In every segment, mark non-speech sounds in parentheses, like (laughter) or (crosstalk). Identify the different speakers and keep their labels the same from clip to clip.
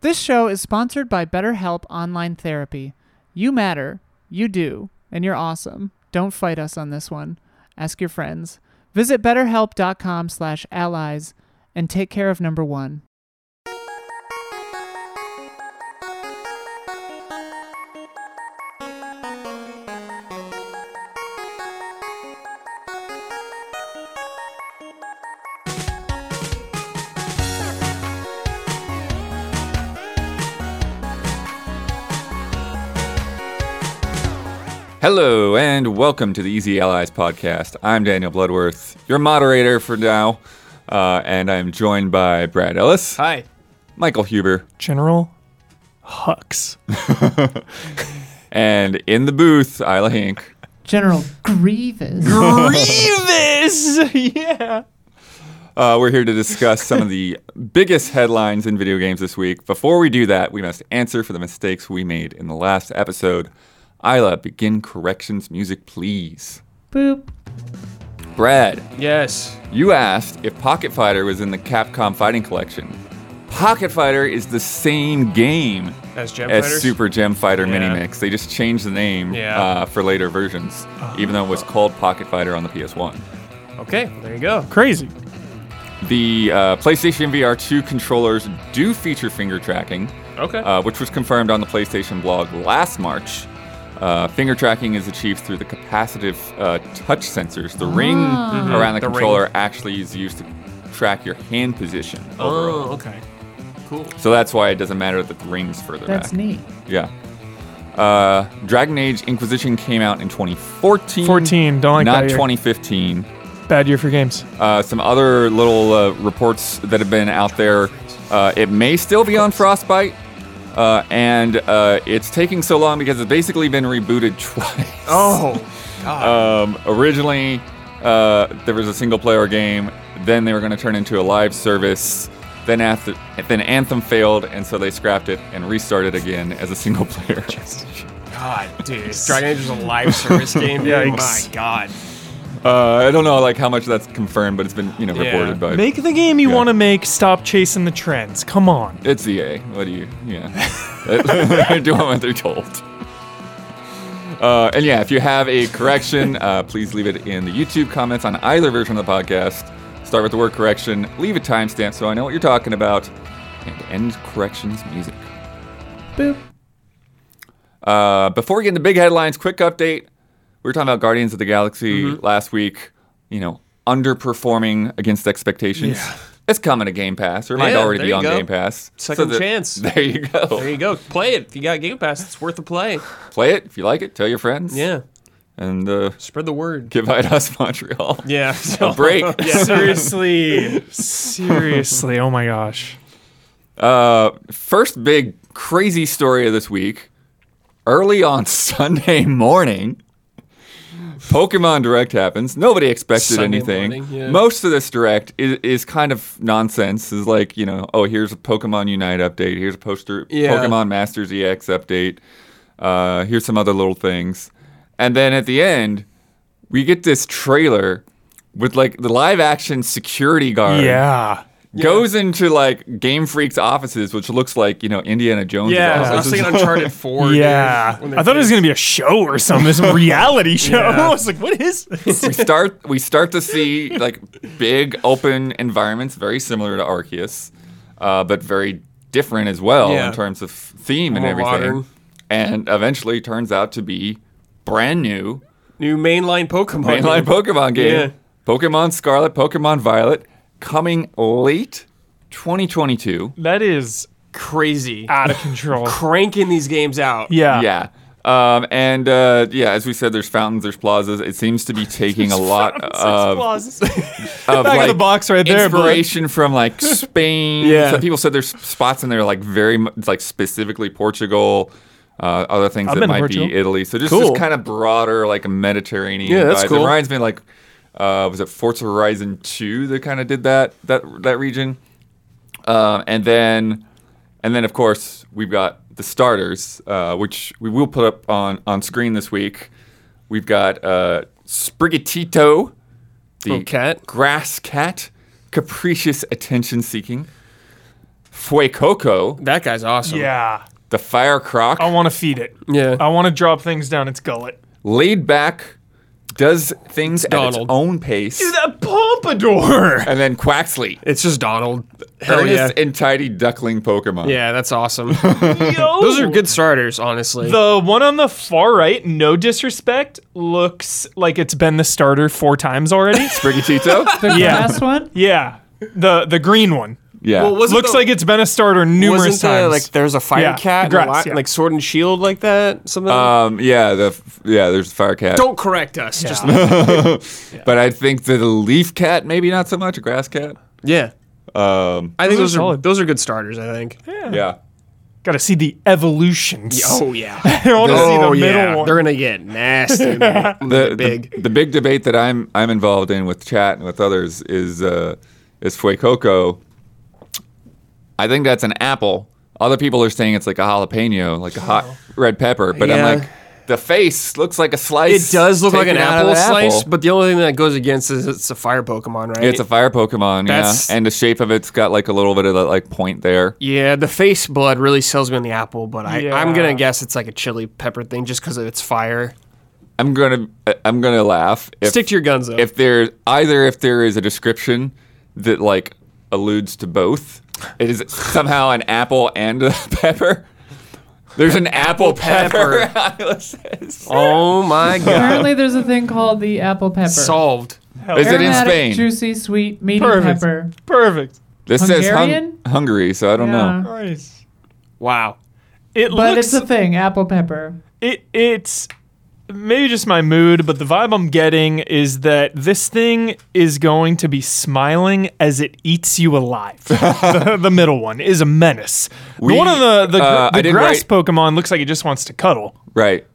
Speaker 1: This show is sponsored by BetterHelp Online Therapy. You matter, you do, and you're awesome. Don't fight us on this one. Ask your friends. Visit betterhelp.com slash allies and take care of number one.
Speaker 2: Hello and welcome to the Easy Allies podcast. I'm Daniel Bloodworth, your moderator for now, uh, and I'm joined by Brad Ellis,
Speaker 3: Hi.
Speaker 2: Michael Huber,
Speaker 4: General Hux.
Speaker 2: and in the booth, Isla Hink.
Speaker 1: General Grievous.
Speaker 4: Grievous! yeah.
Speaker 2: Uh, we're here to discuss some of the biggest headlines in video games this week. Before we do that, we must answer for the mistakes we made in the last episode. Isla, begin corrections music, please.
Speaker 1: Boop.
Speaker 2: Brad,
Speaker 3: Yes.
Speaker 2: You asked if Pocket Fighter was in the Capcom Fighting Collection. Pocket Fighter is the same game
Speaker 3: As Gem
Speaker 2: as
Speaker 3: Fighters?
Speaker 2: Super Gem Fighter
Speaker 3: Yeah.
Speaker 2: Mini Mix. They just changed the name
Speaker 3: Yeah. Uh-huh.
Speaker 2: uh, for later versions, even though it was called Pocket Fighter on the PS1.
Speaker 3: Okay, well, there you go.
Speaker 4: Crazy.
Speaker 2: The uh, PlayStation VR 2 controllers do feature finger tracking,
Speaker 3: Okay.
Speaker 2: uh, which was confirmed on the PlayStation blog last March. Uh, finger tracking is achieved through the capacitive uh, touch sensors. The ring
Speaker 1: Ah.
Speaker 4: Mm-hmm.
Speaker 2: around the,
Speaker 3: The ring.
Speaker 2: controller actually is used to track your hand position.
Speaker 3: oh, okay. Cool.
Speaker 2: So that's why it doesn't matter that the ring's further
Speaker 1: That's
Speaker 2: back.
Speaker 1: neat.
Speaker 2: Yeah. Uh, Dragon Age Inquisition came out in 2014.
Speaker 4: 14, don't like
Speaker 2: not
Speaker 4: that year.
Speaker 2: 2015.
Speaker 4: Bad year for games.
Speaker 2: Uh, some other little uh, reports that have been out there. Uh, it may still be on Frostbite, uh, and uh, it's taking so long because it's basically been rebooted (laughs) twice.
Speaker 3: Oh.
Speaker 2: Um, originally, uh, there was a single-player game. Then they were going to turn into a live service. Then after, then Anthem failed, and so they scrapped it and restarted again as a (laughs) single-player.
Speaker 3: God, dude. Dragon Age was a live service
Speaker 4: (laughs)
Speaker 3: game. dude.
Speaker 4: Yikes.
Speaker 3: My God.
Speaker 2: Uh, I don't know like how much that's confirmed, but it's been you know
Speaker 3: Yeah.
Speaker 2: reported by.
Speaker 4: Make the game you
Speaker 2: Yeah.
Speaker 4: want to make. Stop chasing the trends. Come on.
Speaker 2: It's EA. What do you? Yeah. They (laughs) do what they're told. Uh, and yeah, if you have a correction, uh, please leave it in the YouTube comments on either version of the podcast. Start with the word correction, leave a timestamp so I know what you're talking about, and end corrections music.
Speaker 1: Boop.
Speaker 2: Uh, before we get into big headlines, quick update. We were talking about Guardians of the Galaxy
Speaker 3: Mm-hmm.
Speaker 2: last week, you know, underperforming against expectations. It's coming to Game Pass, or it might
Speaker 3: Yeah,
Speaker 2: already
Speaker 3: there
Speaker 2: be
Speaker 3: you
Speaker 2: on
Speaker 3: go.
Speaker 2: Game Pass.
Speaker 3: Second
Speaker 2: that-
Speaker 3: chance.
Speaker 2: (laughs) There you go.
Speaker 4: Oh.
Speaker 3: There you go. Play it. If you got Game Pass, it's worth a play.
Speaker 2: Play it if you like it. Tell your friends.
Speaker 3: Yeah.
Speaker 2: And uh, (laughs)
Speaker 3: Spread the word.
Speaker 2: give us Montreal
Speaker 5: (laughs)
Speaker 3: Yeah.
Speaker 4: Oh,
Speaker 2: a
Speaker 3: (laughs)
Speaker 2: break.
Speaker 4: Seriously. (laughs) Seriously. Oh my gosh.
Speaker 2: Uh, first big crazy story of this week. Early on (laughs) Sunday morning, Pokemon Direct happens. Nobody expected
Speaker 3: Sunday
Speaker 2: anything.
Speaker 3: morning, yeah.
Speaker 2: Most of this Direct is, is kind of nonsense. Is like you know, oh here's a Pokemon Unite update. Here's a poster
Speaker 3: Yeah.
Speaker 2: Pokemon Masters EX update. Uh, here's some other little things, and then at the end, we get this trailer with like the live action security guard
Speaker 4: Yeah.
Speaker 2: goes into like Game Freak's offices, which looks like you know Indiana Jones.
Speaker 4: Yeah.
Speaker 3: I was
Speaker 2: offices.
Speaker 4: (laughs)
Speaker 3: thinking Uncharted 4. dude,
Speaker 4: Yeah.
Speaker 3: when they
Speaker 4: I thought it was
Speaker 3: did-
Speaker 4: going to be a show
Speaker 3: (laughs)
Speaker 4: or something, some reality show. (laughs) I was like, what is this?
Speaker 2: (laughs) we start we start to see like big open environments, very similar to Arceus, uh, but very different as well
Speaker 3: Yeah.
Speaker 2: in terms of theme and
Speaker 3: More
Speaker 2: everything.
Speaker 3: modern.
Speaker 2: And eventually turns out to be brand new
Speaker 3: new mainline Pokemon.
Speaker 2: mainline Pokemon game,
Speaker 3: Yeah.
Speaker 2: Pokemon Scarlet, Pokemon Violet, coming late 2022.
Speaker 4: That is
Speaker 3: Crazy.
Speaker 4: out
Speaker 2: (laughs)
Speaker 4: of control.
Speaker 3: Cranking these games out.
Speaker 4: Yeah.
Speaker 2: yeah. Um, and uh, yeah, as we said, there's fountains, there's plazas. It seems to be taking
Speaker 5: (laughs)
Speaker 2: a lot of, (laughs) of,
Speaker 4: Back of
Speaker 2: like,
Speaker 4: the box right there, bud.
Speaker 2: inspiration from
Speaker 4: (laughs)
Speaker 2: like Spain.
Speaker 4: Yeah.
Speaker 2: Some people said there's spots in there like very mu- like specifically Portugal. Uh, other things
Speaker 4: I've
Speaker 2: that
Speaker 4: been to
Speaker 2: might be
Speaker 4: Portugal.
Speaker 2: Italy. So just
Speaker 3: Cool.
Speaker 2: this kind of broader like Mediterranean.
Speaker 3: Yeah, that's
Speaker 2: vibe.
Speaker 3: cool.
Speaker 2: It reminds me like uh, was it Forza Horizon Two that kind of did that that that region. Um, and then, and then of course we've got the starters, uh, which we will put up on on screen this week. We've got uh, Sprigatito, the
Speaker 3: Oh, cat.
Speaker 2: grass cat, capricious attention seeking. Fuecoco,
Speaker 5: That guy's awesome.
Speaker 4: Yeah.
Speaker 2: the fire croc,
Speaker 4: I want to feed it.
Speaker 5: Yeah.
Speaker 4: I want to drop things down its gullet.
Speaker 2: laid back, does things at its
Speaker 5: Donald.
Speaker 2: own pace,
Speaker 4: That (laughs) pompadour.
Speaker 2: and then Quaxley,
Speaker 5: It's just Donald. Hell Oh, yeah.
Speaker 2: Ernest and Tidy Duckling Pokemon.
Speaker 5: Yeah, that's
Speaker 4: (laughs)
Speaker 5: awesome.
Speaker 4: Yo.
Speaker 5: Those are good starters, honestly.
Speaker 4: The one on the far right, no disrespect, looks like it's been the starter four times
Speaker 2: (laughs)
Speaker 4: already.
Speaker 2: Brigatito?
Speaker 1: There's
Speaker 4: Yeah.
Speaker 1: the last one.
Speaker 4: yeah. The the green one.
Speaker 2: yeah.
Speaker 5: Well, wasn't
Speaker 4: Looks
Speaker 5: the-
Speaker 4: like it's been a starter numerous
Speaker 5: wasn't
Speaker 4: times.
Speaker 5: The, like there's a fire
Speaker 4: Yeah,
Speaker 5: cat, and a
Speaker 4: grass,
Speaker 5: lot-
Speaker 4: yeah.
Speaker 5: like sword and shield, like that. Something.
Speaker 3: Uh,
Speaker 2: um, yeah, the f- yeah, there's the fire cat.
Speaker 5: Don't correct us. Just
Speaker 2: But I think that the leaf cat, maybe not so much, a grass cat.
Speaker 5: yeah.
Speaker 2: Um,
Speaker 5: I
Speaker 4: Those
Speaker 5: think those
Speaker 4: are
Speaker 5: are
Speaker 4: solid.
Speaker 5: those are good starters. I think.
Speaker 2: yeah.
Speaker 4: Gotta see the evolutions.
Speaker 5: Oh, yeah.
Speaker 4: (laughs) I want to see the
Speaker 5: oh
Speaker 4: middle
Speaker 5: yeah.
Speaker 4: one.
Speaker 5: They're gonna get nasty. man.
Speaker 2: The,
Speaker 5: big.
Speaker 2: The, the big debate that I'm I'm involved in with chat and with others is uh, is Fuecoco. I think that's an apple. Other people are saying it's like a jalapeno, like a hot red pepper. But
Speaker 5: Yeah.
Speaker 2: I'm like, the face looks like a slice.
Speaker 5: It does look like an
Speaker 2: taken out
Speaker 5: apple,
Speaker 2: of
Speaker 5: slice,
Speaker 2: apple.
Speaker 5: but the only thing that goes against is it's a fire Pokemon, right?
Speaker 2: it's a fire Pokemon,
Speaker 5: That's-
Speaker 2: yeah. And the shape of it's got like a little bit of that like point there.
Speaker 5: yeah, the face blood really sells me on the apple, but I, I'm
Speaker 4: Yeah.
Speaker 5: gonna guess it's like a chili pepper thing just because it's fire.
Speaker 2: I'm gonna I'm gonna laugh. If,
Speaker 5: Stick to your guns though.
Speaker 2: if there either if there is a description that like alludes to both, it is somehow an apple and a (laughs) pepper. There's an apple pepper. (laughs) is
Speaker 5: (laughs) oh my god,
Speaker 1: Apparently, there's a thing called the apple pepper.
Speaker 5: solved.
Speaker 2: it in
Speaker 1: Aromatic,
Speaker 2: Spain?
Speaker 1: Juicy, sweet, meaty
Speaker 4: Perfect.
Speaker 1: pepper.
Speaker 4: Perfect.
Speaker 2: this says
Speaker 1: Hungarian?
Speaker 2: hung- Hungary, so I don't know.
Speaker 1: Yeah.
Speaker 4: Nice.
Speaker 5: Wow.
Speaker 4: It
Speaker 1: Uh, But it's
Speaker 4: looks
Speaker 1: a thing, apple pepper.
Speaker 4: it it's maybe just my mood, but the vibe I'm getting is that this thing is going to be smiling as it eats you
Speaker 2: (laughs)
Speaker 4: alive. the, the middle one is a menace.
Speaker 2: We-
Speaker 4: the one on the the, gr-
Speaker 2: uh, I
Speaker 4: the
Speaker 2: did
Speaker 4: grass
Speaker 2: write-
Speaker 4: Pokemon looks like it just wants to cuddle.
Speaker 2: Right.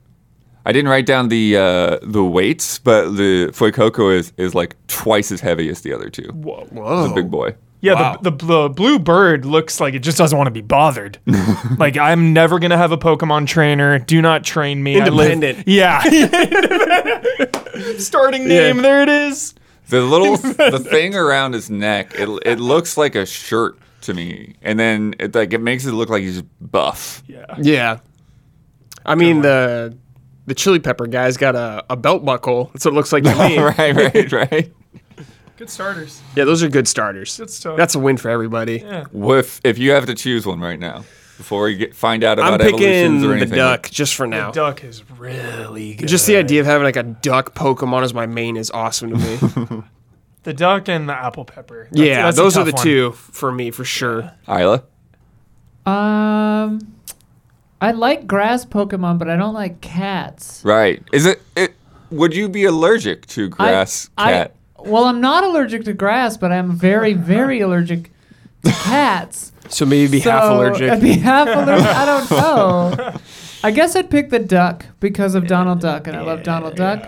Speaker 2: I didn't write down the uh, the weights, but the Fuecoco is is like twice as heavy as the other two.
Speaker 5: Whoa.
Speaker 2: The big boy.
Speaker 4: Yeah,
Speaker 5: Wow.
Speaker 4: the, the the blue bird looks like it just doesn't want to
Speaker 2: (laughs)
Speaker 4: be bothered. like I'm never gonna have a Pokemon trainer. Do not train me. I live- (laughs)
Speaker 5: Independent.
Speaker 4: yeah. Starting name. There it is.
Speaker 2: The little the thing around his neck, it it looks like a shirt to me, and then it like it makes it look like he's buff.
Speaker 5: Yeah. I mean the the chili pepper guy's got a, a belt buckle. That's what it looks like to (laughs)
Speaker 2: (laughs)
Speaker 5: me.
Speaker 2: right, right, right.
Speaker 4: Good starters.
Speaker 5: Yeah, those are good starters.
Speaker 4: Good stuff.
Speaker 5: That's a win for everybody.
Speaker 2: If if you have to choose one right now, before we get, find out
Speaker 5: I'm
Speaker 2: about
Speaker 5: picking
Speaker 2: evolutions or
Speaker 5: the
Speaker 2: anything,
Speaker 5: duck just for now.
Speaker 4: Duck is really good.
Speaker 5: Just the idea of having like a duck Pokemon as my main is awesome to (laughs) me.
Speaker 4: The duck and the apple pepper. That's-
Speaker 5: yeah,
Speaker 4: that's a
Speaker 5: those are
Speaker 4: tough
Speaker 5: the
Speaker 4: one.
Speaker 5: two for me for sure.
Speaker 2: Isla,
Speaker 1: Um, I like grass Pokemon, but I don't like cats.
Speaker 2: right? Is it it? Would you be allergic to
Speaker 1: I-
Speaker 2: grass
Speaker 1: I,
Speaker 2: cat?
Speaker 1: well, I'm not allergic to grass, but I'm very,
Speaker 5: (laughs)
Speaker 1: very allergic to cats.
Speaker 5: So maybe half
Speaker 1: So,
Speaker 5: allergic.
Speaker 1: I'd be half allergic. I
Speaker 5: (laughs)
Speaker 1: don't know. I guess I'd pick the duck because of Donald Duck, and I love Donald Duck.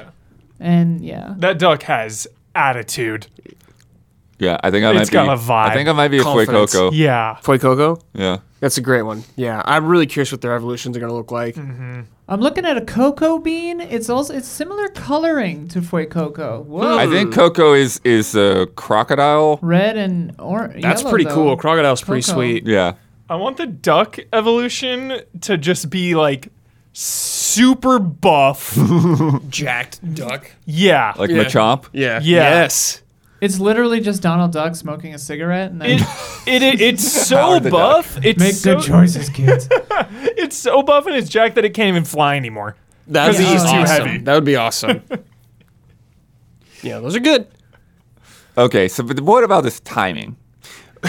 Speaker 1: And yeah,
Speaker 4: That duck has attitude.
Speaker 2: yeah, I think I might
Speaker 4: It's
Speaker 2: be.
Speaker 4: got a vibe.
Speaker 2: I think I might be
Speaker 5: Confidence.
Speaker 2: a Fuecoco. Yeah.
Speaker 4: Yeah.
Speaker 5: Foy Coco?
Speaker 2: yeah,
Speaker 5: That's a great one. Yeah, I'm really curious what their evolutions are going to look like.
Speaker 1: I'm looking at a cocoa bean. It's also it's similar coloring to Foy Coco.
Speaker 5: Hmm.
Speaker 1: Whoa,
Speaker 2: I think Coco is is a crocodile.
Speaker 1: red and orange.
Speaker 5: That's pretty cool. Crocodile's pretty
Speaker 1: Coco.
Speaker 5: sweet.
Speaker 2: Yeah,
Speaker 4: I want the duck evolution to just be like super
Speaker 5: (laughs)
Speaker 4: buff.
Speaker 5: Jacked duck.
Speaker 4: yeah.
Speaker 2: like
Speaker 5: Yeah.
Speaker 2: Machomp.
Speaker 5: Yeah.
Speaker 4: Yeah.
Speaker 5: Yes.
Speaker 1: It's literally just Donald Duck smoking a cigarette and then
Speaker 4: it, it, it it's
Speaker 5: (laughs)
Speaker 4: so
Speaker 2: the duck.
Speaker 4: buff.
Speaker 1: (laughs)
Speaker 4: It's
Speaker 1: make
Speaker 4: so,
Speaker 1: good choices, kids.
Speaker 4: (laughs) It's so buff and it's jacked that it can't even fly anymore.
Speaker 5: That'd
Speaker 4: 'Cause
Speaker 5: be
Speaker 1: he's too
Speaker 5: awesome.
Speaker 4: heavy.
Speaker 5: That would be (laughs) awesome. yeah, those are good.
Speaker 2: Okay, so but what about this timing?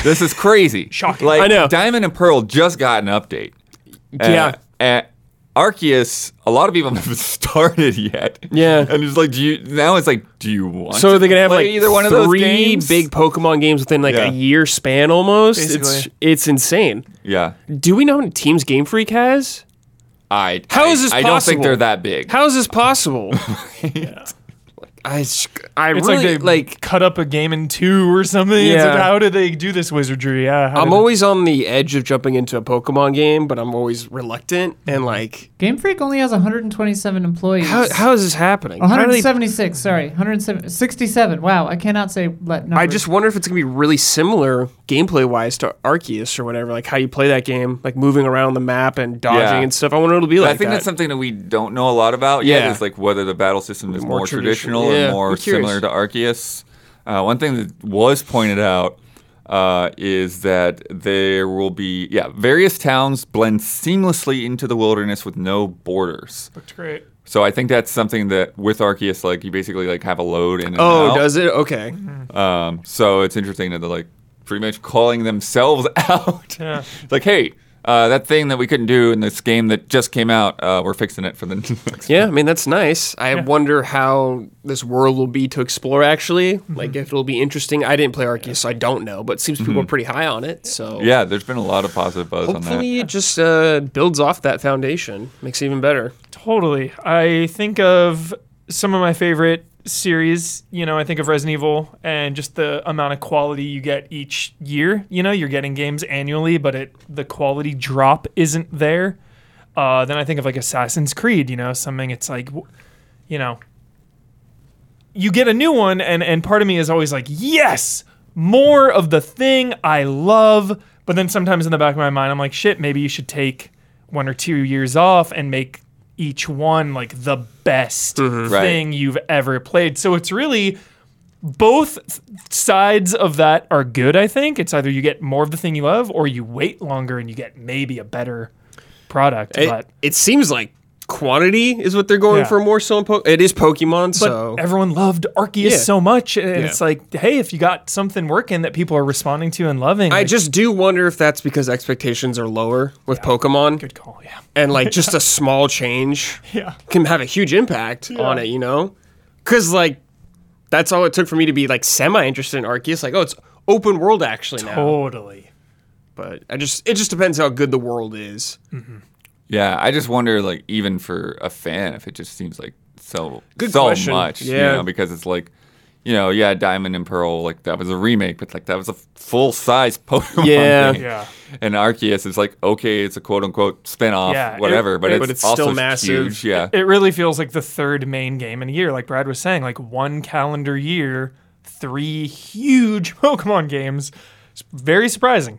Speaker 2: This is crazy.
Speaker 5: (laughs)
Speaker 4: Shocking.
Speaker 2: Like
Speaker 5: I know.
Speaker 2: Diamond and Pearl just got an update.
Speaker 5: Yeah.
Speaker 2: Uh, uh, Arceus, a lot of people (laughs) haven't started yet.
Speaker 5: Yeah.
Speaker 2: And it's like, do you now it's like, do you want
Speaker 5: So
Speaker 2: to
Speaker 5: are they gonna have
Speaker 2: play
Speaker 5: like
Speaker 2: either one of those
Speaker 5: three
Speaker 2: games?
Speaker 5: big Pokemon games within like
Speaker 2: Yeah.
Speaker 5: a year span almost? It's
Speaker 4: Basically.
Speaker 5: it's insane.
Speaker 2: Yeah.
Speaker 5: Do we know how many teams Game Freak has?
Speaker 2: I
Speaker 5: How
Speaker 2: I-
Speaker 5: is this
Speaker 2: I don't think
Speaker 5: possible?
Speaker 2: they're that big.
Speaker 5: How is this possible? I, s- I
Speaker 4: It's
Speaker 5: really
Speaker 4: like they like cut up a game in two or something. It's
Speaker 5: Yeah.
Speaker 4: like, how did they do this wizardry? Yeah, how
Speaker 5: I'm
Speaker 4: did-
Speaker 5: always on the edge of jumping into a Pokemon game, but I'm always reluctant and like,
Speaker 1: Game Freak only has 127 employees.
Speaker 5: how, how is this happening? How do they-
Speaker 1: 176, sorry, 167. Wow, I cannot say let numbers.
Speaker 5: I just wonder if it's gonna be really similar gameplay wise to Arceus or whatever, like how you play that game, like moving around the map and dodging
Speaker 2: Yeah.
Speaker 5: and stuff. I wonder it'll be like
Speaker 2: I think
Speaker 5: that.
Speaker 2: that's something that we don't know a lot about yet.
Speaker 5: Yeah.
Speaker 2: Is like whether the battle system is
Speaker 5: More
Speaker 2: more,
Speaker 5: traditional.
Speaker 2: traditional,
Speaker 5: Yeah,
Speaker 2: or more
Speaker 5: I'm curious.
Speaker 2: similar to Arceus. Uh, one thing that was pointed out uh, is that there will be yeah various towns blend seamlessly into the wilderness with no borders.
Speaker 4: looked great.
Speaker 2: So I think that's something that with Arceus, like you basically like have a load in and
Speaker 5: oh,
Speaker 2: out.
Speaker 5: does it? Okay.
Speaker 2: Um, so it's interesting that they're like pretty much calling themselves (laughs) out.
Speaker 4: Yeah.
Speaker 2: like, hey, uh, that thing that we couldn't do in this game that just came out, uh, we're fixing it for the (laughs) next.
Speaker 5: Yeah, I mean that's nice. I wonder how this world will be to explore. Actually,
Speaker 4: Mm-hmm.
Speaker 5: like if it'll be interesting. I didn't play Arceus, so I don't know. But it seems people are pretty high on it. So
Speaker 2: Mm-hmm. Yeah, there's been a lot of positive buzz on that.
Speaker 5: hopefully it just uh, builds off that foundation, makes it even better.
Speaker 4: Totally. I think of some of my favorite series. You know, I think of Resident Evil and just the amount of quality you get each year. You know, you're getting games annually, but it the quality drop isn't there. Uh, then I think of like Assassin's Creed. You know, something it's like, w- you know, you get a new one, and and part of me is always like, yes, more of the thing I love. But then sometimes in the back of my mind, I'm like, shit, maybe you should take one or two years off and make each one like the best
Speaker 2: Right.
Speaker 4: thing you've ever played. So it's really both th- sides of that are good. I think it's either you get more of the thing you love, or you wait longer and you get maybe a better product.
Speaker 5: It,
Speaker 4: but
Speaker 5: it seems like quantity is what they're going
Speaker 4: Yeah.
Speaker 5: for more so. In po- it is Pokemon,
Speaker 4: but
Speaker 5: so
Speaker 4: everyone loved Arceus
Speaker 5: Yeah.
Speaker 4: so much, and
Speaker 5: Yeah.
Speaker 4: it's like, hey, if you got something working that people are responding to and loving,
Speaker 5: I
Speaker 4: like,
Speaker 5: just do wonder if that's because expectations are lower with Pokemon,
Speaker 4: good call, yeah,
Speaker 5: and like
Speaker 4: (laughs)
Speaker 5: just a small change
Speaker 4: yeah,
Speaker 5: can have a huge impact on it. You know, because like that's all it took for me to be like semi interested in Arceus. Like, oh, it's open world actually now.
Speaker 4: totally.
Speaker 5: But I just it just depends how good the world is.
Speaker 2: Yeah, I just wonder, like, even for a fan, if it just seems like so
Speaker 5: Good
Speaker 2: so
Speaker 5: question.
Speaker 2: much, you
Speaker 5: Yeah.
Speaker 2: know, because it's like, you know, yeah, Diamond and Pearl, like that was a remake, but like that was a full size (laughs) Pokemon.
Speaker 5: Yeah.
Speaker 2: game.
Speaker 4: Yeah.
Speaker 2: And Arceus is like, okay, it's a quote unquote spin off,
Speaker 4: Yeah, it-
Speaker 2: whatever, but,
Speaker 4: it-
Speaker 2: it's
Speaker 5: but it's
Speaker 2: also
Speaker 5: still massive.
Speaker 2: Huge, yeah.
Speaker 4: It really feels like the third main game in a year, like Brad was saying, like one calendar year, three huge (laughs) Pokemon games. It's very surprising.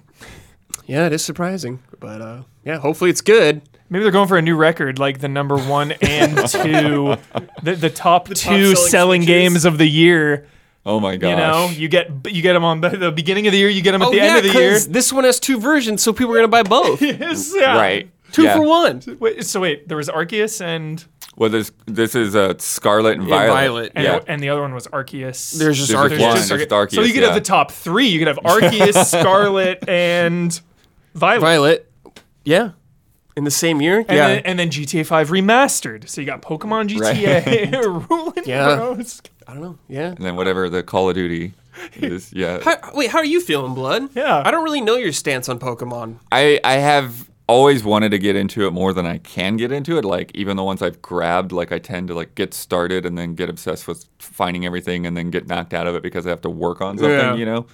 Speaker 5: Yeah, it is surprising, but uh, yeah, hopefully it's good.
Speaker 4: Maybe they're going for a new record, like the number
Speaker 5: (laughs)
Speaker 4: one and two, the, (laughs) the top two
Speaker 5: selling
Speaker 4: selling
Speaker 5: switches.
Speaker 4: games of the year.
Speaker 2: oh my gosh.
Speaker 4: You know, you get you get them on the, the beginning of the year, you get them at
Speaker 5: oh
Speaker 4: the
Speaker 5: yeah,
Speaker 4: end of the year.
Speaker 5: 'cause this one has two versions, so people are gonna buy (laughs) both.
Speaker 4: Yes, (laughs) yeah.
Speaker 2: Right.
Speaker 5: two
Speaker 2: Yeah.
Speaker 5: for one.
Speaker 4: Wait, so wait, there was Arceus and
Speaker 2: Well, there's, this is uh, Scarlet and
Speaker 5: Yeah,
Speaker 2: Violet.
Speaker 5: Violet.
Speaker 4: and,
Speaker 2: Yeah.
Speaker 4: and the other one was Arceus.
Speaker 5: There's just
Speaker 2: There's
Speaker 5: Arceus.
Speaker 2: just one.
Speaker 4: Just
Speaker 2: There's
Speaker 4: Arceus.
Speaker 2: Arceus,
Speaker 4: so you could
Speaker 2: yeah.
Speaker 4: have the top three. You could have Arceus, Scarlet, and Violet.
Speaker 5: Violet. Yeah. In the same year?
Speaker 4: And,
Speaker 5: yeah.
Speaker 4: then, and then GTA 5 remastered. So you got Pokemon GTA, (laughs) Ruling
Speaker 5: Yeah.
Speaker 4: Bros.
Speaker 5: I don't know. Oh, Yeah.
Speaker 2: and then whatever the Call of Duty is. (laughs) Yeah,
Speaker 5: How, wait, how are you feeling, Blood?
Speaker 4: Yeah.
Speaker 5: I don't really know your stance on Pokemon.
Speaker 2: I I have always wanted to get into it more than I can get into it. Like even the ones I've grabbed, like I tend to like get started and then get obsessed with finding everything and then get knocked out of it because I have to work on something.
Speaker 5: Yeah.
Speaker 2: You know,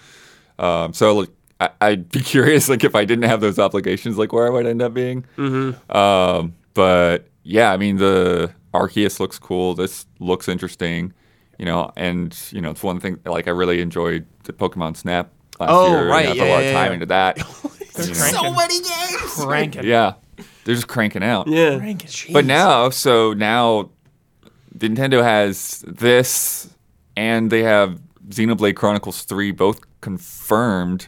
Speaker 2: um, so like. I- I'd be (laughs) curious, like if I didn't have those obligations, like where I would end up being.
Speaker 5: Mm-hmm.
Speaker 2: Um, but yeah, I mean the Arceus looks cool. This looks interesting, you know. And you know, it's one thing like I really enjoyed the Pokemon Snap last
Speaker 5: Oh,
Speaker 2: year. and
Speaker 5: right,
Speaker 2: I put
Speaker 5: yeah,
Speaker 2: a lot
Speaker 5: yeah,
Speaker 2: of time
Speaker 5: yeah.
Speaker 2: into that.
Speaker 5: (laughs)
Speaker 4: They're cranking.
Speaker 5: many games.
Speaker 4: cranking.
Speaker 2: yeah, they're just cranking out.
Speaker 5: Yeah.
Speaker 4: Cranking.
Speaker 2: But now, so now, Nintendo has this, and they have Xenoblade Chronicles Three both confirmed.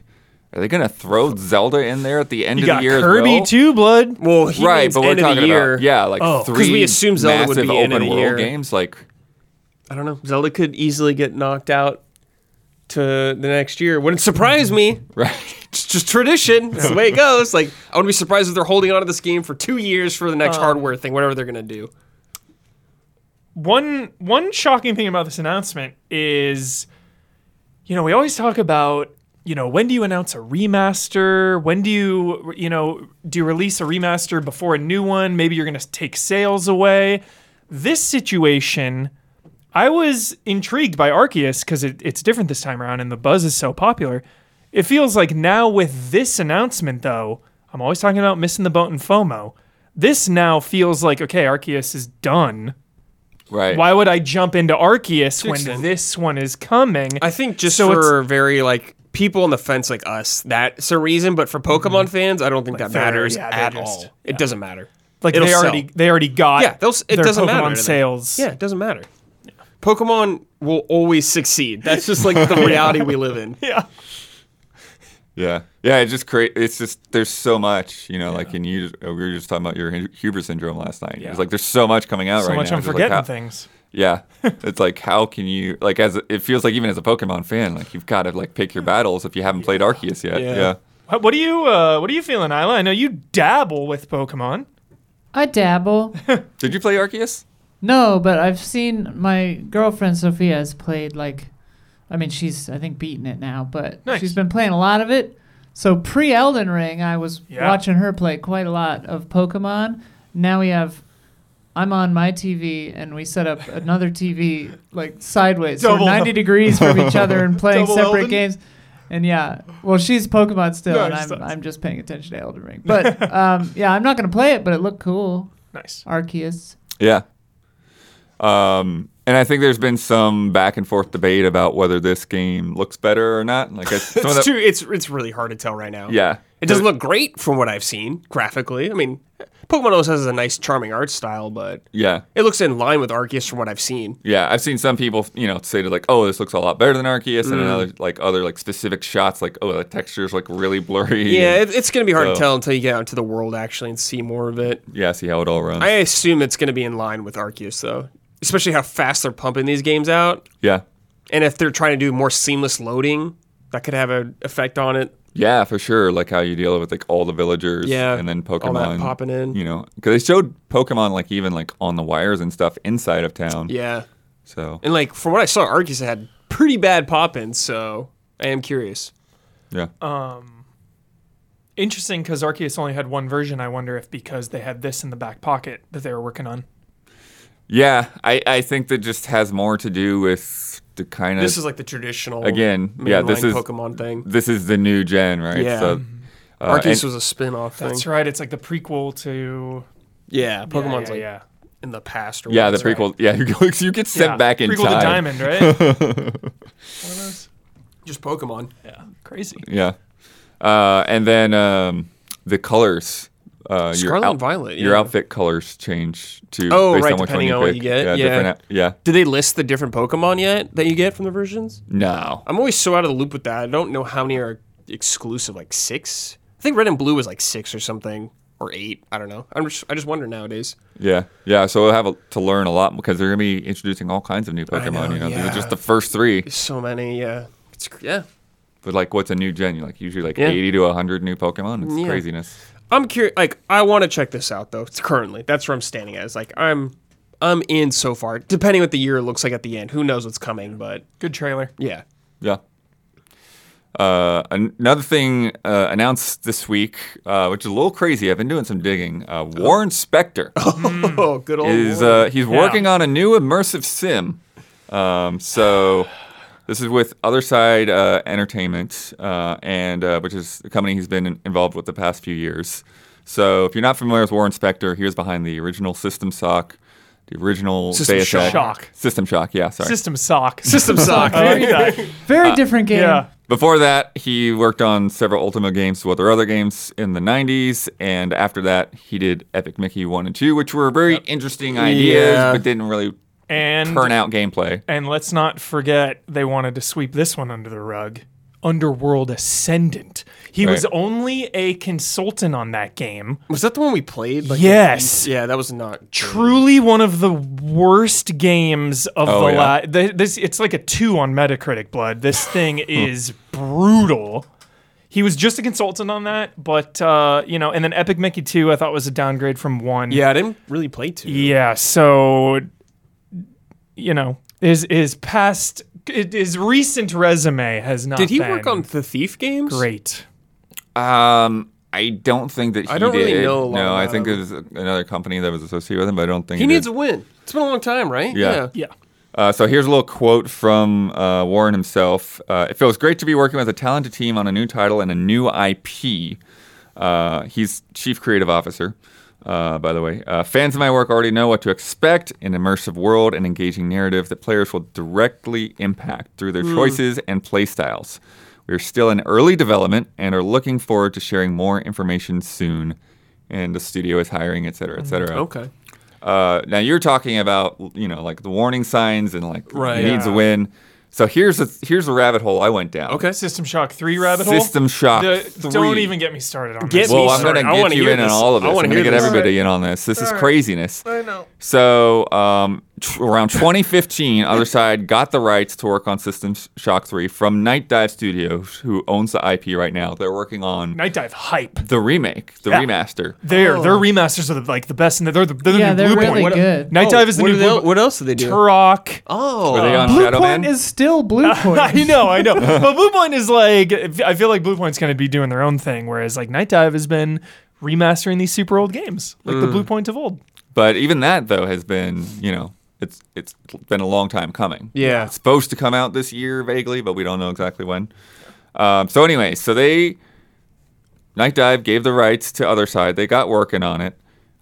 Speaker 2: Are they gonna throw Zelda in there at the end
Speaker 4: You
Speaker 2: of
Speaker 4: got
Speaker 2: the year? as
Speaker 4: Kirby
Speaker 2: well?
Speaker 4: too, Blood.
Speaker 5: Well, he
Speaker 2: right?
Speaker 5: means
Speaker 2: But we're
Speaker 5: end of
Speaker 2: talking
Speaker 5: the year.
Speaker 2: about yeah, like
Speaker 4: Oh. 'Cause
Speaker 2: three
Speaker 5: we assume Zelda would
Speaker 2: massive
Speaker 5: be end
Speaker 2: open
Speaker 5: of the
Speaker 2: world
Speaker 5: year.
Speaker 2: games. Like (laughs)
Speaker 5: I don't know. Zelda could easily get knocked out to the next year. Wouldn't surprise me.
Speaker 2: right?
Speaker 5: It's just tradition. It's the way it goes. Like, I wouldn't be surprised if they're holding on to this game for two years for the next hardware thing, whatever they're going to do.
Speaker 4: one one shocking thing about this announcement is you know we always talk about you know when do you announce a remaster when do you you know do you release a remaster before a new one maybe you're going to take sales away this situation I was intrigued by Arceus because it, it's different this time around and the buzz is so popular. It feels like now with this announcement, though, I'm always talking about missing the boat and FOMO. This now feels like, okay, Arceus is done.
Speaker 2: Right.
Speaker 4: Why would I jump into Arceus when
Speaker 5: extent.
Speaker 4: this one is coming?
Speaker 5: I think just
Speaker 4: So it's-
Speaker 5: for very like people on the fence like us, that's a reason. But for Pokemon fans, I don't think that
Speaker 4: fair,
Speaker 5: matters
Speaker 4: yeah, they
Speaker 5: at
Speaker 4: just-
Speaker 5: all. It doesn't matter.
Speaker 4: like
Speaker 5: it'll
Speaker 4: they already
Speaker 5: sell.
Speaker 4: they already got
Speaker 5: Yeah, they'll s- it
Speaker 4: their
Speaker 5: doesn't
Speaker 4: Pokemon
Speaker 5: matter to them.
Speaker 4: sales.
Speaker 5: Yeah, it doesn't matter. Pokemon will always succeed. That's just like (laughs) the reality we live in.
Speaker 4: yeah.
Speaker 2: Yeah, yeah. It just create. It's just there's so much, you know. Like, and you just, we were just talking about your hu- Huber syndrome last night. It's like there's so much coming out
Speaker 4: So
Speaker 2: right
Speaker 4: much
Speaker 2: now.
Speaker 4: I'm
Speaker 2: It's like,
Speaker 4: forgetting
Speaker 2: how-
Speaker 4: things.
Speaker 5: (laughs)
Speaker 2: Yeah, it's like how can you like as a- it feels like even as a Pokemon fan, like you've got to like pick your battles if you haven't played Arceus yet. Yeah,
Speaker 5: Yeah.
Speaker 4: What, what are you uh, what are you feeling, Isla? I know you dabble with Pokemon.
Speaker 1: I dabble.
Speaker 2: Did you play Arceus?
Speaker 1: No, but I've seen my girlfriend Sophia has played like, I mean, she's I think beaten it now, but
Speaker 4: Nice.
Speaker 1: she's been playing a lot of it. So pre Elden Ring, I was
Speaker 4: Yeah.
Speaker 1: watching her play quite a lot of Pokemon. Now we have. I'm on my TV, and we set up another TV like sideways, so
Speaker 4: Double-
Speaker 1: 90 degrees from each other,
Speaker 4: (laughs)
Speaker 1: and playing
Speaker 4: Double
Speaker 1: separate
Speaker 4: Elden?
Speaker 1: games. And yeah, well, she's Pokemon still,
Speaker 4: No,
Speaker 1: and
Speaker 4: just
Speaker 1: I'm
Speaker 4: us.
Speaker 1: I'm just paying attention to Elden Ring.
Speaker 4: (laughs)
Speaker 1: But um, yeah, I'm not gonna play it, but it looked cool.
Speaker 4: Nice.
Speaker 1: Arceus.
Speaker 2: Yeah. Um, and I think there's been some back and forth debate about whether this game looks better or not.
Speaker 5: (laughs)
Speaker 2: Like I, some of
Speaker 5: It's
Speaker 2: the-
Speaker 5: true. It's it's really hard to tell right now.
Speaker 2: Yeah.
Speaker 5: It doesn't look great from what I've seen graphically. I mean, Pokemon always has a nice, charming art style, but
Speaker 2: Yeah.
Speaker 5: it looks in line with Arceus from what I've seen.
Speaker 2: Yeah, I've seen some people, you know, say to like, "Oh, this looks a lot better than Arceus,"
Speaker 5: Mm.
Speaker 2: and other like other like specific shots, like, "Oh, the texture's like really blurry."
Speaker 5: Yeah,
Speaker 2: and-
Speaker 5: it, it's going to be hard
Speaker 2: So-
Speaker 5: to tell until you get out into the world actually and see more of it.
Speaker 2: yeah. See how it all runs.
Speaker 5: I assume it's going to be in line with Arceus though, especially how fast they're pumping these games out,
Speaker 2: yeah,
Speaker 5: and if they're trying to do more seamless loading, that could have an effect on it.
Speaker 2: yeah, for sure. Like how you deal with like all the villagers,
Speaker 5: Yeah,
Speaker 2: and then Pokemon
Speaker 5: all that popping in.
Speaker 2: You know, because they showed Pokemon like even like on the wires and stuff inside of town.
Speaker 5: Yeah,
Speaker 2: So
Speaker 5: and like from what I saw, Arceus had pretty bad pop-ins, so I am curious.
Speaker 2: yeah,
Speaker 5: Uh,
Speaker 4: Interesting because Arceus only had one version. I wonder if because they had this in the back pocket that they were working on.
Speaker 2: yeah. I I think that just has more to do with the kind of
Speaker 5: This is like the traditional
Speaker 2: Again, yeah, this
Speaker 5: mainline
Speaker 2: is-
Speaker 5: Pokemon thing.
Speaker 2: this is the new gen, right?
Speaker 5: Yeah. Mm-hmm.
Speaker 2: So, uh,
Speaker 5: Arceus
Speaker 2: and-
Speaker 5: was a spin-off thing.
Speaker 4: That's right. It's like the prequel to
Speaker 5: Yeah, Pokemon's
Speaker 4: yeah,
Speaker 5: like
Speaker 4: yeah.
Speaker 5: in the past. Or
Speaker 2: yeah, the
Speaker 5: whatever.
Speaker 2: prequel. Yeah, (laughs) you go- you get sent
Speaker 4: Yeah,
Speaker 2: back in
Speaker 4: prequel
Speaker 2: time.
Speaker 4: to Diamond,
Speaker 2: (laughs)
Speaker 4: right? One of those?
Speaker 5: Just Pokemon.
Speaker 4: Yeah, crazy.
Speaker 2: Yeah. Uh, and then um, the colors. Uh,
Speaker 5: Scarlet and Violet,
Speaker 2: Your
Speaker 5: yeah.
Speaker 2: outfit colors change too.
Speaker 5: Oh,
Speaker 2: based
Speaker 5: right,
Speaker 2: on which one
Speaker 5: depending
Speaker 2: you
Speaker 5: on what
Speaker 2: pick.
Speaker 5: you get,
Speaker 2: Yeah,
Speaker 5: yeah.
Speaker 2: different. Yeah.
Speaker 5: Did they list the different Pokemon yet that you get from the versions?
Speaker 2: No.
Speaker 5: I'm always so out of the loop with that. I don't know how many are exclusive. Like six? I think Red and Blue was like six or something, or eight. I don't know. I'm just I just wonder nowadays.
Speaker 2: Yeah. Yeah. So we'll have a, to learn a lot because they're going to be introducing all kinds of new Pokemon.
Speaker 5: know,
Speaker 2: you know, these
Speaker 5: yeah.
Speaker 2: are just the first three.
Speaker 5: So many. Yeah. It's cr- yeah.
Speaker 2: But like, what's a new gen? You like usually like
Speaker 5: Yeah.
Speaker 2: 80 to 100 new Pokemon. It's
Speaker 5: Yeah.
Speaker 2: craziness.
Speaker 5: I'm curious. Like I want to check this out though. It's currently that's where I'm standing at. It's like I'm I'm in so far. Depending what the year looks like at the end, who knows what's coming? But
Speaker 4: Good trailer.
Speaker 5: yeah.
Speaker 2: Yeah. Uh, an- another thing uh, announced this week, uh, which is a little crazy. I've been doing some digging. Uh, Warren
Speaker 5: (laughs)
Speaker 2: Spector.
Speaker 5: Oh,
Speaker 4: Hmm.
Speaker 5: good old.
Speaker 2: is
Speaker 5: Lord.
Speaker 2: uh, he's working on a new immersive sim. Um, so this is with Other Side uh, Entertainment, uh, and uh, which is a company he's been in- involved with the past few years. So if you're not familiar with Warren Spector, he was behind the original System Shock, the original
Speaker 5: System
Speaker 2: Deus Ex-
Speaker 4: Shock.
Speaker 2: System Shock. Yeah, sorry.
Speaker 4: System (laughs) sock.
Speaker 5: System sock.
Speaker 1: Very different game.
Speaker 4: Uh, (laughs) yeah.
Speaker 2: Before that, he worked on several Ultima games with other other games in the 90s. And after that, he did Epic Mickey 1 and 2, which were very interesting ideas,
Speaker 5: Yeah.
Speaker 2: but didn't really
Speaker 4: And
Speaker 2: turn out gameplay.
Speaker 4: and let's not forget they wanted to sweep this one under the rug. Underworld Ascendant. He was
Speaker 2: Right.
Speaker 4: only a consultant on that game.
Speaker 5: was that the one we played? Like,
Speaker 4: Yes.
Speaker 5: Yeah, that was not true.
Speaker 4: truly one of the worst games of
Speaker 2: Oh,
Speaker 4: the
Speaker 2: yeah.
Speaker 4: la the This it's like a two on Metacritic. Blood. This
Speaker 2: (laughs) Hmm.
Speaker 4: thing is brutal. He was just a consultant on that, but uh, you know, and then Epic Mickey Two I thought was a downgrade from one.
Speaker 5: Yeah, I didn't really play two.
Speaker 4: Yeah. So, you know, his his past his recent resume has not.
Speaker 5: Did he
Speaker 4: been
Speaker 5: work on the Thief games?
Speaker 4: great?
Speaker 2: Um, I don't think that he
Speaker 5: I don't
Speaker 2: did.
Speaker 5: really know a lot
Speaker 2: no, I
Speaker 5: about
Speaker 2: think
Speaker 5: him.
Speaker 2: there's another company that was associated with him, but I don't think
Speaker 5: He
Speaker 2: did.
Speaker 5: needs a win. It's been a long time, right?
Speaker 2: Yeah.
Speaker 4: Yeah.
Speaker 2: Uh, so here's a little quote from uh, Warren himself. Uh, it feels great to be working with a talented team on a new title and a new IP. Uh, he's chief creative officer, uh, by the way. Uh, fans of my work already know what to expect an immersive world and engaging narrative that players will directly impact through their choices and playstyles. We're still in early development and are looking forward to sharing more information soon. And the studio is hiring, et cetera, et cetera.
Speaker 5: Okay.
Speaker 2: Uh, now you're talking about you know like the warning signs and like
Speaker 5: Right.
Speaker 2: needs a win. So here's a here's a rabbit hole I went down.
Speaker 5: Okay.
Speaker 4: System Shock 3 rabbit hole.
Speaker 2: System Shock.
Speaker 4: The- Don't
Speaker 2: three.
Speaker 4: even get me started on
Speaker 5: Get
Speaker 4: this.
Speaker 2: Well,
Speaker 5: me
Speaker 2: I'm
Speaker 5: started.
Speaker 2: gonna
Speaker 5: I
Speaker 2: get
Speaker 5: wanna
Speaker 2: you
Speaker 5: hear
Speaker 2: in on
Speaker 5: this.
Speaker 2: all of
Speaker 5: I
Speaker 2: this.
Speaker 5: wanna
Speaker 2: I'm gonna
Speaker 5: hear
Speaker 2: get
Speaker 5: this.
Speaker 2: everybody in on this. This is craziness.
Speaker 4: I know.
Speaker 2: So um, tr- around 2015, Other Side got the rights to work on System Shock 3 from Night Dive Studios, who owns the IP right now. They're working on
Speaker 4: Night Dive hype.
Speaker 2: the remake, the
Speaker 4: Yeah.
Speaker 2: remaster.
Speaker 4: They're their
Speaker 5: Oh.
Speaker 4: remasters are the, like the best, and they're the, they're the
Speaker 1: Yeah,
Speaker 4: new
Speaker 1: they're
Speaker 4: Blue
Speaker 1: really
Speaker 4: Point.
Speaker 1: good.
Speaker 4: Night Dive is the
Speaker 5: Oh, what,
Speaker 4: new
Speaker 5: do they-
Speaker 4: Blue
Speaker 5: what else do they do?
Speaker 4: Turok.
Speaker 5: oh,
Speaker 2: Were they on
Speaker 1: Blue
Speaker 2: Shadow
Speaker 1: Point
Speaker 2: Man?
Speaker 1: is still Blue Point.
Speaker 4: (laughs) I
Speaker 2: (laughs)
Speaker 4: know, I know. but Blue Point is like I feel like Blue Point's gonna be doing their own thing, whereas like Night Dive has been remastering these super old games, like
Speaker 2: Mm.
Speaker 4: the Blue Point of old.
Speaker 2: But even that though has been, you know, it's it's been a long time coming.
Speaker 5: Yeah.
Speaker 2: It's supposed to come out this year vaguely, but we don't know exactly when. Um, so anyway, so they Night Dive gave the rights to Other Side. They got working on it.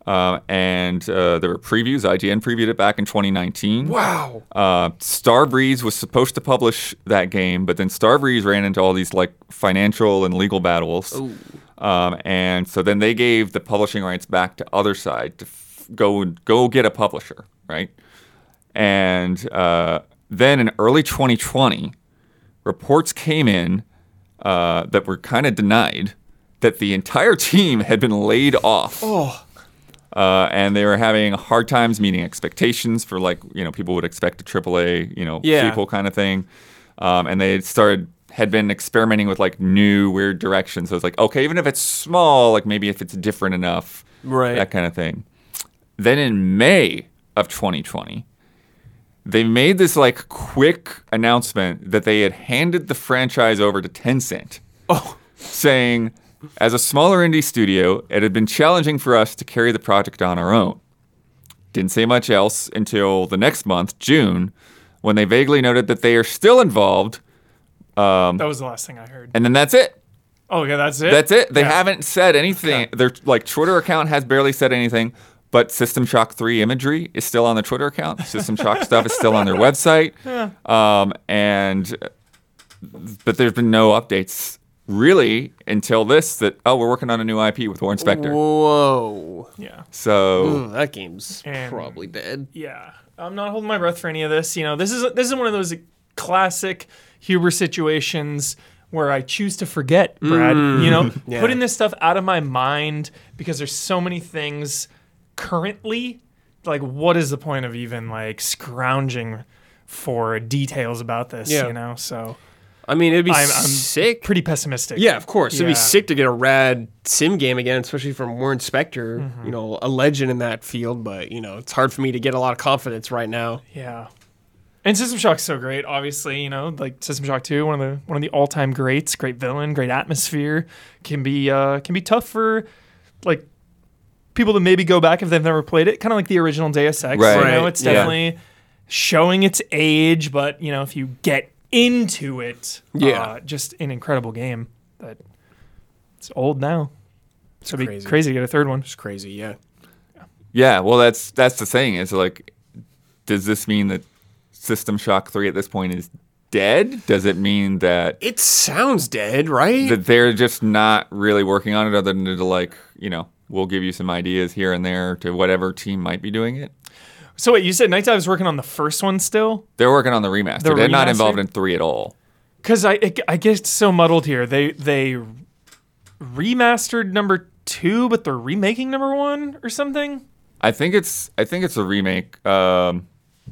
Speaker 2: Um, and uh, there were previews. IGN previewed it back in 2019.
Speaker 5: wow.
Speaker 2: Uh, Starbreeze was supposed to publish that game, but then Starbreeze ran into all these like financial and legal battles, um, and so then they gave the publishing rights back to Other Side to f- go go get a publisher, right? And uh, then in early 2020, reports came in uh, that were kind of denied that the entire (laughs) team had been laid off uh, and they were having hard times meeting expectations for like you know people would expect a AAA you know
Speaker 5: Yeah.
Speaker 2: sequel kind of thing, um, and they had started had been experimenting with like new weird directions. So it's like okay, even if it's small, like maybe if it's different enough,
Speaker 5: Right.
Speaker 2: That kind of thing. Then in May of 2020, they made this like quick announcement that they had handed the franchise over to Tencent. Oh, saying. As a smaller indie studio, it had been challenging for us to carry the project on our own. Didn't say much else until the next month, June, when they vaguely noted that they are still involved, Um,
Speaker 4: That was the last thing I heard.
Speaker 2: and then that's it.
Speaker 4: Oh yeah, that's it.
Speaker 2: That's it. They
Speaker 4: Yeah.
Speaker 2: haven't said anything. Their like Twitter account has barely said anything, but System Shock 3 imagery is still on their Twitter account. System Shock stuff is still on their
Speaker 4: (laughs)
Speaker 2: website. Um, and but there's been no updates really until this that oh, we're working on a new IP with Warren Spector.
Speaker 5: Whoa.
Speaker 4: Yeah.
Speaker 2: So
Speaker 5: Ooh, that game's
Speaker 4: And-
Speaker 5: probably dead.
Speaker 4: Yeah, I'm not holding my breath for any of this. You know, this is this is one of those classic Huber situations where I choose to forget, Brad. you know,
Speaker 2: Mm.
Speaker 4: (laughs) putting this stuff out of my mind because there's so many things currently. Like, what is the point of even like scrounging for details about this?
Speaker 5: Yeah.
Speaker 4: You know, so
Speaker 5: I mean, it'd be
Speaker 4: I'm- I'm
Speaker 5: sick.
Speaker 4: pretty pessimistic.
Speaker 5: yeah, of course. It'd
Speaker 4: Yeah.
Speaker 5: be sick to get a rad sim game again, especially from Warren Spector,
Speaker 4: Mm-hmm.
Speaker 5: you know, a legend in that field. But, you know, it's hard for me to get a lot of confidence right now.
Speaker 4: Yeah. And System Shock's so great, obviously, you know, like System Shock 2, one of the one of the all-time greats, great villain, great atmosphere, can be uh can be tough for like people to maybe go back if they've never played it, kind of like the original Deus Ex, you
Speaker 2: Right.
Speaker 4: know,
Speaker 5: Right,
Speaker 4: it's
Speaker 2: yeah.
Speaker 4: definitely showing its age, but you know, if you get into it,
Speaker 5: Yeah.
Speaker 4: uh, just an incredible game that it's old now. So it'd be
Speaker 5: crazy.
Speaker 4: crazy. to get a third one.
Speaker 5: It's crazy, yeah.
Speaker 2: Yeah, well, that's that's the thing. Is like, does this mean that System Shock Three at this point is dead? Does it mean that
Speaker 5: It sounds dead, right?
Speaker 2: (laughs) that they're just not really working on it, other than to like, you know, we'll give you some ideas here and there to whatever team might be doing it.
Speaker 4: So wait, you said Night Dive's working on the first one still?
Speaker 2: They're working on the remaster.
Speaker 4: The
Speaker 2: they're not
Speaker 4: remaster?
Speaker 2: involved in three at all.
Speaker 4: Because I it, I get so muddled here. They they remastered number two, but they're remaking number one or something.
Speaker 2: I think it's I think it's a remake. Um,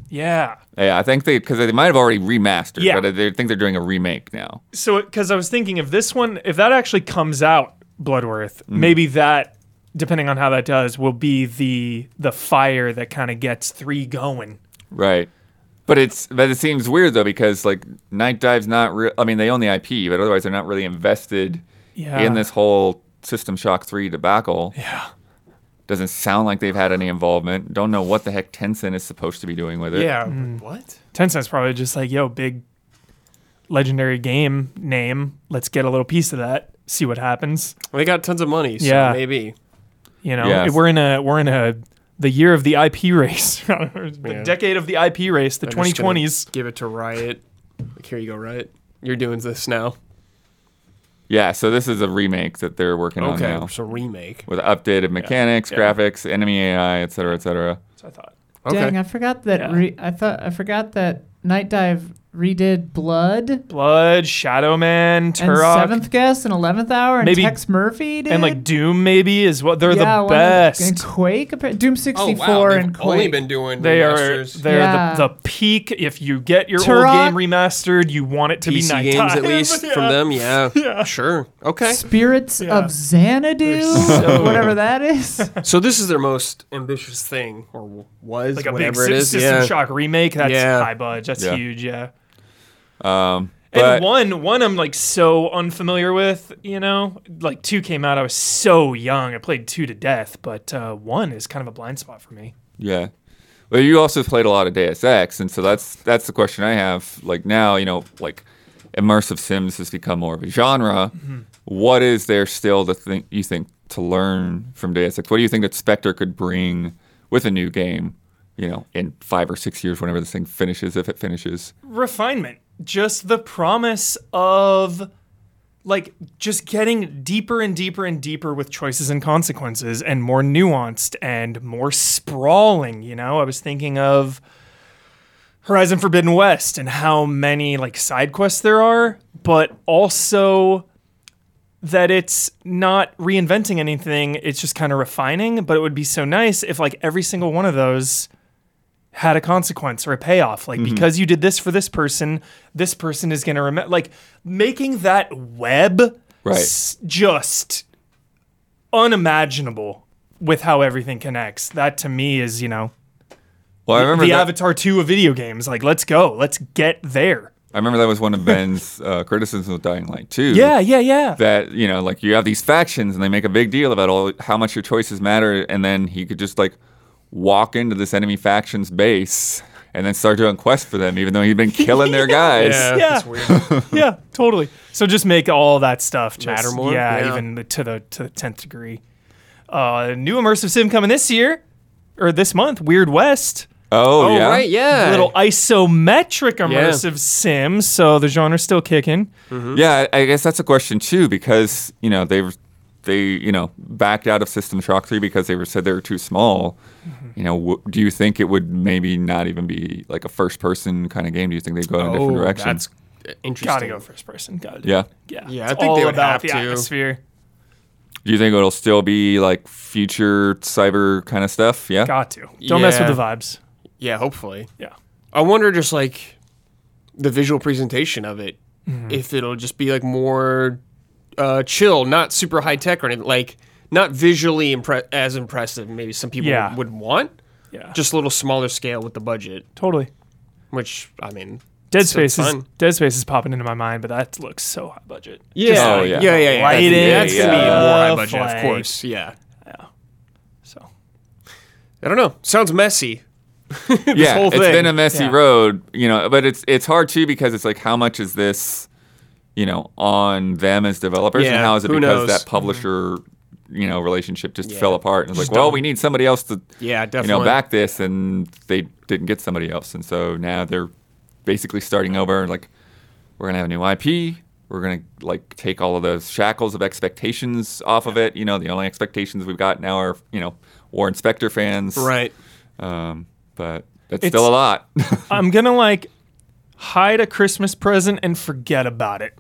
Speaker 4: Yeah.
Speaker 2: yeah, I think they because they might have already remastered,
Speaker 4: Yeah.
Speaker 2: but I they think they're doing a remake now.
Speaker 4: So because I was thinking if this one if that actually comes out Bloodworth, maybe that depending on how that does will be the the fire that kind of gets three going.
Speaker 2: Right. But it's but it seems weird though because like Night Dive's not real. I mean, they own the IP, but otherwise they're not really invested
Speaker 4: Yeah.
Speaker 2: in this whole System Shock Three debacle. Yeah. Doesn't sound like they've had any involvement. Don't know what the heck Tencent is supposed to be doing with it.
Speaker 5: Yeah. What?
Speaker 4: Tencent's probably just like, yo, big legendary game name. Let's get a little piece of that. See what happens.
Speaker 5: Well, they got tons of money, so
Speaker 4: Yeah.
Speaker 5: maybe.
Speaker 4: You know,
Speaker 2: Yes.
Speaker 4: we're in a we're in a the year of the IP race, (laughs) the decade of the IP race, the
Speaker 5: They're
Speaker 4: twenty
Speaker 5: just gonna
Speaker 4: twenties.
Speaker 5: Give it to Riot. Like, here you go, Riot. You're doing this now.
Speaker 2: Yeah, so this is a remake that they're working on
Speaker 5: Okay.
Speaker 2: now
Speaker 5: It's a remake.
Speaker 2: with updated mechanics,
Speaker 4: Yeah.
Speaker 2: graphics, enemy AI, et cetera, et cetera.
Speaker 4: I thought.
Speaker 1: Dang, I forgot that.
Speaker 4: Yeah.
Speaker 1: Re- I thought I forgot that Night Dive redid Blood
Speaker 4: Blood, Shadow Man,
Speaker 1: and
Speaker 4: Turok,
Speaker 1: Seventh Guest and Eleventh Hour and
Speaker 4: Maybe-
Speaker 1: Tex Murphy did
Speaker 4: and like Doom maybe is what they're
Speaker 1: Yeah,
Speaker 4: the
Speaker 1: one of- and
Speaker 4: best.
Speaker 1: Quake, appa- Doom
Speaker 5: Oh,
Speaker 1: sixty
Speaker 5: wow.
Speaker 1: four,
Speaker 5: They've
Speaker 1: and Quake.
Speaker 5: only been doing
Speaker 4: They are
Speaker 5: remasters.
Speaker 4: they're
Speaker 1: Yeah.
Speaker 4: the, the peak. If you get your
Speaker 1: Turok.
Speaker 4: old game remastered, you want it to be
Speaker 5: PC
Speaker 4: night
Speaker 5: games
Speaker 4: (laughs)
Speaker 5: at least from them. Yeah. Sure. Okay.
Speaker 1: Spirits
Speaker 4: Yeah.
Speaker 1: of Xanadu,
Speaker 4: so-
Speaker 1: whatever that
Speaker 4: (laughs)
Speaker 1: is.
Speaker 5: So this is their most ambitious thing, or w- was
Speaker 4: Like a big
Speaker 5: whatever
Speaker 4: Sy-
Speaker 5: it is.
Speaker 4: System
Speaker 5: Yeah.
Speaker 4: Shock remake. That's
Speaker 5: Yeah.
Speaker 4: high budge. That's
Speaker 2: Yeah.
Speaker 4: huge. Yeah.
Speaker 2: Um, but
Speaker 4: And one, one I'm like so unfamiliar with, you know. Like two came out, I was so young. I played two to death, but uh, one is kind of a blind spot for me.
Speaker 2: yeah, well, you also played a lot of Deus Ex, and so that's that's the question I have. Like now, you know, like immersive sims has become more of a genre.
Speaker 4: Mm-hmm.
Speaker 2: What is there still to think you think to learn from Deus Ex? What do you think that Spectre could bring with a new game? You know, in five or six years, whenever this thing finishes, if it finishes.
Speaker 4: Refinement, just the promise of, like, just getting deeper and deeper and deeper with choices and consequences, and more nuanced and more sprawling. You know, I was thinking of. Horizon Forbidden West and how many like side quests there are, but also that it's not reinventing anything, it's just kind of refining, but it would be so nice if like every single one of those had a consequence or a payoff. Like because you did this for this person, this person is going to remember like making that web
Speaker 2: Right.
Speaker 4: s- just unimaginable with how everything connects. That to me is, you know,
Speaker 2: Well, I remember
Speaker 4: the
Speaker 2: that-
Speaker 4: Avatar 2 of video games. Like, let's go. Let's get there.
Speaker 2: I remember that was one of Ben's uh, criticisms of Dying Light too.
Speaker 4: Yeah, yeah, yeah.
Speaker 2: that you know like you have these factions and they make a big deal about all how much your choices matter and then he could just like walk into this enemy faction's base and then start doing quests for them even though he'd been killing their guys
Speaker 5: (laughs) Yeah.
Speaker 4: Yeah.
Speaker 5: That's weird.
Speaker 4: (laughs) yeah, totally. So just make all that stuff just,
Speaker 5: Matter more?
Speaker 4: Yeah,
Speaker 5: Yeah.
Speaker 4: even the, to the to the tenth degree. Uh, new immersive sim coming this year or this month. Weird West,
Speaker 2: oh,
Speaker 5: Oh,
Speaker 2: yeah
Speaker 5: right. Yeah.
Speaker 4: little isometric immersive sim. So the genre's still kicking.
Speaker 5: Mm-hmm.
Speaker 2: yeah i I guess that's a question too because you know they were they you know backed out of system shock 3 because they were said they were too small
Speaker 5: Mm-hmm.
Speaker 2: you know w- do you think it would maybe not even be like a first person kind of game do you think they'd go in a different
Speaker 5: Oh,
Speaker 2: direction
Speaker 5: that's interesting.
Speaker 4: Gotta go first person. Gotta do
Speaker 2: Yeah.
Speaker 4: it. yeah,
Speaker 5: Yeah, I
Speaker 4: It's
Speaker 5: think they
Speaker 4: all
Speaker 5: would
Speaker 4: about
Speaker 5: have
Speaker 4: the
Speaker 5: to.
Speaker 4: atmosphere.
Speaker 2: do you think it'll still be like future cyber kind of stuff yeah
Speaker 4: Got to. Don't mess with
Speaker 5: Yeah.
Speaker 4: the vibes.
Speaker 5: Yeah, hopefully.
Speaker 4: Yeah.
Speaker 5: I wonder just like the visual presentation of it,
Speaker 4: Mm-hmm.
Speaker 5: if it'll just be like more uh, chill, not super high tech or anything, like not visually impre- as impressive. Maybe some people
Speaker 4: Yeah.
Speaker 5: would want
Speaker 4: Yeah.
Speaker 5: just a little smaller scale with the budget,
Speaker 4: totally.
Speaker 5: which I mean,
Speaker 4: Dead
Speaker 5: So
Speaker 4: Space is
Speaker 5: fun.
Speaker 4: Dead Space is popping into my mind, but that looks so high budget.
Speaker 5: yeah,
Speaker 2: Oh, yeah.
Speaker 5: yeah, yeah, yeah,
Speaker 4: Lighting,
Speaker 5: That's, that's gonna be
Speaker 4: yeah.
Speaker 5: more high budget,
Speaker 4: like-
Speaker 5: of course. Yeah,
Speaker 4: So
Speaker 5: I don't know. Sounds messy. (laughs)
Speaker 2: yeah,
Speaker 5: whole
Speaker 2: It's
Speaker 5: thing.
Speaker 2: been a messy
Speaker 4: Yeah.
Speaker 2: road, you know, but it's it's hard too because it's like how much is this, you know, on them as developers and
Speaker 5: Yeah,
Speaker 2: how is it
Speaker 5: who
Speaker 2: because
Speaker 5: knows?
Speaker 2: that publisher, you know, relationship just
Speaker 5: Yeah.
Speaker 2: fell apart and it's like, well, we need somebody else to
Speaker 5: Yeah,
Speaker 2: you know,
Speaker 5: definitely.
Speaker 2: back this and they didn't get somebody else and so now they're basically starting over and like we're going to have a new IP. We're going to like take all of those shackles of expectations off of it. You know, the only expectations we've got now are, you know, War Inspector fans.
Speaker 5: Right.
Speaker 2: Um, but that's
Speaker 4: It's-
Speaker 2: still a lot. (laughs)
Speaker 4: I'm gonna like hide a Christmas present and forget about it.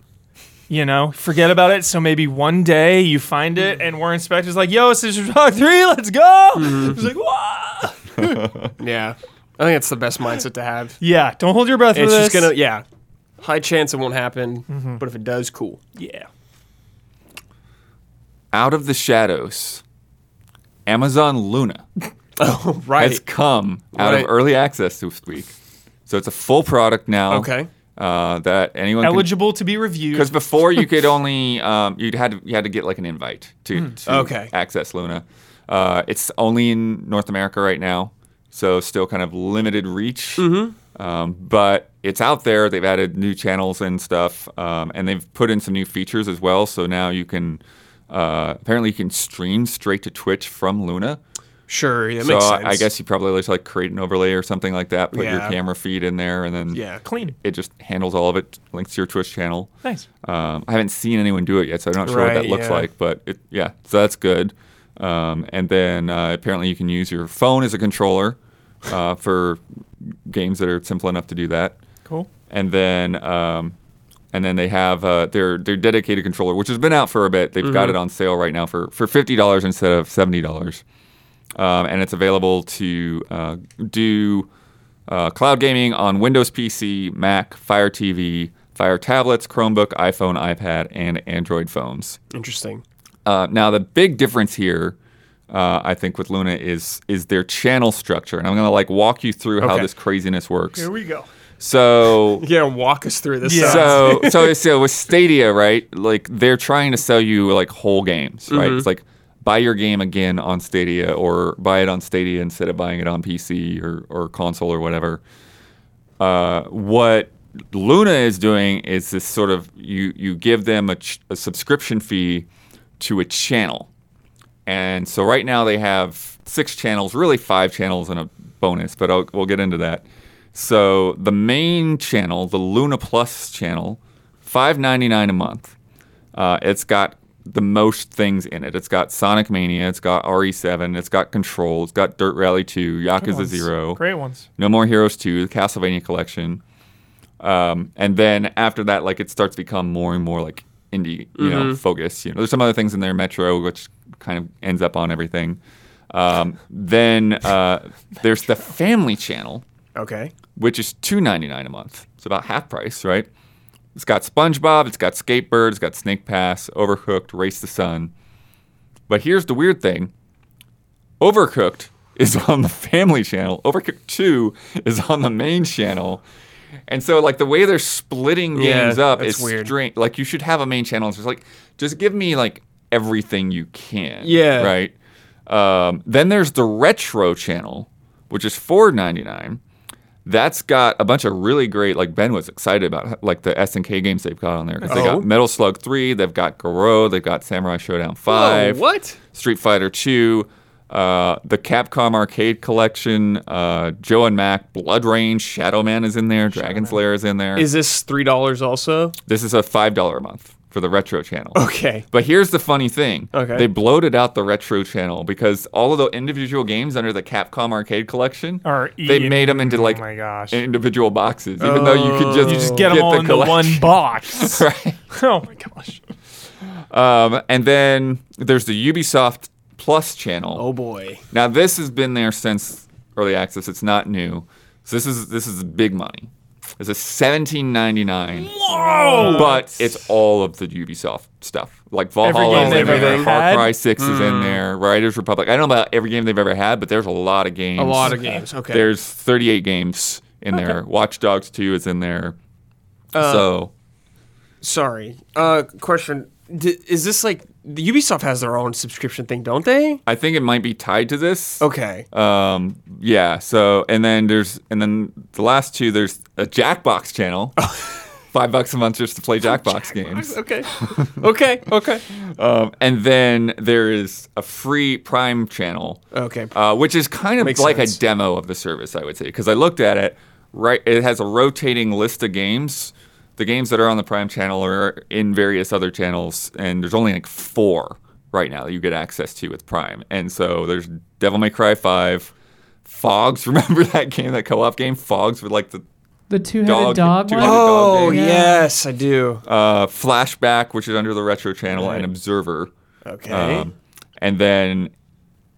Speaker 4: You know, forget about it. So maybe one day you find it, and Warren Spector's like, "Yo, it's Sister Talk (laughs) Three, let's go." It's like, "Wah!"
Speaker 5: Yeah, I think that's the best mindset to have.
Speaker 4: Yeah, don't hold your breath.
Speaker 5: It's
Speaker 4: for
Speaker 5: just
Speaker 4: this.
Speaker 5: gonna, yeah, high chance it won't happen, but if it does, cool.
Speaker 4: Yeah.
Speaker 2: out of the shadows, Amazon Luna
Speaker 5: Right.
Speaker 2: has come out
Speaker 5: Right.
Speaker 2: of early access this week. So it's a full product now.
Speaker 5: Okay.
Speaker 2: uh, that anyone can-
Speaker 4: Eligible to be reviewed.
Speaker 2: because before you could only um, you had to, you had to get like an invite to, to
Speaker 5: Hmm, Okay.
Speaker 2: access Luna. Uh, it's only in North America right now, so still kind of limited reach.
Speaker 5: Mm-hmm.
Speaker 2: Um, but it's out there. They've added new channels and stuff, um, and they've put in some new features as well. So now you can uh, apparently you can stream straight to Twitch from Luna.
Speaker 5: Sure, that
Speaker 2: so
Speaker 5: makes
Speaker 2: I-
Speaker 5: sense.
Speaker 2: I guess you probably just like create an overlay or something like that. Put your
Speaker 5: Yeah.
Speaker 2: camera feed in there, and then
Speaker 5: Yeah.
Speaker 4: clean.
Speaker 2: it just handles all of it. Links to your Twitch channel.
Speaker 4: Nice.
Speaker 2: Um, I haven't seen anyone do it yet, so I'm not sure what that
Speaker 5: Right,
Speaker 2: looks
Speaker 5: yeah.
Speaker 2: like. But it, yeah, so that's good. Um, and then uh, apparently you can use your phone as a controller uh, for games that are simple enough to do that.
Speaker 4: Cool.
Speaker 2: And then um, and then they have uh, their their dedicated controller, which has been out for a bit. They've
Speaker 4: Mm-hmm.
Speaker 2: got it on sale right now for for fifty dollars instead of seventy dollars. Um, and it's available to uh, do uh, cloud gaming on Windows PC, Mac, Fire TV, Fire tablets, Chromebook, iPhone, iPad, and Android phones.
Speaker 5: Interesting.
Speaker 2: Uh, now the big difference here, uh, I think, with Luna is is their channel structure, and I'm gonna like walk you through how
Speaker 5: Okay.
Speaker 2: this craziness works.
Speaker 4: Here we go. (laughs)
Speaker 2: So (laughs)
Speaker 5: You gotta walk us through this.
Speaker 4: Yeah.
Speaker 5: stuff.
Speaker 2: so so so with Stadia, right? Like they're trying to sell you like whole games, right? It's like buy your game again on Stadia or buy it on Stadia instead of buying it on PC or or console or whatever. Uh, what Luna is doing is this sort of you you give them a, ch- a subscription fee to a channel. And so right now they have six channels, really five channels and a bonus, but I'll, we'll get into that. So the main channel, the Luna Plus channel, five ninety nine a month. Uh, it's got the most things in it. It's got Sonic Mania, it's got RE7, it's got Control, it's got Dirt Rally 2, Yakuza
Speaker 4: Ones.
Speaker 2: 0,
Speaker 4: Great ones.
Speaker 2: No More Heroes 2, the Castlevania collection. Um, and then after that, like it starts to become more and more like indie, you know, focus. You know, there's some other things in there, Metro, which kind of ends up on everything. Um, then uh, there's the Family Channel,
Speaker 5: okay.
Speaker 2: which is two ninety nine a month. It's about half price, right? It's got SpongeBob, it's got Skatebird, it's got Snake Pass, Overcooked, Race to Sun. But here's the weird thing: Overcooked (laughs) is on the Family Channel. Overcooked Two is on the main channel. And so, like the way they're splitting
Speaker 5: Yeah,
Speaker 2: games up
Speaker 5: that's
Speaker 2: is
Speaker 5: weird.
Speaker 2: strange. Like you should have a main channel. It's just like just give me like everything you can.
Speaker 5: Yeah.
Speaker 2: Right. Um, then there's the retro channel, which is four ninety nine that's got a bunch of really great like ben was excited about like the snk games they've got on there 'Cause they
Speaker 5: Oh.
Speaker 2: got metal slug 3 they've got garo they've got samurai showdown 5
Speaker 5: Whoa, what?
Speaker 2: street fighter 2 uh, the capcom arcade collection uh, joe and mac blood rain shadow man is in there dragon slayer is in there
Speaker 5: Is this three dollars also?
Speaker 2: this is a $5 a month for the retro channel
Speaker 5: Okay.
Speaker 2: but here's the funny thing.
Speaker 5: Okay.
Speaker 2: They bloated out the retro channel because all of the individual games under the Capcom arcade collection
Speaker 4: Are
Speaker 2: they
Speaker 4: in-
Speaker 2: made them into like
Speaker 4: oh my gosh.
Speaker 2: individual boxes, even though you could just
Speaker 4: You just get them all
Speaker 2: the
Speaker 4: into
Speaker 2: (laughs)
Speaker 4: one box.
Speaker 2: collection.
Speaker 4: Oh my gosh.
Speaker 2: right. Um, and then there's the Ubisoft Plus channel.
Speaker 5: Oh boy.
Speaker 2: Now this has been there since early access. It's not new. So this is this is big money. This is seventeen ninety nine. Whoa! But it's all of the Ubisoft stuff, like Valhalla,
Speaker 4: game
Speaker 2: is
Speaker 4: they've
Speaker 2: in there,
Speaker 4: ever
Speaker 2: Far
Speaker 4: had?
Speaker 2: Cry Six is
Speaker 5: Hmm.
Speaker 2: in there, Riders Republic. I don't know about every game they've ever had, but there's a lot of games.
Speaker 5: A lot of games. Okay.
Speaker 2: There's thirty eight games in there. Watch Dogs Two is in there.
Speaker 5: Uh,
Speaker 2: so
Speaker 5: Sorry. Uh, question: D- Is this like the Ubisoft has their own subscription thing, don't they?
Speaker 2: I think it might be tied to this.
Speaker 5: Okay.
Speaker 2: Um, yeah. So, and then there's, and then the last two, there's a Jackbox channel, five bucks a month just to play Jackbox games. (laughs)
Speaker 5: Okay. okay. Okay.
Speaker 2: Um, and then there is a free Prime channel,
Speaker 5: Okay.
Speaker 2: uh, which is kind of
Speaker 5: Makes
Speaker 2: like
Speaker 5: sense.
Speaker 2: a demo of the service, I would say, because I looked at it. Right, it has a rotating list of games. The games that are on the Prime channel are in various other channels, and there's only like four right now that you get access to with Prime. And so there's Devil May Cry Five, Fogs. (laughs) Remember that game, that co-op game, Fogs, with like the
Speaker 1: The two-headed
Speaker 2: Dog-
Speaker 1: dog, one.
Speaker 2: two-headed dog
Speaker 5: Oh
Speaker 2: game.
Speaker 1: Yeah.
Speaker 5: yes, I do.
Speaker 2: uh, Flashback, which is under the Retro Channel, and Observer.
Speaker 5: Okay.
Speaker 2: Um, and then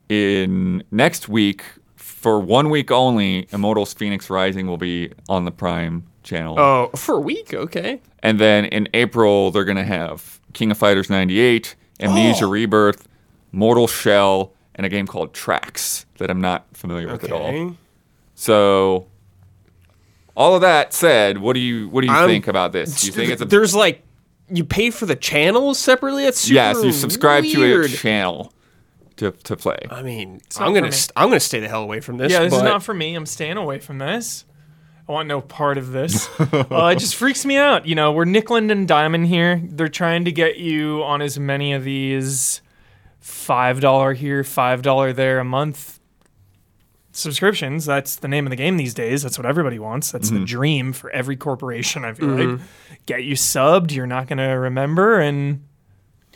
Speaker 2: in next week, for one week only, Immortals Phoenix Rising will be on the Prime channel.
Speaker 5: oh, for a week. Okay.
Speaker 2: And then in April, they're going to have King of Fighters 98, Amnesia
Speaker 5: Oh.
Speaker 2: Rebirth, Mortal Shell, and a game called Tracks that I'm not familiar with at all.
Speaker 5: Okay.
Speaker 2: So All of that said, what do you what do you
Speaker 5: I'm-
Speaker 2: think about this? Do you think it's a
Speaker 5: there's like you pay for the channels separately? That's super
Speaker 2: yes? You subscribe
Speaker 5: weird.
Speaker 2: to a channel to to play.
Speaker 5: I mean,
Speaker 4: not
Speaker 5: I'm
Speaker 4: for
Speaker 5: gonna
Speaker 4: me.
Speaker 5: st- I'm gonna stay the hell away from this.
Speaker 4: Yeah, this is
Speaker 5: but-
Speaker 4: not for me. I'm staying away from this. I want no part of
Speaker 5: (laughs)
Speaker 4: this. uh, it just freaks me out. You know, we're Nickland and Diamond here. They're trying to get you on as many of these $5 here, $5 there a month subscriptions. That's the name of the game these days. That's what everybody wants. That's
Speaker 5: Mm-hmm.
Speaker 4: the dream for every corporation, I feel like. Get you subbed. You're not going to remember, and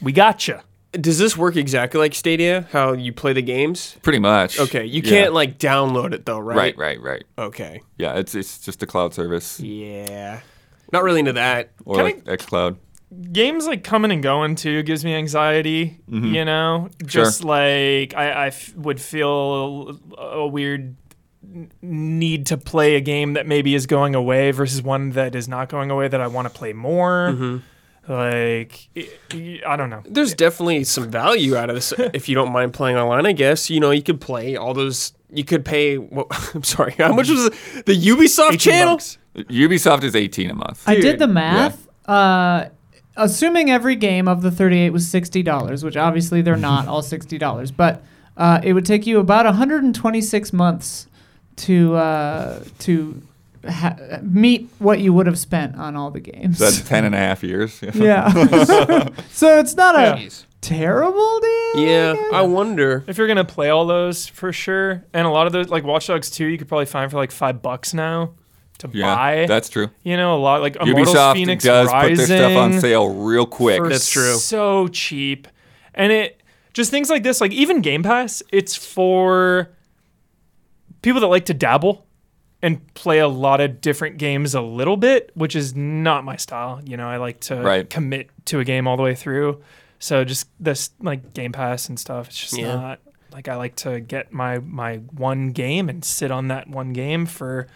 Speaker 4: we got you.
Speaker 5: Does this work exactly like Stadia? How you play the games?
Speaker 2: Pretty much.
Speaker 5: Okay, you
Speaker 2: Yeah.
Speaker 5: can't like download it though, right?
Speaker 2: Right, right, right.
Speaker 5: Okay.
Speaker 2: Yeah, it's it's just a cloud service
Speaker 5: Yeah. Not really into that.
Speaker 2: or
Speaker 4: Can I-
Speaker 2: like xCloud.
Speaker 4: games like coming and going too gives me anxiety
Speaker 2: Mm-hmm.
Speaker 4: you know just like I, I f- would feel a weird n- need to play a game that maybe is going away versus one that is not going away that i want to play more
Speaker 2: Mm-hmm.
Speaker 4: like i- i- i don't know
Speaker 5: There's definitely some value out of this (laughs) if you don't mind playing online. I guess you know you could play all those. You could pay. What, (laughs) I'm sorry. How much was the, the Ubisoft
Speaker 4: 18
Speaker 5: channel?
Speaker 4: bucks.
Speaker 2: Ubisoft is 18 a month.
Speaker 1: I did
Speaker 5: Dude.
Speaker 1: the math. Uh, assuming every game of the 38 was $60, which obviously they're not all $60, but uh, it would take you about 126 months to uh, to ha- meet what you would have spent on all the games.
Speaker 2: So that's 10 and a half years.
Speaker 1: (laughs)
Speaker 2: (laughs)
Speaker 1: yeah. (laughs) so it's not a
Speaker 4: Yeah.
Speaker 1: terrible deal.
Speaker 5: Yeah, I wonder.
Speaker 4: if you're gonna play all those for sure and a lot of those like watch dogs 2 you could probably find for like five bucks now to
Speaker 2: Yeah,
Speaker 4: buy
Speaker 2: that's true.
Speaker 4: you know a lot like Immortals
Speaker 2: Ubisoft
Speaker 4: Phoenix
Speaker 2: does
Speaker 4: Rising.
Speaker 2: put their stuff on sale real quick.
Speaker 4: for
Speaker 5: That's true.
Speaker 4: So cheap, and it just things like this, like even Game Pass, it's for people that like to dabble and play a lot of different games a little bit, which is not my style. You know, I like to
Speaker 2: Right.
Speaker 4: commit to a game all the way through. So just this like Game Pass and stuff, it's just
Speaker 5: Yeah.
Speaker 4: not like I like to get my my one game and sit on that one game for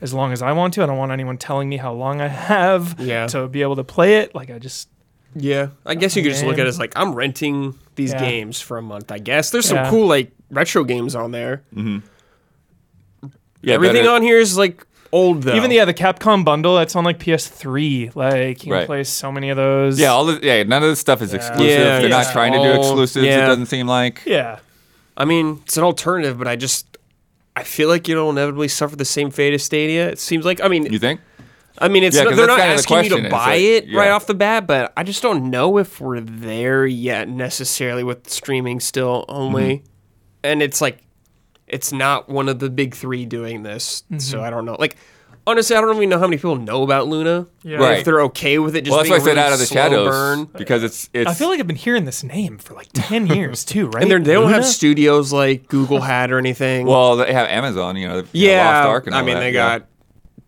Speaker 4: as long as I want to. I don't want anyone telling me how long I (laughs) have
Speaker 5: Yeah.
Speaker 4: to be able to play it. Like I just
Speaker 5: Yeah, I guess you could just look at
Speaker 4: game.
Speaker 5: it as like I'm renting these
Speaker 4: Yeah.
Speaker 5: games for a month. I guess there's some
Speaker 4: Yeah.
Speaker 5: cool like retro games on there.
Speaker 2: yeah,
Speaker 5: Everything
Speaker 2: better-
Speaker 5: on here is like old though.
Speaker 4: Even the, uh, yeah, the Capcom bundle that's on like PS3. Like you
Speaker 2: Right.
Speaker 4: can play so many of those.
Speaker 2: Yeah, all the, yeah, none of this stuff is exclusive.
Speaker 5: Yeah,
Speaker 2: They're not
Speaker 5: yeah.
Speaker 2: trying to do
Speaker 5: All-
Speaker 2: exclusives. It
Speaker 5: yeah.
Speaker 2: doesn't seem like.
Speaker 4: yeah.
Speaker 5: I mean, it's an alternative, but I just I feel like you'll inevitably suffer the same fate as Stadia. It seems like I mean,
Speaker 2: You think?
Speaker 5: I mean, it's
Speaker 2: Yeah, 'cause
Speaker 5: they're
Speaker 2: that's
Speaker 5: not
Speaker 2: kinda the
Speaker 5: asking you
Speaker 2: question,
Speaker 5: to
Speaker 2: is
Speaker 5: buy
Speaker 2: like-
Speaker 5: it right
Speaker 2: yeah.
Speaker 5: off the bat, but I just don't know if we're there yet necessarily with streaming still only,
Speaker 2: Mm-hmm.
Speaker 5: and it's like it's not one of the big three doing this,
Speaker 4: Mm-hmm.
Speaker 5: so I don't know. Like honestly, I don't even know how many people know about Luna.
Speaker 4: Yeah.
Speaker 5: or
Speaker 2: Right.
Speaker 5: If they're okay with it, just
Speaker 2: Well, that's why
Speaker 5: being
Speaker 2: I said
Speaker 5: really
Speaker 2: out of the
Speaker 5: slow
Speaker 2: shadows
Speaker 5: burn.
Speaker 2: because it's it's.
Speaker 4: I feel like I've been hearing this name for like
Speaker 5: (laughs)
Speaker 4: 10 years too, right?
Speaker 5: And they're- they don't have
Speaker 4: Luna?
Speaker 5: studios like Google had or anything.
Speaker 2: well, they have Amazon. You know, you know,
Speaker 5: Yeah,
Speaker 2: Lost Ark and
Speaker 5: I
Speaker 2: all
Speaker 5: mean
Speaker 2: that,
Speaker 5: they
Speaker 2: yeah.
Speaker 5: got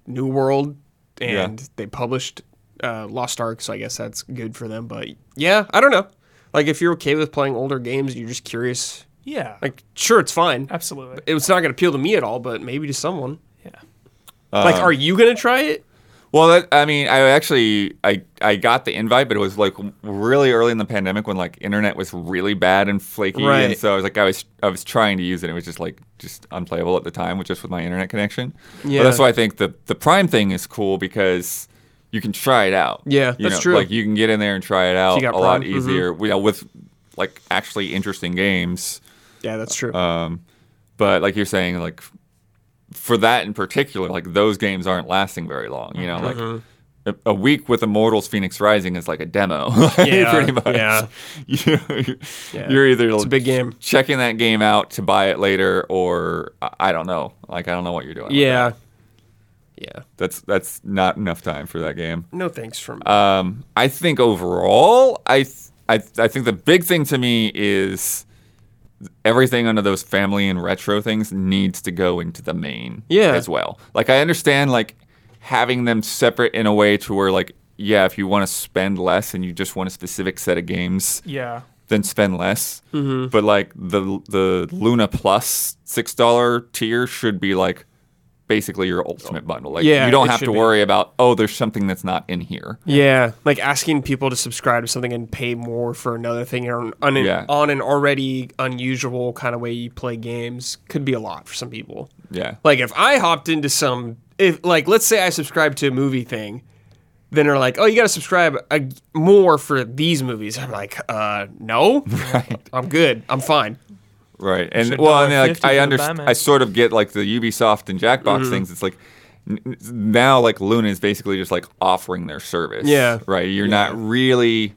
Speaker 5: New World, and they published uh, Lost Ark, so I guess that's good for them. But yeah, I don't know. Like if you're okay with playing older games, you're just curious.
Speaker 4: Yeah.
Speaker 5: Like sure, it's fine.
Speaker 4: absolutely.
Speaker 5: It's not going to appeal to me at all, but maybe to someone.
Speaker 4: Yeah.
Speaker 5: like,
Speaker 2: Um,
Speaker 5: are you going to try it?
Speaker 2: Well, that, I mean, I actually I I got the invite, but it was like really early in the pandemic when like internet was really bad and flaky, and
Speaker 5: Right.
Speaker 2: so I was like I was I was trying to use it, and it was just like just unplayable at the time, with just with my internet connection. But
Speaker 5: Yeah.
Speaker 2: that's why I think the the Prime thing is cool because you can try it out.
Speaker 5: Yeah,
Speaker 2: You
Speaker 5: that's
Speaker 2: know,
Speaker 5: true.
Speaker 2: Like you can get in there and try it out a
Speaker 5: got
Speaker 2: lot
Speaker 5: Prime, mhm.
Speaker 2: easier, you know, with like actually interesting games.
Speaker 5: Yeah, that's true.
Speaker 2: Um, but like you're saying, like f- for that in particular, like those games aren't lasting very long. You know,
Speaker 5: Mm-hmm.
Speaker 2: like a, a week with Immortals: Phoenix Rising is like a demo. (laughs)
Speaker 5: Yeah,
Speaker 2: pretty much.
Speaker 5: yeah.
Speaker 2: (laughs) You- you're,
Speaker 5: Yeah.
Speaker 2: either
Speaker 5: it's a big game.
Speaker 2: checking that game out to buy it later, or I, I don't know. Like I don't know what you're doing. with that.
Speaker 5: Yeah. Yeah.
Speaker 2: that's that's not enough time for that game.
Speaker 5: No thanks from.
Speaker 2: Um, I think overall, I, th- I th- I think the big thing to me is everything under those family and retro things needs to go into the main
Speaker 5: Yeah.
Speaker 2: as well. Like I understand like having them separate in a way to where like yeah, if you want to spend less and you just want a specific set of games,
Speaker 4: Yeah.
Speaker 2: then spend less.
Speaker 5: Mm-hmm.
Speaker 2: But like the the Luna Plus six dollar tier should be like basically your ultimate bundle. Like
Speaker 5: Oh. Yeah,
Speaker 2: you don't
Speaker 5: it
Speaker 2: have to
Speaker 5: should be.
Speaker 2: worry about oh, there's something that's not in here.
Speaker 5: Yeah, like asking people to subscribe to something and pay more for another thing on, on, an,
Speaker 2: Yeah.
Speaker 5: on an already unusual kind of way you play games could be a lot for some people.
Speaker 2: Yeah.
Speaker 5: Like if I hopped into some, if like let's say I subscribe to a movie thing, then they're like, oh, you got to subscribe uh more for these movies. I'm like, uh,
Speaker 2: (laughs)
Speaker 5: no, I'm good, I'm fine.
Speaker 2: Right, and well, and like
Speaker 4: $1.50
Speaker 2: I
Speaker 4: for the
Speaker 2: understand,
Speaker 4: Batman.
Speaker 2: I sort of get like the Ubisoft and
Speaker 5: Mm-hmm.
Speaker 2: Jackbox things. It's like n- n- now, like Luna is basically just like offering their service.
Speaker 5: Yeah.
Speaker 2: right. You're not really,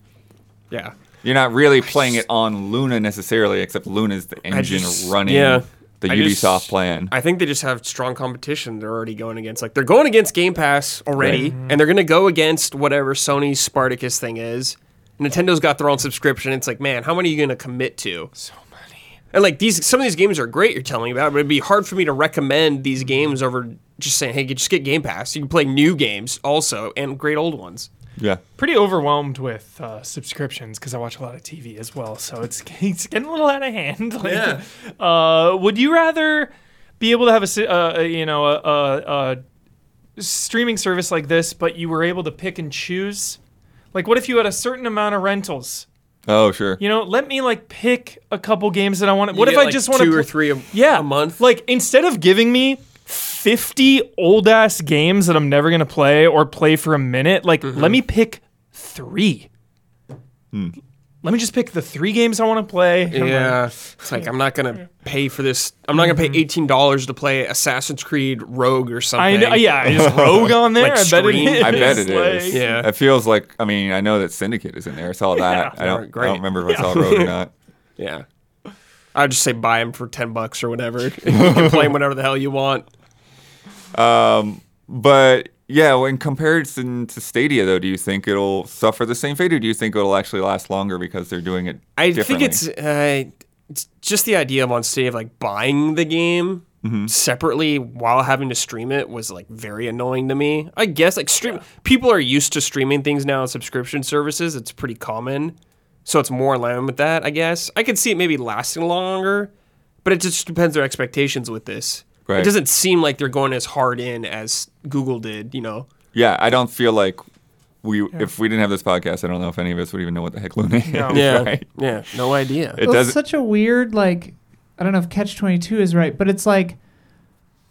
Speaker 5: Yeah,
Speaker 2: you're not really playing it on Luna necessarily, except Luna's the engine
Speaker 5: just-
Speaker 2: running
Speaker 5: yeah.
Speaker 2: the
Speaker 5: I
Speaker 2: Ubisoft
Speaker 5: just-
Speaker 2: plan.
Speaker 5: I think they just have strong competition. They're already going against like they're going against Game Pass already, and they're gonna go against whatever Sony's Spartacus thing is. Nintendo's got their own subscription. It's like, man, how many are you gonna commit to? So many. And like these, some of these games are great. You're telling me about, but it'd be hard for me to recommend these
Speaker 4: Mm-hmm.
Speaker 5: games over just saying, hey, just get Game Pass. You can play new games also and great old ones.
Speaker 2: yeah,
Speaker 4: Pretty overwhelmed with uh, subscriptions because I watch a lot of TV as well, so it's, (laughs) it's getting a little out of hand. (laughs) Like,
Speaker 5: Yeah.
Speaker 4: Uh, would you rather be able to have a si- uh, uh, you know a, a, a streaming service like this, but you were able to pick and choose? Like, what if you had a certain amount of rentals?
Speaker 2: oh sure,
Speaker 4: You know, let me like pick a couple games that I want. What if
Speaker 5: You get,
Speaker 4: I
Speaker 5: like,
Speaker 4: just want to
Speaker 5: two or three a,
Speaker 4: yeah.
Speaker 5: a month?
Speaker 4: Like instead of giving me 50 old ass games that I'm never going to play or play for a minute, like
Speaker 5: Mm-hmm.
Speaker 4: let me pick 3. Let me just pick the 3 games I want to play. I'm like,
Speaker 5: Yeah, it's like I'm not gonna pay for this. I'm not gonna pay eighteen dollars to play Assassin's Creed Rogue or something.
Speaker 4: Mm-hmm. I know, yeah, I just rogue on there. I bet it
Speaker 5: Scream.
Speaker 4: is.
Speaker 2: I bet it is.
Speaker 4: like-
Speaker 5: Yeah.
Speaker 2: it feels like. I mean, I know that Syndicate is in there. I
Speaker 5: (laughs)
Speaker 2: saw that. I don't. I
Speaker 5: Great.
Speaker 2: don't remember if I saw
Speaker 5: (laughs)
Speaker 2: Rogue or not.
Speaker 5: Yeah. I'd just say buy them for 10 bucks or whatever. (laughs) you can play them whenever the hell you want.
Speaker 2: But yeah, when comparison to Stadia, though, do you think it'll suffer the same fate, or do you think it'll actually last longer because they're doing it?
Speaker 5: I think
Speaker 2: differently?
Speaker 5: it's, uh, it's just the idea of on stage of like buying the game
Speaker 2: Mm-hmm.
Speaker 5: separately while having to stream it was like very annoying to me. I guess like stream people are used to streaming things now on subscription services. It's pretty common. So it's more in line with that, I guess. I could see it maybe lasting longer, but it just depends their expectations with this.
Speaker 2: Right.
Speaker 5: It doesn't seem like they're going as hard in as Google did, you know.
Speaker 2: yeah. I don't feel like we if we didn't have this podcast, I don't know if any of us would even know what the heck Luna is. (laughs)
Speaker 4: No.
Speaker 5: Yeah.
Speaker 2: right?
Speaker 5: Yeah. No idea.
Speaker 2: It
Speaker 1: Well,
Speaker 2: doesn't.
Speaker 1: it's such a weird like I don't know if catch 22 is right, but it's like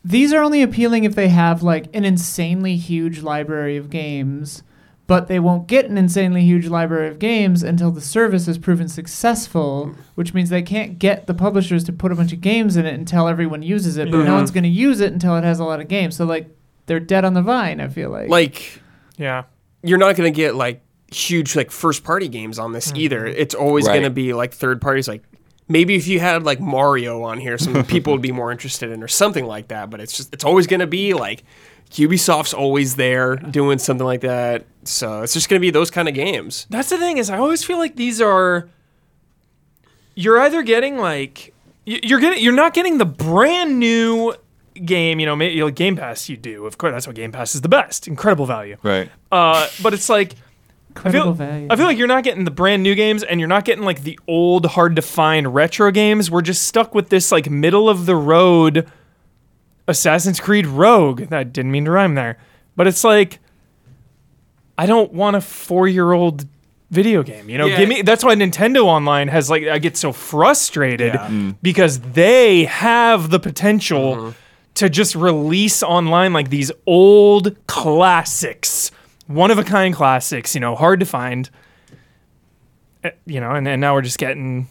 Speaker 1: these are only appealing if they have like an insanely huge library of games, but they won't get an insanely huge library of games until the service is proven successful, which means they can't get the publishers to put a bunch of games in it until everyone uses it, but no one's going to use it until it has a lot of games. So like they're dead on the vine, I feel like.
Speaker 5: like
Speaker 4: Yeah.
Speaker 5: you're not going to get like huge like first party games on
Speaker 4: Mm-hmm.
Speaker 5: this either. It's always
Speaker 2: Right.
Speaker 5: going to be like third parties like maybe if you had like Mario on here
Speaker 2: (laughs)
Speaker 5: some people would be more interested in or something like that, but it's just it's always going to be like Ubisoft's always there doing something like that. So it's just going to be those kind of games.
Speaker 4: That's the thing is I always feel like these are you're either getting like y- you're getting you're not getting the brand new game, you know, maybe like Game Pass you do. Of course, that's what Game Pass is the best. Incredible value.
Speaker 2: Right.
Speaker 4: Uh, but it's like I
Speaker 1: Incredible
Speaker 4: feel,
Speaker 1: value.
Speaker 4: I feel like you're not getting the brand new games and you're not getting like the old hard to find retro games. We're just stuck with this like middle of the road Assassin's Creed Rogue. That didn't mean to rhyme there. But it's like I don't want a 4-year-old video game. You know,
Speaker 5: Yeah.
Speaker 4: give me that's why Nintendo online has like I get so frustrated
Speaker 5: Mm.
Speaker 4: because they have the potential
Speaker 5: Mm-hmm.
Speaker 4: to just release online like these old classics, one of a kind classics, you know, hard to find. Uh, You know, and, and now we're just getting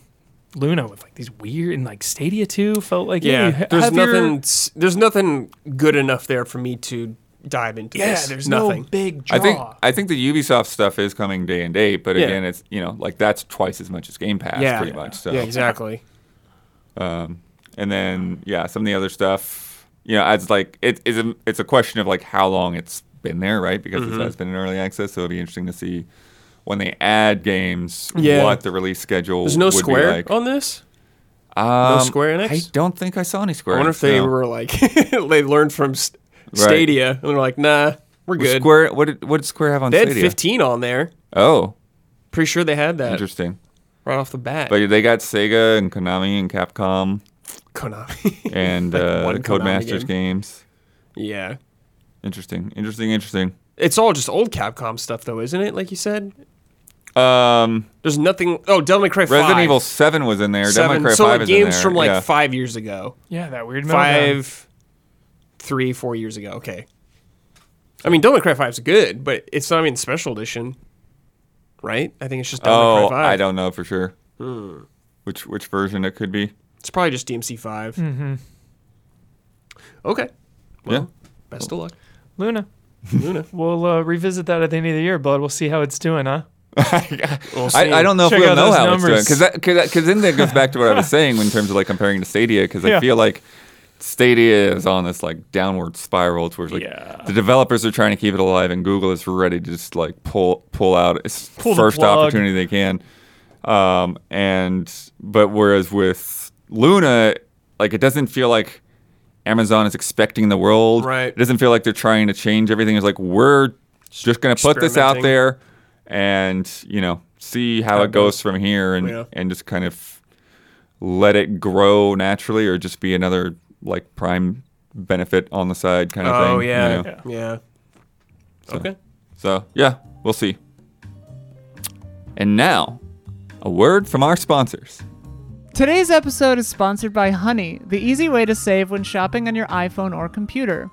Speaker 4: Luna with like these weird and like Stadia 2 felt like hey, ha-
Speaker 5: there's
Speaker 4: have your-
Speaker 5: nothing s- there's nothing good enough there for me to dive into
Speaker 4: yeah,
Speaker 5: this.
Speaker 4: there's
Speaker 5: nothing.
Speaker 4: no big draw.
Speaker 2: I think I think the Ubisoft stuff is coming day and date, but
Speaker 5: Yeah.
Speaker 2: again, it's you know like that's twice as much as Game Pass,
Speaker 5: Yeah.
Speaker 2: pretty much. So
Speaker 5: yeah, exactly.
Speaker 2: Um, and then yeah, some of the other stuff, you know, it's like it is a, it's a question of like how long it's been there, right? Because
Speaker 5: Mm-hmm.
Speaker 2: this has been in early access, so it'll be interesting to see when they add games,
Speaker 5: Yeah.
Speaker 2: what the release schedule
Speaker 5: There's no
Speaker 2: would
Speaker 5: square
Speaker 2: be like.
Speaker 5: on this.
Speaker 2: Um,
Speaker 5: Square Enix?
Speaker 2: I don't think I saw any Square.
Speaker 5: I wonder
Speaker 2: Enix,
Speaker 5: if they
Speaker 2: no.
Speaker 5: were like (laughs) they learned from S
Speaker 2: Right.
Speaker 5: Stadia and they're like, nah, we're
Speaker 2: Was
Speaker 5: good.
Speaker 2: Square. What did what did Square have on
Speaker 5: they had
Speaker 2: Stadia?
Speaker 5: 15 on there.
Speaker 2: Oh,
Speaker 5: Pretty sure they had that
Speaker 2: interesting.
Speaker 5: right off the bat.
Speaker 2: But they got Sega and Konami and Capcom
Speaker 5: Konami.
Speaker 2: and
Speaker 5: Like
Speaker 2: uh,
Speaker 5: one Konami
Speaker 2: Codemasters
Speaker 5: game.
Speaker 2: games.
Speaker 5: (laughs) Yeah.
Speaker 2: Interesting, interesting, interesting.
Speaker 5: It's all just old Capcom stuff, though, isn't it? Like you said,
Speaker 2: Um,
Speaker 5: there's nothing. Oh, Devil May Cry
Speaker 2: Resident
Speaker 5: 5.
Speaker 2: Evil Seven was in there. Devil
Speaker 5: Seven.
Speaker 2: May Cry
Speaker 5: so like,
Speaker 2: Five is in
Speaker 5: games
Speaker 2: there.
Speaker 5: from like
Speaker 2: yeah.
Speaker 5: five years ago,
Speaker 4: Yeah, that weird meltdown.
Speaker 5: five, three, four years ago. Okay. I mean, Devil May Cry Five's good, but it's not even special edition, right? I think it's just Devil May
Speaker 2: Oh,
Speaker 5: Cry Five. Hmm.
Speaker 2: I don't know for sure. Which which version it could be?
Speaker 5: It's probably just DMC 5 Mm-hmm. Okay. Well, best of luck,
Speaker 4: Luna.
Speaker 5: Luna.
Speaker 4: We'll uh, revisit that at the end of the year, bud. We'll see how it's doing, huh?
Speaker 2: yeah.
Speaker 5: We'll see.
Speaker 2: I, I don't know
Speaker 4: Check
Speaker 2: if we'll
Speaker 4: out
Speaker 2: know
Speaker 4: those
Speaker 2: how it's
Speaker 4: numbers.
Speaker 2: doing because because then that goes back to what
Speaker 4: (laughs)
Speaker 2: I was saying in terms of like comparing to Stadia because I
Speaker 4: Yeah.
Speaker 2: feel like Stadia is on this like downward spiral towards like
Speaker 4: Yeah.
Speaker 2: the developers are trying to keep it alive and Google is ready to just like pull pull out its
Speaker 4: Pull the
Speaker 2: first
Speaker 4: plug.
Speaker 2: opportunity they can. Um, and but whereas with Luna, like it doesn't feel like Amazon is expecting the world.
Speaker 5: Right.
Speaker 2: It doesn't feel like they're trying to change everything. It's like we're just gonna put this out
Speaker 5: Experimenting.
Speaker 2: there there and you know see how it goes from here and
Speaker 5: Yeah.
Speaker 2: and just kind of let it grow naturally or just be another like prime benefit on the side kind of thing
Speaker 5: Oh
Speaker 2: you
Speaker 5: yeah,
Speaker 2: know?
Speaker 5: yeah. Okay.
Speaker 2: so yeah we'll see and now a word from our sponsors
Speaker 1: Today's episode is sponsored by Honey, the easy way to save when shopping on your iPhone or computer.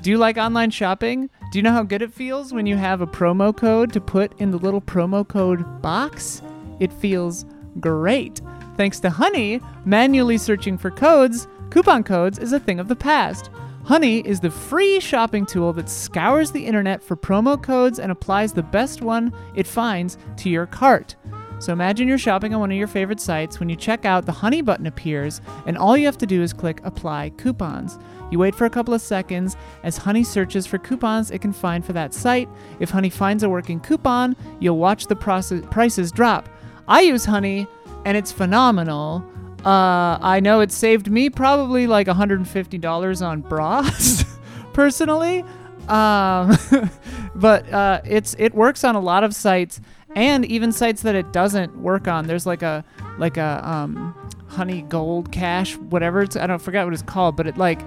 Speaker 1: Do you like online shopping? Do you know how good it feels when you have a promo code to put in the little promo code box? It feels great. Thanks to Honey, manually searching for codes, coupon codes is a thing of the past. Honey is the free shopping tool that scours the internet for promo codes and applies the best one it finds to your cart. So imagine you're shopping on one of your favorite sites. When you check out, the Honey button appears, and all you have to do is click Apply Coupons. You wait for a couple of seconds. As Honey searches for coupons it can find for that site, if Honey finds a working coupon, you'll watch the process- prices drop. I use Honey, and it's phenomenal. Uh, I know it saved me probably like $150 on bras, (laughs) personally um, (laughs) but uh, it's it works on a lot of sites and even sites that it doesn't work on there's like a like a um, honey gold cash whatever it's i don't forget what it's called but it like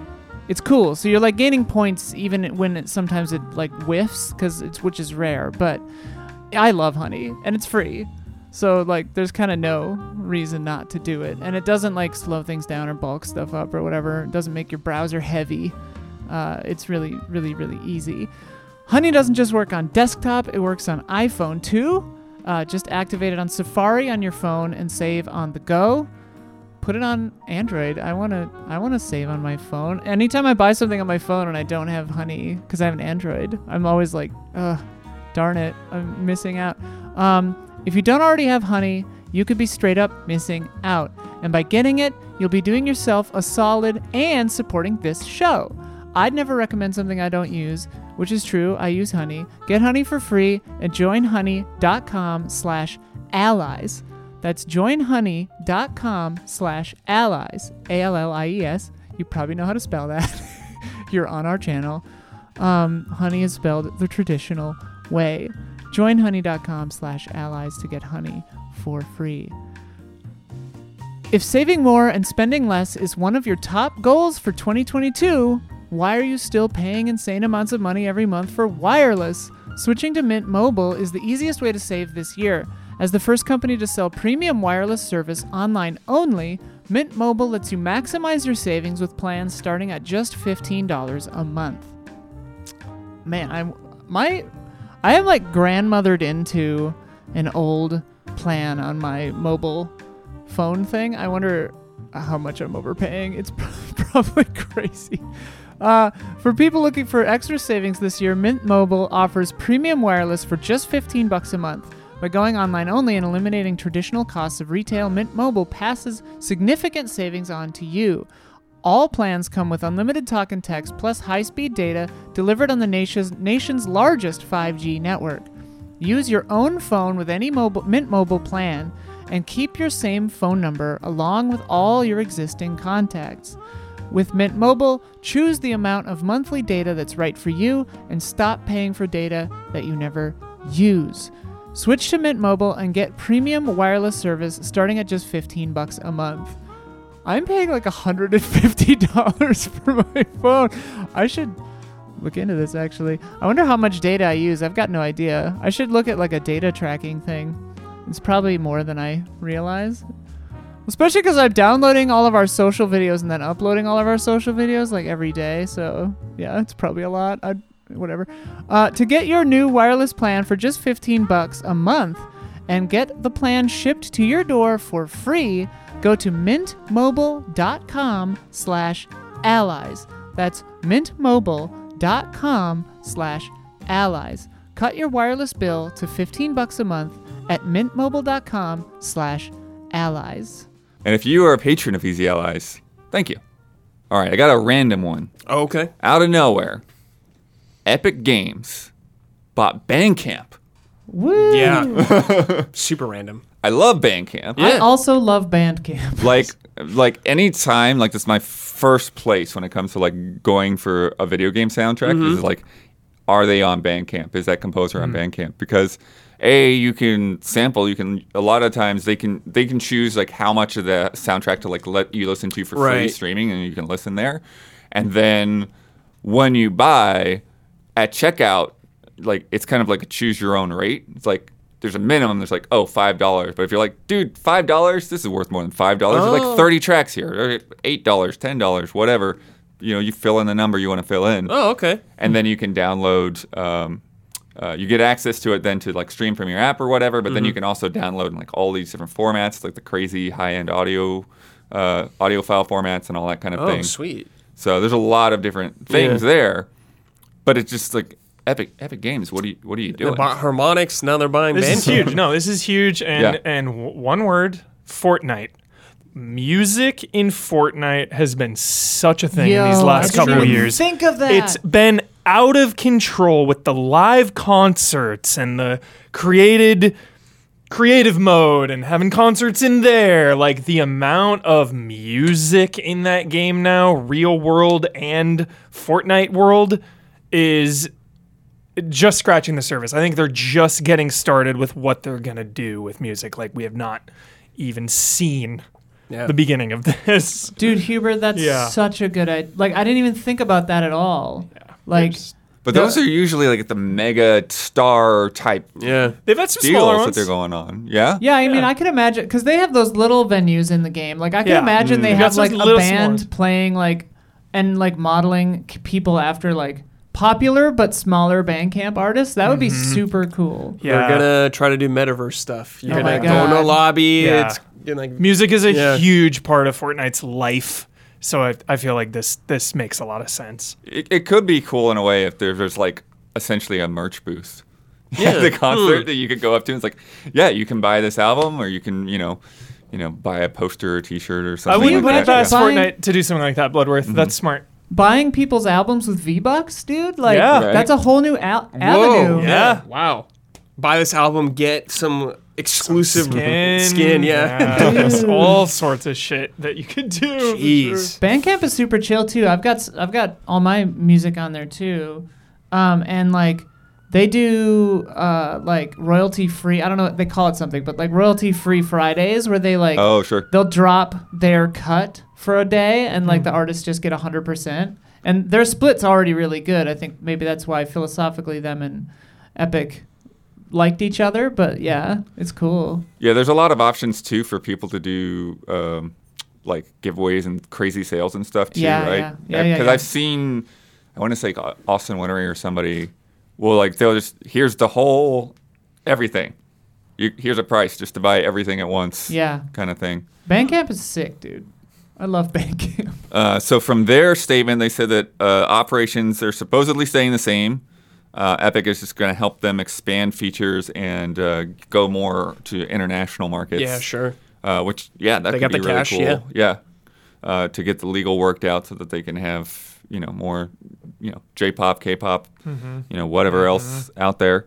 Speaker 1: it's cool so you're like gaining points even when it sometimes it like whiffs because it's which is rare but i love honey and it's free so like there's kind of no reason not to do it and it doesn't like slow things down or bulk stuff up or whatever it doesn't make your browser heavy uh, it's really, really, really easy. Honey doesn't just work on desktop, it works on iPhone too. Uh, just activate it on Safari on your phone and save on the go. Put it on Android. I wanna, I wanna save on my phone. Anytime I buy something on my phone and I don't have Honey because I have an Android, I'm always like, ugh, darn it, I'm missing out. Um, if you don't already have Honey, you could be straight up missing out. And by getting it, you'll be doing yourself a solid and supporting this show. I'd never recommend something I don't use, which is true. I use Honey. Get Honey for free at joinhoney.com slash allies. That's joinhoney.com slash allies, A-L-L-I-E-S. E You probably know how to spell that. (laughs) You're on our channel. Um, honey is spelled the traditional way. Joinhoney.com slash allies to get honey for free. If saving more and spending less is one of your top goals for 2022, why are you still paying insane amounts of money every month for wireless? Switching to Mint Mobile is the easiest way to save this year. As the first company to sell premium wireless service online only, Mint Mobile lets you maximize your savings with plans starting at just $15 a month. Man, I'm my I am like grandmothered into an old plan on my mobile phone thing. I wonder how much I'm overpaying. It's (laughs) probably crazy. Uh, for people looking for extra savings this year, Mint Mobile offers premium wireless for just 15 bucks a month. By going online only and eliminating traditional costs of retail, Mint Mobile passes significant savings on to you. All plans come with unlimited talk and text plus high-speed data delivered on the nation's nation's largest 5G network. Use your own phone with any mobile, Mint Mobile plan and keep your same phone number along with all your existing contacts. With Mint Mobile, choose the amount of monthly data that's right for you and stop paying for data that you never use. Switch to Mint Mobile and get premium wireless service starting at just 15 bucks a month. I'm paying like $150 (laughs) for my phone. I should look into this actually. I wonder how much data I use. I've got no idea. I should look at like a data tracking thing. It's probably more than I realize. Especially because I'm downloading all of our social videos and then uploading all of our social videos like every day. So yeah, it's probably a lot. I whatever. Uh, to get your new wireless plan for just 15 bucks a month and get the plan shipped to your door for free, go to mintmobile.com slash allies. That's mintmobile.com slash allies. Cut your wireless bill to 15 bucks a month at mintmobile.com slash allies.
Speaker 2: And if you are a patron of Easy Allies, thank you. All right, I got a random one
Speaker 5: Oh, Okay.
Speaker 2: out of nowhere. Epic Games bought Bandcamp.
Speaker 1: Woo!
Speaker 5: Yeah.
Speaker 2: (laughs)
Speaker 5: Super random.
Speaker 2: I love Bandcamp.
Speaker 1: I also love Bandcamp. (laughs)
Speaker 2: like like any time like this is my first place when it comes to like going for a video game soundtrack is like are they on bandcamp is that composer on bandcamp because a you can sample you can a lot of times they can they can choose like how much of the soundtrack to like let you listen to for free
Speaker 5: Right.
Speaker 2: streaming and you can listen there and then when you buy at checkout like it's kind of like a choose your own rate it's like there's a minimum there's like oh five dollars but if you're like dude five dollars this is worth more than five dollars there's like 30 tracks here or eight dollars ten dollars whatever you know you fill in the number you want to fill in
Speaker 5: Oh, okay.
Speaker 2: and then you can download. Um, uh, you get access to it then to like stream from your app or whatever, but then
Speaker 5: Mm-hmm.
Speaker 2: you can also download in like all these different formats, like the crazy high-end audio, uh, audio file formats and all that kind of
Speaker 5: Oh,
Speaker 2: thing.
Speaker 5: sweet.
Speaker 2: So there's a lot of different things there, but it's just like epic, epic games. What are you, what are you
Speaker 5: They
Speaker 2: doing?
Speaker 5: bought harmonics. Now they're buying
Speaker 4: This
Speaker 5: band.
Speaker 4: is huge. No, this is huge. And
Speaker 2: Yeah.
Speaker 4: and w- one word, Fortnite. Music in Fortnite has been such a thing in these last
Speaker 1: I didn't
Speaker 4: couple of
Speaker 1: even
Speaker 4: years.
Speaker 1: Think of that.
Speaker 4: It's been out of control with the live concerts and the created creative mode and having concerts in there. Like the amount of music in that game now, real world and Fortnite world, is just scratching the surface. I think they're just getting started with what they're going to do with music. Like we have not even seen
Speaker 5: Yeah.
Speaker 4: the beginning of this.
Speaker 1: Dude, Hubert, that's
Speaker 4: Yeah.
Speaker 1: such a good idea. Like, I didn't even think about that at all. Like,
Speaker 2: but those are usually like the mega star type
Speaker 5: Yeah.
Speaker 4: They've had some smaller
Speaker 2: deals that
Speaker 4: ones.
Speaker 2: they're going on. Yeah.
Speaker 1: yeah, I mean, I could imagine because they have those little venues in the game. Like, I can
Speaker 4: Yeah.
Speaker 1: imagine they
Speaker 4: They've got
Speaker 1: have like
Speaker 4: those
Speaker 1: a
Speaker 4: little
Speaker 1: band
Speaker 4: s'mores.
Speaker 1: playing like and like modeling c- people after like popular but smaller Bandcamp artists. That would be
Speaker 4: Mm-hmm.
Speaker 1: super cool.
Speaker 4: Yeah.
Speaker 5: They're gonna try to do metaverse stuff. You're
Speaker 1: Oh my
Speaker 5: gonna go in a
Speaker 1: God.
Speaker 5: lobby.
Speaker 4: Yeah.
Speaker 5: It's you know, like
Speaker 4: Music is a
Speaker 5: Yeah.
Speaker 4: huge part of Fortnite's life, so I, I feel like this this makes a lot of sense.
Speaker 2: It, it could be cool in a way if there's just like essentially a merch booth. (laughs) at
Speaker 1: hmm.
Speaker 2: the concert that you could go up to and it's like, yeah, you can buy this album or you can, you know, you know, buy a poster or t-shirt or
Speaker 4: I
Speaker 2: something
Speaker 1: Oh,
Speaker 4: wouldn't put
Speaker 2: like
Speaker 4: it
Speaker 2: that.
Speaker 4: Uh, past
Speaker 2: Yeah.
Speaker 1: Buying-
Speaker 4: Fortnite to do something like that, Bloodworth. That's
Speaker 5: Mm-hmm.
Speaker 4: smart.
Speaker 1: Buying people's albums with V Bucks, dude. Like,
Speaker 4: Yeah. Right.
Speaker 1: that's a whole new al-
Speaker 5: whoa.
Speaker 1: avenue.
Speaker 4: Yeah.
Speaker 5: Wow. Buy this album. Get some exclusive skin, yeah. (laughs)
Speaker 4: There's all sorts of shit that you could do. for
Speaker 5: Jeez.
Speaker 1: Bandcamp is super chill too. I've got s- I've got all my music on there too, um, and like they do uh, like royalty free. I don't know what they call it something, but like royalty free Fridays where they like
Speaker 2: Oh, sure.
Speaker 1: they'll drop their cut for a day and like the artists just get hundred percent. And their split's already really good. I think maybe that's why philosophically them and Epic liked each other. But yeah, it's cool.
Speaker 2: Yeah, there's a lot of options too for people to do um, like giveaways and crazy sales and stuff too,
Speaker 1: Yeah,
Speaker 2: right?
Speaker 1: yeah. Yeah, yeah,
Speaker 2: Because
Speaker 1: yeah.
Speaker 2: I've seen, I want to say Au- Austin Winery or somebody will like they'll just here's the whole everything. You, here's a price just to buy everything at once.
Speaker 1: Yeah,
Speaker 2: Kind of thing.
Speaker 1: Bandcamp is sick, dude. I love (laughs) Bandcamp.
Speaker 2: Uh, so from their statement, they said that uh, operations are supposedly staying the same. Uh, Epic is just going to help them expand features and uh, go more to international markets.
Speaker 5: Yeah, sure.
Speaker 2: Uh, which, yeah, that
Speaker 5: They
Speaker 2: could
Speaker 5: got the
Speaker 2: be really
Speaker 5: cash,
Speaker 2: cool.
Speaker 5: yeah.
Speaker 2: Uh, to get the legal worked out so that they can have you know more, you know, J-pop, K-pop,
Speaker 5: Mm-hmm.
Speaker 2: you know, whatever else out there,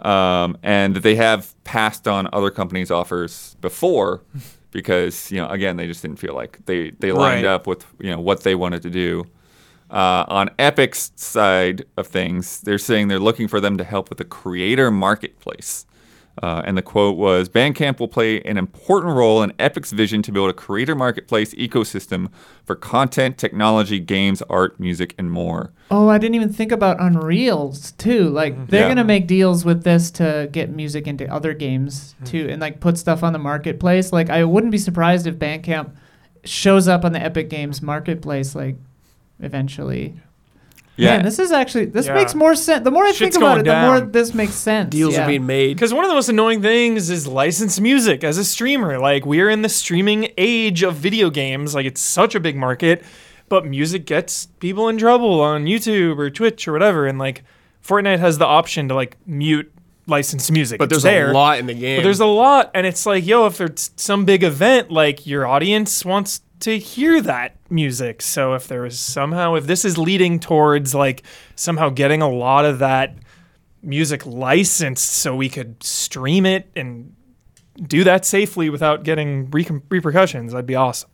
Speaker 2: um, and that they have passed on other companies' offers
Speaker 5: (laughs)
Speaker 2: before, because you know, again, they just didn't feel like they they lined
Speaker 5: Right.
Speaker 2: up with you know what they wanted to do. Uh, on Epic's side of things, they're saying they're looking for them to help with the creator marketplace. Uh, and the quote was Bandcamp will play an important role in Epic's vision to build a creator marketplace ecosystem for content, technology, games, art, music, and more.
Speaker 1: Oh, I didn't even think about Unreals too.
Speaker 4: Mm-hmm.
Speaker 1: Like they're
Speaker 2: Yeah.
Speaker 1: gonna make deals with this to get music into other games
Speaker 4: Hmm.
Speaker 1: too, and like put stuff on the marketplace. Like I wouldn't be surprised if Bandcamp shows up on the Epic Games marketplace, like eventually.
Speaker 2: Yeah.
Speaker 1: Man, this is actually this
Speaker 4: Yeah.
Speaker 1: makes more sense. The more I think
Speaker 4: Shit's
Speaker 1: about
Speaker 4: going
Speaker 1: it, the more
Speaker 4: down.
Speaker 1: this makes sense.
Speaker 5: Deals
Speaker 1: yeah.
Speaker 5: are being made.
Speaker 4: Because one of the most annoying things is licensed music as a streamer. Like, we're in the streaming age of video games. Like, it's such a big market, but music gets people in trouble on YouTube or Twitch or whatever. And, like, Fortnite has the option to, like, mute licensed music.
Speaker 5: But
Speaker 4: It's
Speaker 5: there's
Speaker 4: there.
Speaker 5: a lot in the game.
Speaker 4: But there's a lot. And it's like, yo, if there's some big event, like, your audience wants to hear that music. So, if there was somehow, if this is leading towards, like, somehow getting a lot of that music licensed so we could stream it and do that safely without getting re- repercussions. That'd be awesome.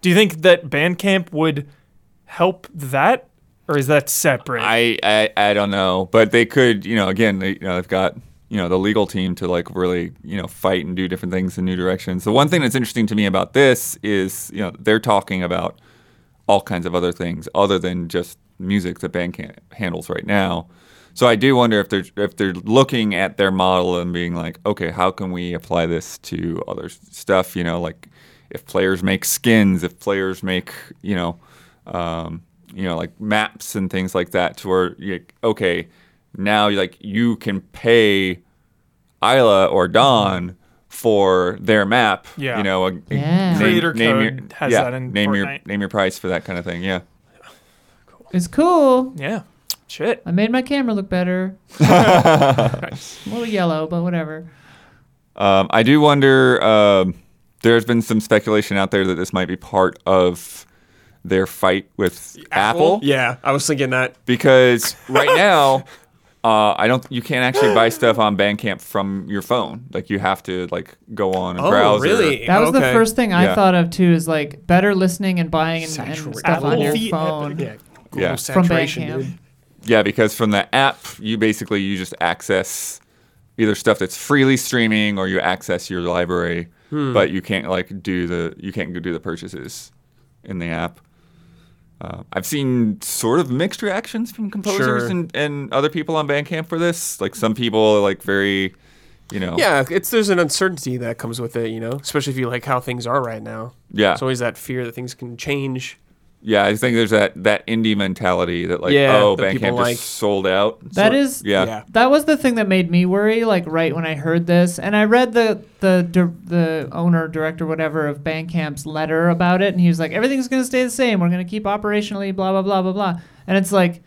Speaker 4: Do you think that Bandcamp would help that, or is that separate?
Speaker 2: I, I I don't know, but they could, you know, again, they, you know, they've got you know the legal team to like really you know fight and do different things in new directions. The one thing that's interesting to me about this is you know they're talking about all kinds of other things other than just music that Bandcamp handles right now. So I do wonder if they're if they're looking at their model and being like, okay, how can we apply this to other s- stuff? You know, like if players make skins, if players make you know, um, you know, like maps and things like that, to where you, okay, now like you can pay Isla or Don for their map.
Speaker 4: Yeah.
Speaker 2: you know, a,
Speaker 1: Yeah.
Speaker 4: Creator
Speaker 2: name
Speaker 4: code
Speaker 2: your-
Speaker 4: has
Speaker 2: yeah,
Speaker 4: that in
Speaker 2: name your
Speaker 4: Fortnite.
Speaker 2: name your price for that kind of thing. Yeah.
Speaker 1: It's cool.
Speaker 4: yeah. Shit.
Speaker 1: I made my camera look
Speaker 4: (laughs)
Speaker 1: better. A little yellow, but whatever.
Speaker 2: Um, I do wonder. Um, there's been some speculation out there that this might be part of their fight with Apple,
Speaker 5: Yeah, I was thinking that.
Speaker 2: because
Speaker 5: (laughs)
Speaker 2: right now, uh, I don't. You can't actually buy stuff on Bandcamp from your phone. Like you have to like go on a
Speaker 5: Oh,
Speaker 2: browser.
Speaker 5: really?
Speaker 1: That was the
Speaker 5: Okay.
Speaker 1: first thing I
Speaker 2: Yeah.
Speaker 1: thought of too. Is like better listening and buying and, and
Speaker 5: Saturated.
Speaker 1: stuff on
Speaker 4: Apple
Speaker 1: your
Speaker 4: feet-
Speaker 1: phone.
Speaker 5: Yeah. Google
Speaker 2: Yeah. From
Speaker 1: from
Speaker 5: saturation, dude.
Speaker 1: Bandcamp.
Speaker 2: Yeah, because from the app, you basically you just access either stuff that's freely streaming or you access your library,
Speaker 5: Hmm.
Speaker 2: but you can't like do the you can't go do the purchases in the app. Uh, I've seen sort of mixed reactions from composers
Speaker 5: Sure.
Speaker 2: and, and other people on Bandcamp for this. Like some people are like very, you know,
Speaker 5: Yeah, it's there's an uncertainty that comes with it, you know, especially if you like how things are right now.
Speaker 2: yeah,
Speaker 5: It's always that fear that things can change.
Speaker 2: yeah. I think there's that that indie mentality that like
Speaker 5: Yeah,
Speaker 2: oh
Speaker 5: that people
Speaker 2: Bandcamp
Speaker 5: like.
Speaker 2: just sold out.
Speaker 1: That
Speaker 2: So-
Speaker 1: is
Speaker 2: yeah.
Speaker 5: Yeah.
Speaker 1: that was the thing that made me worry. Like right when I heard this, and I read the the dir- the owner, director, whatever of Bandcamp's letter about it, and he was like, "Everything's gonna stay the same. We're gonna keep operationally blah blah blah blah blah." And it's like,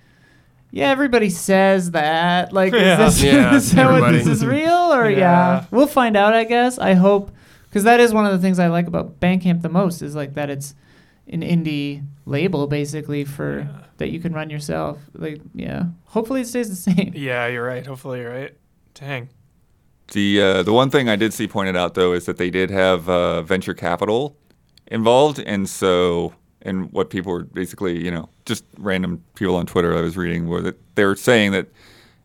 Speaker 1: yeah, everybody says that. Like,
Speaker 4: Yeah.
Speaker 1: is this, (laughs)
Speaker 5: Yeah,
Speaker 1: is that what- this
Speaker 5: everybody.
Speaker 1: is real or yeah.
Speaker 4: Yeah.
Speaker 1: We'll find out, I guess. I hope because that is one of the things I like about Bandcamp the most is like that it's an indie label basically for that you can run yourself. Like, yeah, hopefully it stays the same.
Speaker 4: Yeah, you're right. Hopefully, you're right. Dang.
Speaker 2: The uh, the one thing I did see pointed out though is that they did have uh, venture capital involved, and so and what people were basically you know just random people on Twitter I was reading were that they were saying that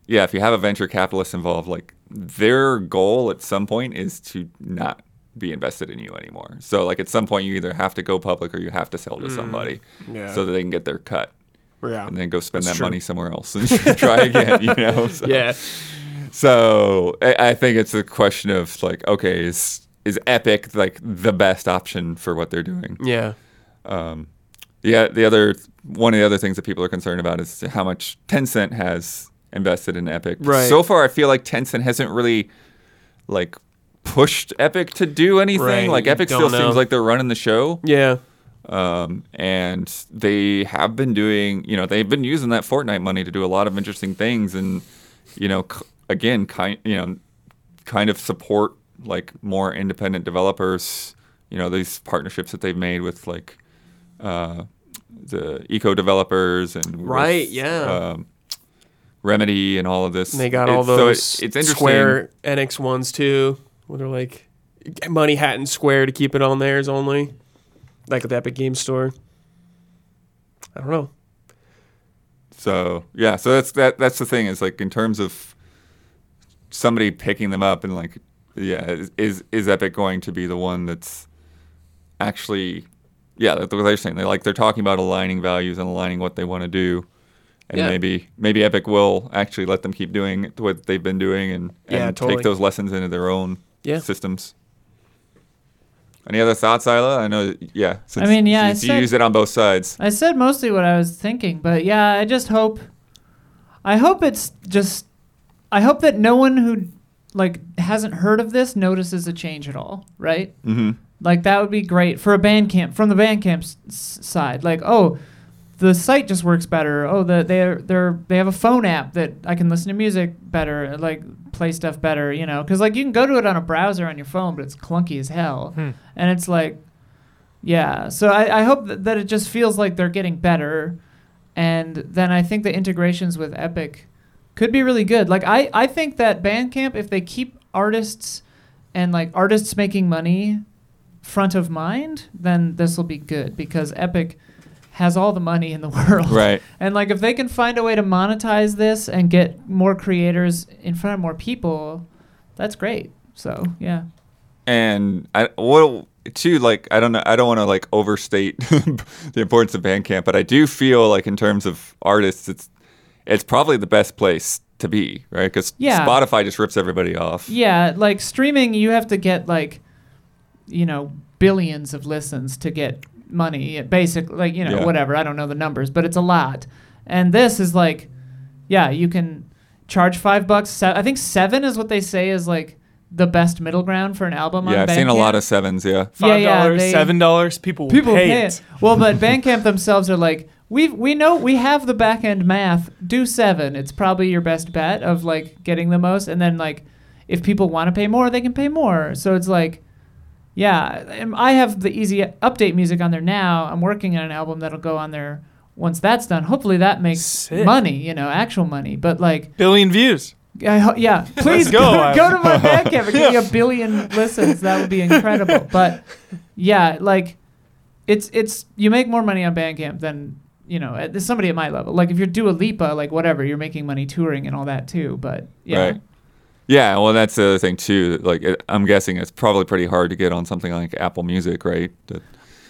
Speaker 2: yeah if you have a venture capitalist involved like their goal at some point is to not be invested in you anymore. So like at some point you either have to go public or you have to sell to somebody
Speaker 5: yeah.
Speaker 2: so that they can get their cut
Speaker 5: Yeah.
Speaker 2: and then go spend
Speaker 5: That's
Speaker 2: that
Speaker 5: true.
Speaker 2: money somewhere else and (laughs)
Speaker 5: (laughs)
Speaker 2: try again. You know. So-
Speaker 5: Yeah.
Speaker 2: so I, I think it's a question of like, okay, is is Epic like the best option for what they're doing?
Speaker 5: Yeah.
Speaker 2: Yeah. The other one of the other things that people are concerned about is how much Tencent has invested in Epic.
Speaker 5: Right.
Speaker 2: So far, I feel like Tencent hasn't really like pushed Epic to do anything.
Speaker 5: Right,
Speaker 2: Like
Speaker 5: you
Speaker 2: Epic
Speaker 5: don't
Speaker 2: still
Speaker 5: know.
Speaker 2: seems like they're running the show.
Speaker 5: Yeah.
Speaker 2: Um, and they have been doing, you know, they've been using that Fortnite money to do a lot of interesting things, and you know, c- again, kind, you know, kind of support like more independent developers. You know, these partnerships that they've made with like uh, the eco developers and with,
Speaker 5: Right, yeah.
Speaker 2: um, Remedy and all of this.
Speaker 5: And they got
Speaker 2: It-
Speaker 5: all
Speaker 2: so it-
Speaker 5: those
Speaker 2: it's interesting.
Speaker 5: Square NX ones too, where they're like Money Hat and Square to keep it on theirs only, like at the Epic Game Store. I don't know.
Speaker 2: So yeah, so that's that. That's the thing is like in terms of somebody picking them up and like yeah, is- is is Epic going to be the one that's actually, yeah, that's what they're saying. They like they're talking about aligning values and aligning what they want to do, and
Speaker 5: Yeah.
Speaker 2: maybe maybe Epic will actually let them keep doing what they've been doing and, and
Speaker 5: Yeah, totally.
Speaker 2: take those lessons into their own
Speaker 5: Yeah. (laughs)
Speaker 2: systems. Any other thoughts, Isla? I know, yeah. Since
Speaker 1: mean, yeah,
Speaker 2: you,
Speaker 1: I
Speaker 2: you
Speaker 1: said-
Speaker 2: use it on both sides.
Speaker 1: I said mostly what I was thinking, but yeah, I just hope. I hope it's just. I hope that no one who like hasn't heard of this notices a change at all, right?
Speaker 2: Mm-hmm.
Speaker 1: Like that would be great for a band camp from the band camp's s- side. Like, oh, the site just works better. Oh, the they're they're they have a phone app that I can listen to music better, like play stuff better, you know? Because like you can go to it on a browser on your phone, but it's clunky as hell,
Speaker 4: Hmm.
Speaker 1: and it's like, yeah. So I, I hope that, that it just feels like they're getting better, and then I think the integrations with Epic could be really good. Like I I think that Bandcamp, if they keep artists and like artists making money front of mind, then this will be good because Epic has all the money in the (laughs) world.
Speaker 2: Right.
Speaker 1: And like if they can find a way to monetize this and get more creators in front of more people, that's great. So yeah.
Speaker 2: and I well too like I don't know I don't want to like overstate (laughs) the importance of Bandcamp, but I do feel like in terms of artists, it's it's probably the best place to be, right? Because
Speaker 1: Yeah.
Speaker 2: Spotify just rips everybody off.
Speaker 1: Yeah, like streaming you have to get like you know, billions of listens to get money. Basically like, you know,
Speaker 2: Yeah.
Speaker 1: whatever. I don't know the numbers, but it's a lot. And this is like yeah, you can charge 5 bucks. Se- I think 7 is what they say is like the best middle ground for an album on
Speaker 2: yeah, I've seen a
Speaker 1: Bandcamp.
Speaker 2: lot of sevens. Yeah,
Speaker 1: Yeah,
Speaker 4: Five
Speaker 1: yeah,
Speaker 4: dollars,
Speaker 1: they-
Speaker 4: seven dollars. People,
Speaker 1: people
Speaker 4: will pay,
Speaker 1: pay
Speaker 4: it.
Speaker 1: it. Well, but Bandcamp themselves are like, we we know we have the back end math. Do seven. It's probably your best bet of like getting the most, and then like if people want to pay more, they can pay more. So it's like, yeah, um, I have the easy update music on there now. I'm working on an album that'll go on there once that's done. Hopefully that makes
Speaker 4: Sick.
Speaker 1: money, you know, actual money. But like
Speaker 4: Billion views.
Speaker 1: I ho- yeah, please
Speaker 4: go,
Speaker 1: go
Speaker 4: Ivan.
Speaker 1: go to my Bandcamp and give me a billion listens. That would be incredible. But yeah, like it's it's you make more money on Bandcamp than you know at, somebody at my level. Like if you're Dua Lipa, like whatever, you're making money touring and all that too. But yeah,
Speaker 2: right. Yeah, well, that's the other thing too. that, Like, it, I'm guessing it's probably pretty hard to get on something like Apple Music, right? That,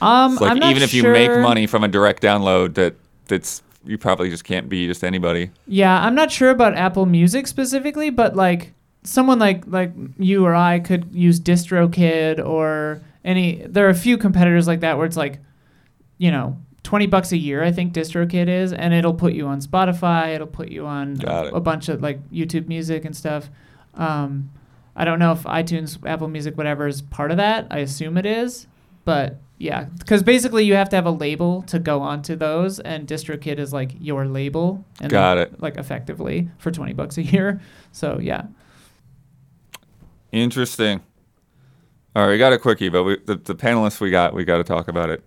Speaker 1: um,
Speaker 2: it's like
Speaker 1: I'm not
Speaker 2: even if you make
Speaker 1: sure-
Speaker 2: money from a direct download, that that's you probably just can't be just anybody.
Speaker 1: Yeah, I'm not sure about Apple Music specifically, but like someone like like you or I could use DistroKid or any. There are a few competitors like that where it's like, you know, twenty bucks a year. I think DistroKid is, and it'll put you on Spotify. It'll put you on
Speaker 2: Got
Speaker 1: a,
Speaker 2: it.
Speaker 1: bunch of like YouTube Music and stuff. Um, I don't know if iTunes, Apple Music, whatever is part of that. I assume it is, but yeah, because basically you have to have a label to go onto those, and DistroKid is like your label. And then-
Speaker 2: Got it.
Speaker 1: Like effectively for twenty bucks a year. So yeah,
Speaker 2: Interesting. All right, we got a quickie, but we, the, the panelists we got, we got to talk about it.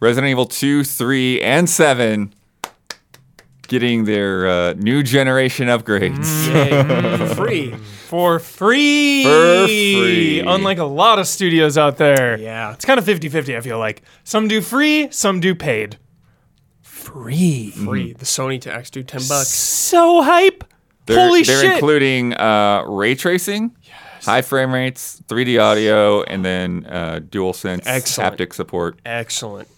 Speaker 2: Resident Evil 2, 3, and 7 getting their uh, new generation
Speaker 4: Mm.
Speaker 2: upgrades.
Speaker 5: Yay.
Speaker 2: (laughs)
Speaker 5: For free.
Speaker 4: For free.
Speaker 2: For free.
Speaker 4: Unlike a lot of studios out there.
Speaker 5: Yeah.
Speaker 4: It's kind of 50 50, I feel like. Some do free, some do paid. Free.
Speaker 5: Free.
Speaker 2: Mm-hmm.
Speaker 5: The Sony tax, dude. 10 bucks.
Speaker 4: So hype.
Speaker 2: They're,
Speaker 4: Holy
Speaker 2: they're
Speaker 4: shit.
Speaker 2: including uh, ray tracing, high frame rates, 3D audio, and then uh, DualSense
Speaker 5: Excellent.
Speaker 2: haptic support.
Speaker 5: Excellent.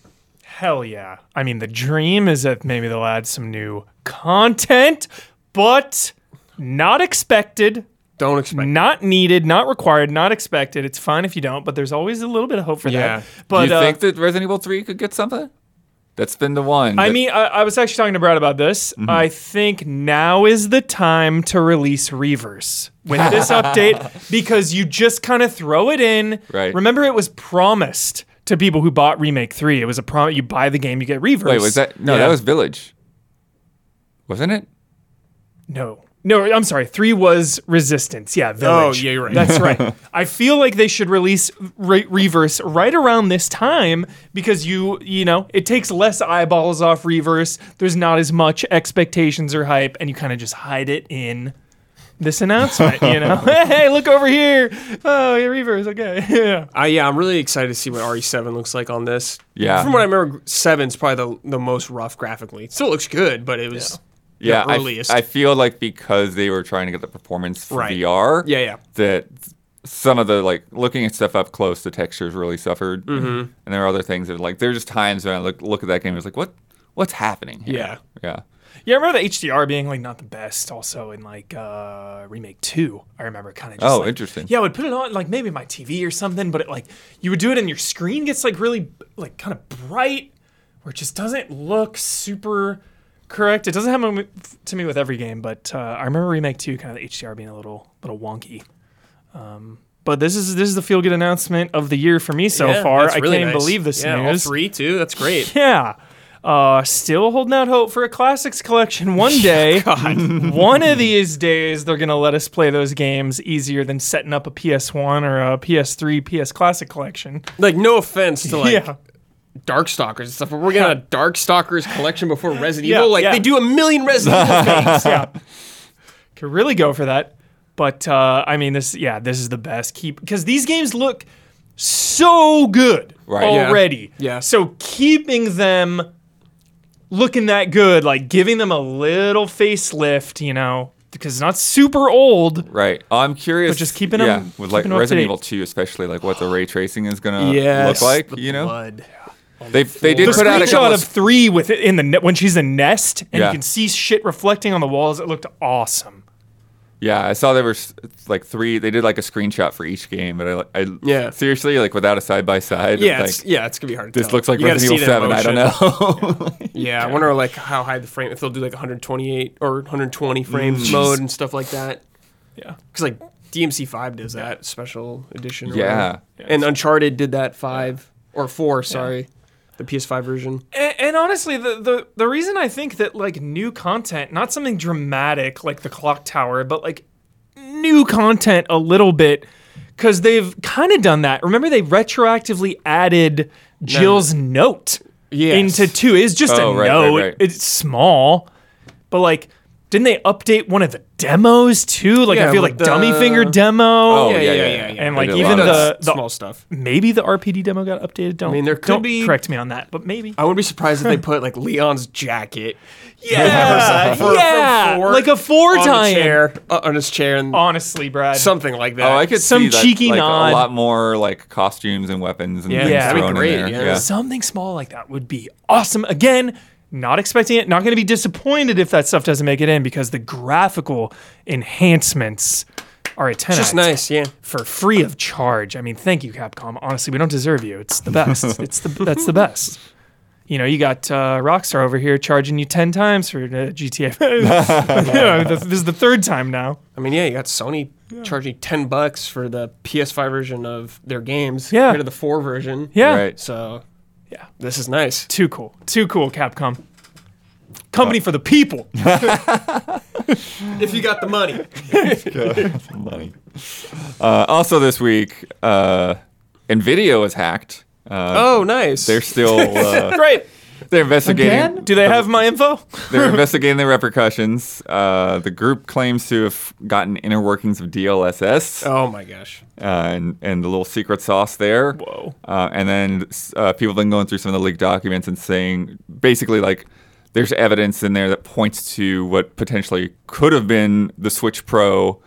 Speaker 4: Hell yeah. I mean, the dream is that maybe they'll add some new content, but not expected.
Speaker 5: Don't
Speaker 2: Mm.
Speaker 5: expect.
Speaker 4: Not needed, not required, not expected. It's fine if you don't, but there's always a little bit of hope for
Speaker 5: Yeah.
Speaker 4: that. But
Speaker 2: Do you
Speaker 4: uh,
Speaker 2: think that Resident Evil 3 could get something? That's been the one.
Speaker 4: I
Speaker 2: that-
Speaker 4: mean, I, I was actually talking to Brad about this.
Speaker 2: Mm-hmm.
Speaker 4: I think now is the time to release Reavers with
Speaker 2: (laughs)
Speaker 4: this update because you just kind of throw it in.
Speaker 2: Right.
Speaker 4: Remember, it was promised to people who bought Remake 3. It was a promise. You buy the game, you get Reavers.
Speaker 2: Wait, was that? No, that
Speaker 4: Yeah.
Speaker 2: was Village. Wasn't it?
Speaker 4: No. No, I'm sorry. Three was Resistance. Yeah, Village.
Speaker 5: Oh, yeah, you're right.
Speaker 4: That's right.
Speaker 5: (laughs)
Speaker 4: I feel like they should release Re- Reverse right around this time because you, you know, it takes less eyeballs off Reverse. There's not as much expectations or hype, and you kind of just hide it in this announcement, you
Speaker 5: (laughs)
Speaker 4: know? (laughs) hey, look over here. Oh, yeah, Reverse. Okay. (laughs) Yeah.
Speaker 5: I, yeah, I'm really excited to see what RE7 looks like on this.
Speaker 2: Yeah.
Speaker 5: From what I remember, seven's probably the, the most rough graphically. It still looks good, but it was.
Speaker 2: yeah,
Speaker 5: the
Speaker 2: I f-
Speaker 5: earliest.
Speaker 2: I, feel like because they were trying to get the performance for
Speaker 5: Right.
Speaker 2: VR,
Speaker 5: Yeah, yeah.
Speaker 2: that some of the like looking at stuff up close, the textures really suffered, mm-hmm. and there are other things that like there are just times when I look look at that game, and it's like what what's happening? Here?
Speaker 4: Yeah.
Speaker 2: yeah.
Speaker 4: Yeah, I remember the HDR being like not the best. Also in like uh remake two, I remember kind of.
Speaker 2: Oh,
Speaker 4: like,
Speaker 2: interesting.
Speaker 4: Yeah, I would put it on like maybe my TV or something, but it like you would do it and your screen gets like really like kind of bright, where it just doesn't look super correct. It doesn't happen to me with every game, but uh, I remember remake two kind of the HDR being a little little wonky. Um, but this is this is the feel good announcement of the year for me so
Speaker 5: Yeah,
Speaker 4: far.
Speaker 5: that's
Speaker 4: I
Speaker 5: really
Speaker 4: can't
Speaker 5: nice.
Speaker 4: believe this
Speaker 5: yeah, all
Speaker 4: news.
Speaker 5: three too.
Speaker 2: (laughs)
Speaker 5: That's great.
Speaker 4: (laughs) Yeah. Uh, still holding out hope for a classics collection one day. (laughs) one of these days, they're going to let us play those games easier than setting up a PS1 or a PS3 PS Classic collection.
Speaker 5: Like no offense to
Speaker 4: (laughs)
Speaker 5: like
Speaker 4: yeah.
Speaker 5: Darkstalkers and stuff, but we're gonna Darkstalkers collection before Resident
Speaker 4: Yeah,
Speaker 5: Evil. Like
Speaker 4: yeah.
Speaker 5: they do a million
Speaker 2: (laughs)
Speaker 5: Resident Evil things.
Speaker 4: yeah. (laughs) Could really go for that. But uh, I mean, this, yeah, this is the best. Keep, because these games look so good
Speaker 2: Right. Yeah.
Speaker 4: already.
Speaker 5: Yeah.
Speaker 4: So keeping them looking that good, like giving them a little facelift, you know, because it's not super old.
Speaker 2: Right. I'm curious.
Speaker 4: But just keeping 'em-
Speaker 2: yeah, with like
Speaker 4: keeping 'em up to
Speaker 2: Resident
Speaker 4: date.
Speaker 2: Evil 2, especially like what the ray tracing is gonna
Speaker 5: Yes,
Speaker 2: look like.
Speaker 5: the
Speaker 2: You know,
Speaker 5: blood.
Speaker 2: they they did
Speaker 4: The
Speaker 2: put out a couple
Speaker 4: screenshot
Speaker 2: of
Speaker 4: of three with it in the net when she's in nest, and
Speaker 2: Yeah.
Speaker 4: you can see shit reflecting on the walls. It looked awesome.
Speaker 2: Yeah, I saw there were s- like three. They did like a screenshot for each game, but I, I
Speaker 5: Yeah.
Speaker 2: seriously like without a side by side.
Speaker 5: Yeah,
Speaker 2: like,
Speaker 5: it's, yeah, it's gonna be hard. To
Speaker 2: this
Speaker 5: tell.
Speaker 2: looks like
Speaker 5: You gotta
Speaker 2: Resident
Speaker 5: see
Speaker 2: Evil
Speaker 5: the
Speaker 2: Seven. I don't
Speaker 5: emotion.
Speaker 2: know. (laughs)
Speaker 5: Yeah, I wonder like how high the frame if they'll do like 128 or 120
Speaker 2: Mm.
Speaker 5: frames mode and stuff like that.
Speaker 4: Yeah.
Speaker 5: Because like DMC Five does that special edition. Or
Speaker 2: Yeah.
Speaker 5: whatever. and Uncharted did that five or four. Sorry, the PS5 version.
Speaker 4: And, and honestly, the, the the reason I think that like new content, not something dramatic like the clock tower, but like new content a little bit, because they've kind of done that. Remember, they retroactively added Jill's note
Speaker 5: Yes.
Speaker 4: into two. It's just
Speaker 2: Oh,
Speaker 4: a
Speaker 2: right, right,
Speaker 4: note.
Speaker 2: right.
Speaker 4: It's small, but like. Didn't they update one of the demos too? Like I
Speaker 5: Yeah,
Speaker 4: feel
Speaker 5: with
Speaker 4: like Dummy
Speaker 5: the-
Speaker 4: Finger demo.
Speaker 2: Oh, yeah, yeah, yeah,
Speaker 4: And
Speaker 2: They
Speaker 4: like
Speaker 2: did a
Speaker 4: even
Speaker 2: lot of
Speaker 4: the, the
Speaker 5: small stuff.
Speaker 4: maybe the RPD demo got updated. Don't I
Speaker 5: mean, there could
Speaker 4: don't
Speaker 5: be-
Speaker 4: correct me on that, but maybe
Speaker 5: I wouldn't be surprised
Speaker 4: (laughs)
Speaker 5: if they put like Leon's jacket
Speaker 2: (laughs)
Speaker 4: Yeah,
Speaker 5: For-
Speaker 4: (laughs)
Speaker 5: for
Speaker 4: yeah,
Speaker 5: four
Speaker 4: like a four
Speaker 5: on a
Speaker 4: time.
Speaker 5: chair, uh, on his chair, and
Speaker 4: Honestly, Brad.
Speaker 5: something like that.
Speaker 2: oh, I could
Speaker 4: Some
Speaker 2: see that,
Speaker 4: cheeky
Speaker 2: like,
Speaker 4: nod.
Speaker 2: a lot more like costumes and weapons and
Speaker 5: Yeah,
Speaker 2: things
Speaker 4: that'd be
Speaker 2: thrown in
Speaker 5: great,
Speaker 2: there.
Speaker 5: yeah.
Speaker 4: something small like that would be awesome. Again, not expecting it. Not going to be disappointed if that stuff doesn't make it in because the graphical enhancements are a ten.
Speaker 5: Just
Speaker 4: out of
Speaker 5: nice, yeah.
Speaker 4: 10 for free of charge. I mean, thank you, Capcom. Honestly, we don't deserve you. It's the
Speaker 5: (laughs)
Speaker 4: best. it's the that's the best. You know, you got uh, Rockstar over here charging you ten times for uh, GTA. (laughs) you know, this this is the third time now.
Speaker 5: I mean, yeah, you got Sony charging ten bucks for the PS5 version of their games
Speaker 4: Yeah.
Speaker 5: compared to the four version.
Speaker 4: Yeah.
Speaker 2: Right.
Speaker 5: So,
Speaker 4: Yeah.
Speaker 5: this is nice.
Speaker 4: Too cool. Too cool, Capcom. Company for the (laughs) people.
Speaker 5: If you got the money,
Speaker 2: Money. Uh, also, this week, uh, Nvidia was hacked. Uh,
Speaker 5: oh, nice.
Speaker 2: They're still
Speaker 5: (laughs)
Speaker 2: uh,
Speaker 4: Great.
Speaker 2: they're investigating.
Speaker 1: Again?
Speaker 4: Do they have my info?
Speaker 2: They're investigating the repercussions. Uh, the group claims to have gotten inner workings of DLSS
Speaker 5: oh my gosh.
Speaker 2: uh, and, and the little secret sauce there.
Speaker 4: Whoa.
Speaker 2: Uh, and then uh, people have been going through some of the leaked documents and saying basically, like, there's evidence in there that points to what potentially could have been the Switch Pro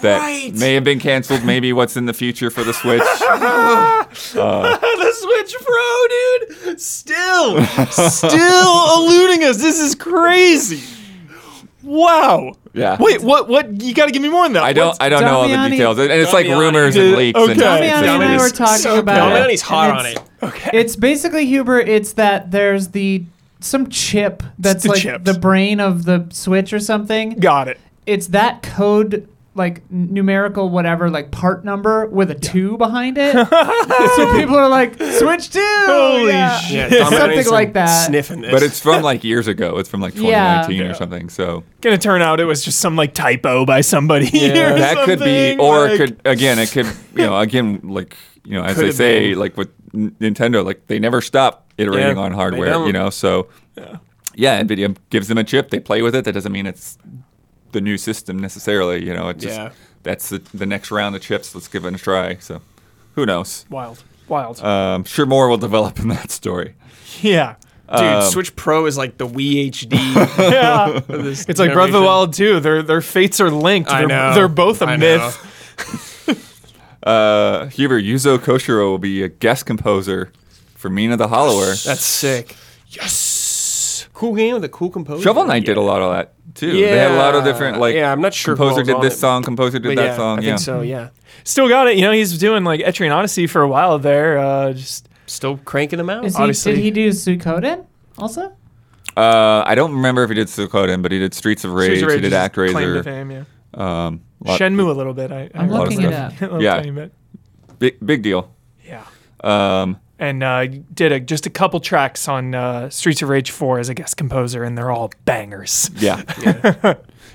Speaker 2: that
Speaker 5: Right.
Speaker 2: may have been canceled, maybe what's in the future for the Switch.
Speaker 4: (laughs) the Switch Pro, dude. (laughs) Still, still eluding us. This is crazy. Wow.
Speaker 2: Yeah.
Speaker 4: Wait, what? What? You got to give me more on that.
Speaker 2: I don't, I don't know all the
Speaker 1: Damiani-
Speaker 2: details. And it's like
Speaker 5: Damiani.
Speaker 2: rumors
Speaker 4: Did-
Speaker 2: and leaks.
Speaker 4: okay.
Speaker 2: And
Speaker 4: Damiani
Speaker 1: Damiani and I
Speaker 5: Domini's
Speaker 1: were talking
Speaker 5: so
Speaker 1: about
Speaker 5: good.
Speaker 1: it.
Speaker 5: Domini's hot
Speaker 1: and
Speaker 5: on
Speaker 1: it's-
Speaker 5: it.
Speaker 1: It's basically Huber. It's that there's the some chip that's
Speaker 4: the
Speaker 1: like
Speaker 4: chips.
Speaker 1: the brain of the switch or something.
Speaker 4: Got it.
Speaker 1: It's that code like numerical whatever like part number with a two behind (laughs) it. so people are like switch two.
Speaker 4: Holy
Speaker 1: yeah.
Speaker 4: shit.
Speaker 5: Yeah,
Speaker 1: Something
Speaker 5: Domini's
Speaker 1: like that.
Speaker 5: Sniffing this.
Speaker 2: But it's from like years ago. It's from like
Speaker 1: Yeah.
Speaker 2: 2019 or something. So
Speaker 4: Gonna turn out it was just some like typo by somebody. (laughs) or
Speaker 2: that could be,
Speaker 4: something,
Speaker 2: or it
Speaker 4: like-
Speaker 2: could again, it could, you
Speaker 5: (laughs)
Speaker 2: know, again, like you know, as they
Speaker 5: have
Speaker 2: say,
Speaker 5: been.
Speaker 2: like with N- Nintendo, like they never stop iterating
Speaker 5: Yeah,
Speaker 2: on
Speaker 5: they
Speaker 2: hardware. You
Speaker 5: don't.
Speaker 2: know, so yeah. Nvidia gives them a chip. They play with it. That doesn't mean it's the new system necessarily. You know, it just
Speaker 5: Yeah.
Speaker 2: that's the, the next round of chips. Let's give it a try. So who knows?
Speaker 4: wild, wild.
Speaker 2: Um, sure, more will develop in that story.
Speaker 4: Uh,
Speaker 2: (laughs)
Speaker 4: yeah.
Speaker 5: dude,
Speaker 2: um,
Speaker 5: Switch Pro is like the Wii HD.
Speaker 4: Yeah.
Speaker 5: of this
Speaker 4: It's like Breath of the
Speaker 5: generation.
Speaker 4: Wild too. Their their fates are linked.
Speaker 5: I
Speaker 4: they're,
Speaker 5: know.
Speaker 4: they're both a
Speaker 5: I know.
Speaker 4: myth.
Speaker 2: Uh, Huber Yuzo Koshiro will be a guest composer for Mina the Hollower.
Speaker 5: That's sick. Yes. Cool game with a cool composer.
Speaker 2: Shovel Knight did a lot of that too. They had a lot of
Speaker 5: Yeah.
Speaker 2: different like.
Speaker 5: Yeah, I'm not sure who
Speaker 2: Composer
Speaker 5: else
Speaker 2: did
Speaker 5: on
Speaker 2: this
Speaker 5: it,
Speaker 2: song. Composer did
Speaker 5: But
Speaker 2: that
Speaker 5: yeah,
Speaker 2: song.
Speaker 5: I
Speaker 2: yeah.
Speaker 5: think so. Yeah.
Speaker 4: Still got it. You know, he's doing like Etrian Odyssey for a while there. Uh, just
Speaker 5: Still cranking them out.
Speaker 1: Is he,
Speaker 4: Obviously.
Speaker 1: did he do Suikoden also?
Speaker 2: Uh, I don't remember if he did Suikoden, but he did Streets of Rage.
Speaker 4: Streets of Rage
Speaker 2: he did
Speaker 4: is
Speaker 2: Act
Speaker 4: claim to
Speaker 2: Razor.
Speaker 4: fame, yeah.
Speaker 2: Um, lot-
Speaker 4: Shenmue a little bit. I, I
Speaker 1: I'm
Speaker 4: heard.
Speaker 1: looking it
Speaker 2: lot of
Speaker 1: up.
Speaker 2: stuff.
Speaker 4: (laughs) A little
Speaker 2: Yeah.
Speaker 4: tiny bit.
Speaker 2: Big, big deal.
Speaker 4: Yeah.
Speaker 2: Um,
Speaker 4: And uh, did a, just a couple tracks on uh, Streets of Rage 4 as a guest composer, and they're all bangers.
Speaker 5: (laughs)
Speaker 2: Yeah.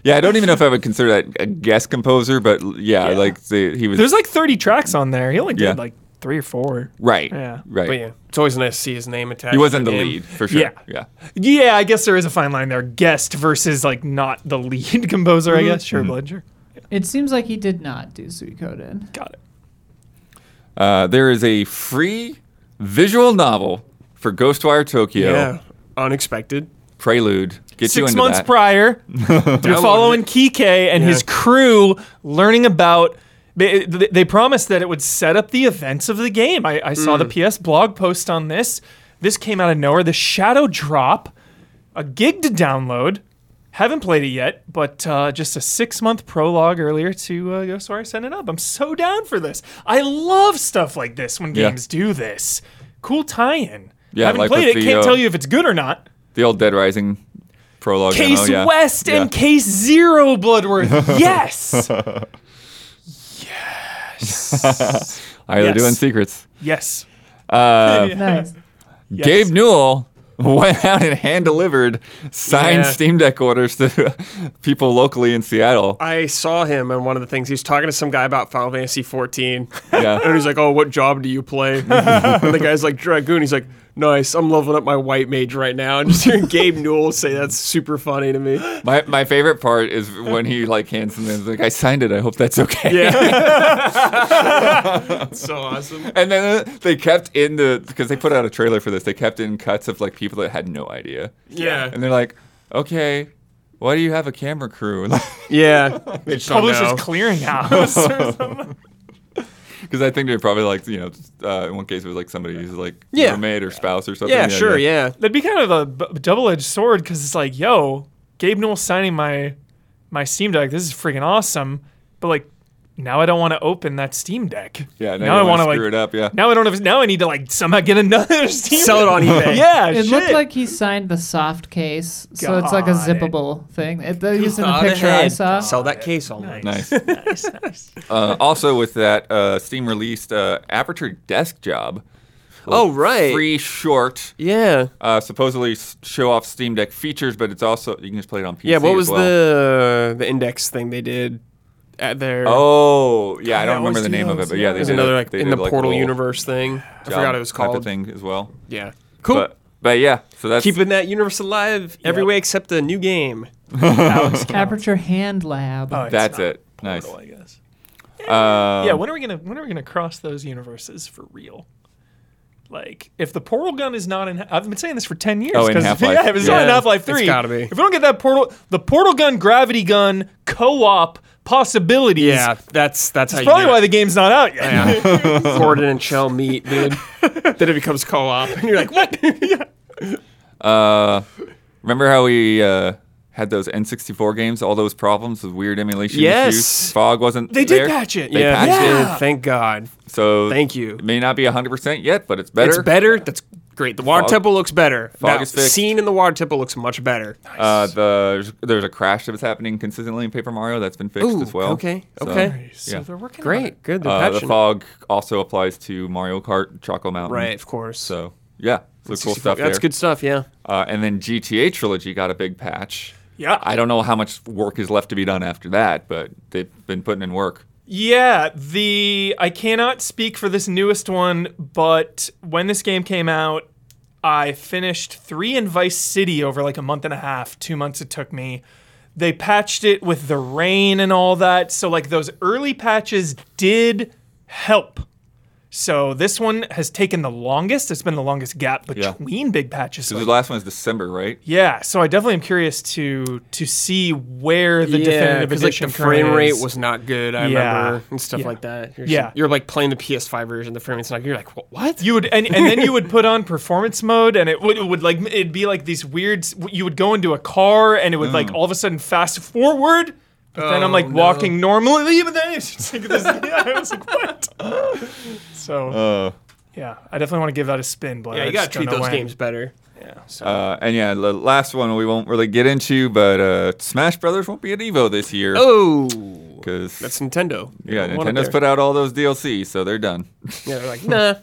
Speaker 2: yeah. I don't even know if I would consider that a guest composer, but l- yeah,
Speaker 4: Yeah.
Speaker 2: like the, he was
Speaker 4: There's like 30 tracks on there. He only did
Speaker 2: Yeah.
Speaker 4: like three or four.
Speaker 2: right.
Speaker 4: Yeah.
Speaker 2: Right.
Speaker 5: But yeah, it's always nice to see his name attached.
Speaker 2: He wasn't
Speaker 5: to
Speaker 2: the
Speaker 5: a game.
Speaker 2: lead for sure.
Speaker 4: Yeah.
Speaker 2: Yeah.
Speaker 4: Yeah, I guess there is a fine line there. Guest versus like not the lead (laughs) composer,
Speaker 2: Mm-hmm.
Speaker 4: I guess. Sure, Blood, sure.
Speaker 1: It seems like he did not do (laughs) Suikoden.
Speaker 4: Got it.
Speaker 2: Uh, there is a free visual novel for Ghostwire Tokyo
Speaker 5: Yeah. Unexpected.
Speaker 2: Prelude. Get you
Speaker 4: Six
Speaker 2: into
Speaker 4: months
Speaker 2: that. (laughs)
Speaker 4: prior, you're following Kike and his crew learning about. They, they they promised that it would set up the events of the game. I, I saw
Speaker 2: Mm.
Speaker 4: the PS blog post on this. This came out of nowhere. The Shadow Drop, a gig to download. Haven't played it yet, but uh, just a six month prologue earlier to uh, Ghostwire Send It Up. I'm so down for this. I love stuff like this when
Speaker 2: Yeah.
Speaker 4: games do this. Cool tie in.
Speaker 2: Yeah,
Speaker 4: haven't
Speaker 2: like
Speaker 4: played
Speaker 2: with
Speaker 4: it.
Speaker 2: the,
Speaker 4: Can't
Speaker 2: uh,
Speaker 4: tell you if it's good or not.
Speaker 2: the old Dead Rising prologue.
Speaker 4: Case
Speaker 2: demo, yeah.
Speaker 4: West
Speaker 2: Yeah.
Speaker 4: and Case Zero
Speaker 2: (laughs)
Speaker 4: Bloodworth. yes. yes.
Speaker 2: All right, they're
Speaker 4: Yes.
Speaker 2: doing secrets.
Speaker 4: yes.
Speaker 2: Uh,
Speaker 1: Nice.
Speaker 2: Gabe Newell (laughs) went out and hand delivered signed
Speaker 5: Yeah.
Speaker 2: Steam Deck orders to (laughs) people locally in Seattle.
Speaker 5: I saw him on one of the things. He was talking to some guy about Final Fantasy 14.
Speaker 2: Yeah.
Speaker 5: (laughs) And he's like, "Oh, what job do you play?" and the guy's like, "Dragoon." He's like, "Nice, I'm leveling up my white mage right now." And just hearing Gabe Newell say that's super funny to me.
Speaker 2: My my favorite part is when he like hands them in, like I signed it. I hope that's okay.
Speaker 5: Yeah, so awesome.
Speaker 2: (laughs) And then uh, they kept in the because they put out a trailer for this. They kept in cuts of like people that had no idea,
Speaker 5: Yeah,
Speaker 2: and they're like, "Okay, why do you have a camera crew?" (laughs)
Speaker 5: yeah.
Speaker 4: Publishers
Speaker 5: (laughs)
Speaker 4: (laughs) Clearinghouse.
Speaker 2: Because I think they're probably like you know, just, uh, in one case it was like somebody who's like
Speaker 5: Yeah.
Speaker 2: roommate or spouse or something. uh,
Speaker 5: yeah, sure. Yeah,
Speaker 4: That'd be kind of a b- double-edged sword because it's like, yo, Gabe Newell signing my my Steam Deck. This is freaking awesome. But like, now I don't want to open that Steam Deck.
Speaker 2: Yeah, now,
Speaker 4: I
Speaker 2: I want
Speaker 4: wanna,
Speaker 2: to screw
Speaker 4: like.
Speaker 2: it up. Yeah,
Speaker 4: Now I don't have. Now I need to like somehow get another (laughs) Steam.
Speaker 5: sell it
Speaker 4: Deck.
Speaker 5: on eBay.
Speaker 4: Yeah,
Speaker 1: It
Speaker 4: shit.
Speaker 1: looked like he signed the soft case, so it's like a
Speaker 4: Got it.
Speaker 1: zippable thing. It, that was in the
Speaker 5: Thought
Speaker 1: picture I
Speaker 5: ahead.
Speaker 1: saw.
Speaker 5: Sell that case online.
Speaker 4: (laughs)
Speaker 2: nice.
Speaker 4: nice, nice.
Speaker 2: Uh, also, with that, uh, Steam released uh, Aperture Desk Job.
Speaker 5: Oh, right.
Speaker 2: Free short,
Speaker 5: Yeah,
Speaker 2: uh, supposedly s- show off Steam Deck features, but it's also you can just play it on PC.
Speaker 5: yeah. What
Speaker 2: as
Speaker 5: was
Speaker 2: well.
Speaker 5: the the index thing they did at their?
Speaker 2: Oh, yeah, I don't
Speaker 4: they
Speaker 2: remember
Speaker 4: always
Speaker 2: the
Speaker 4: do
Speaker 2: name of it,
Speaker 4: those,
Speaker 2: but yeah,
Speaker 4: yeah.
Speaker 2: they
Speaker 5: there's
Speaker 2: did
Speaker 5: another
Speaker 2: a-
Speaker 5: like
Speaker 2: they
Speaker 5: in
Speaker 2: did
Speaker 5: the
Speaker 2: a, like,
Speaker 5: portal
Speaker 2: little
Speaker 5: universe thing. I
Speaker 2: job
Speaker 5: forgot what it was
Speaker 2: type of
Speaker 5: called.
Speaker 2: thing as well.
Speaker 5: Yeah, cool.
Speaker 2: But but yeah, so that's
Speaker 5: Keeping that universe alive every
Speaker 4: Yep.
Speaker 5: way except a new game.
Speaker 1: Aperture Hand Lab.
Speaker 4: Oh, it's
Speaker 2: that's
Speaker 4: not
Speaker 2: it. Nice.
Speaker 4: Portal, I guess.
Speaker 2: Um,
Speaker 4: yeah, when are we gonna when are we gonna cross those universes for real? Like, if the portal gun is not in, I've been saying this for ten years.
Speaker 2: Oh, in
Speaker 4: 'cause- (laughs)
Speaker 2: Half-Life.
Speaker 4: Yeah, if it's not in
Speaker 5: Yeah,
Speaker 4: Half Life
Speaker 5: it's
Speaker 4: Three,
Speaker 5: gotta be.
Speaker 4: If we don't get that portal, the portal gun, gravity gun, co-op possibilities.
Speaker 5: Yeah, that's that's how
Speaker 4: it's
Speaker 5: you
Speaker 4: probably
Speaker 5: do
Speaker 4: why
Speaker 5: it.
Speaker 4: the game's not out yet.
Speaker 5: Yeah.
Speaker 2: (laughs)
Speaker 5: Gordon and Shell meet, dude. then it becomes co-op, and you're
Speaker 4: (laughs)
Speaker 5: like, what?
Speaker 2: Uh, remember how we uh, had those N64 games, all those problems with weird emulation
Speaker 5: Yes.
Speaker 2: issues? Fog wasn't
Speaker 4: They did
Speaker 2: there.
Speaker 4: patch it.
Speaker 2: They
Speaker 5: yeah,
Speaker 2: patched
Speaker 4: Yeah.
Speaker 2: it.
Speaker 5: dude, thank God.
Speaker 2: So
Speaker 5: Thank you.
Speaker 2: It may not be 100% yet, but it's better.
Speaker 5: It's better. That's great. The water
Speaker 2: Fog-
Speaker 5: temple looks better.
Speaker 2: Fog
Speaker 5: That
Speaker 2: is fixed.
Speaker 5: scene in the water temple looks much better.
Speaker 2: Uh, the, there's a crash that was happening consistently in Paper Mario that's been fixed
Speaker 5: Ooh,
Speaker 2: as well.
Speaker 5: okay,
Speaker 2: So,
Speaker 5: okay.
Speaker 4: So
Speaker 2: Yeah.
Speaker 4: they're working. on it.
Speaker 5: Great, good. They're
Speaker 2: uh, the
Speaker 5: patching. it.
Speaker 2: fog also applies to Mario Kart, Choco Mountain.
Speaker 5: right, of course.
Speaker 2: So, yeah, so cool
Speaker 5: 64
Speaker 2: stuff
Speaker 5: That's
Speaker 2: there.
Speaker 5: good stuff. Yeah.
Speaker 2: Uh, and then GTA Trilogy got a big patch.
Speaker 4: Yeah.
Speaker 2: I don't know how much work is left to be done after that, but they've been putting in work.
Speaker 4: Yeah, the I cannot speak for this newest one, but when this game came out, I finished three in Vice City over like a month and a half, two months it took me. They patched it with the rain and all that, so like those early patches did help. So this one has taken the longest. It's been the longest gap
Speaker 2: Yeah.
Speaker 4: between big patches.
Speaker 2: So
Speaker 4: like-
Speaker 2: the last one is December, right?
Speaker 4: yeah, so I definitely am curious to to see where the definitive
Speaker 5: 'cause, like
Speaker 4: edition
Speaker 5: the frame
Speaker 4: current
Speaker 5: rate
Speaker 4: is.
Speaker 5: was not good. I
Speaker 4: Yeah.
Speaker 5: remember and stuff
Speaker 4: Yeah.
Speaker 5: like that. You're
Speaker 4: Yeah.
Speaker 5: you're like playing the PS5 version. The frame rate's not. You're like, "Wha- what?
Speaker 4: You would and, and then you
Speaker 5: (laughs)
Speaker 4: would put on performance mode and it would, it would like it'd be like these weird s- you would go into a car and it would like all of a sudden fast forward but then I'm
Speaker 5: Mm. Oh,
Speaker 4: like
Speaker 5: no.
Speaker 4: walking normally (laughs) but then it's just like
Speaker 5: (laughs)
Speaker 4: this yeah, I was like what so
Speaker 2: Uh,
Speaker 4: yeah I definitely want to give that a spin but
Speaker 5: yeah,
Speaker 4: I
Speaker 5: you gotta
Speaker 4: just don't
Speaker 5: treat
Speaker 4: know
Speaker 5: those
Speaker 4: when.
Speaker 5: games better.
Speaker 2: uh, and yeah, the last one we won't really get into, but uh, Smash Brothers won't be at Evo this year
Speaker 5: Oh,
Speaker 2: because
Speaker 5: that's Nintendo.
Speaker 2: yeah,
Speaker 5: They don't want it
Speaker 2: Nintendo's
Speaker 5: there.
Speaker 2: put out all those DLC, so they're done. (laughs)
Speaker 5: Yeah, they're like, nah,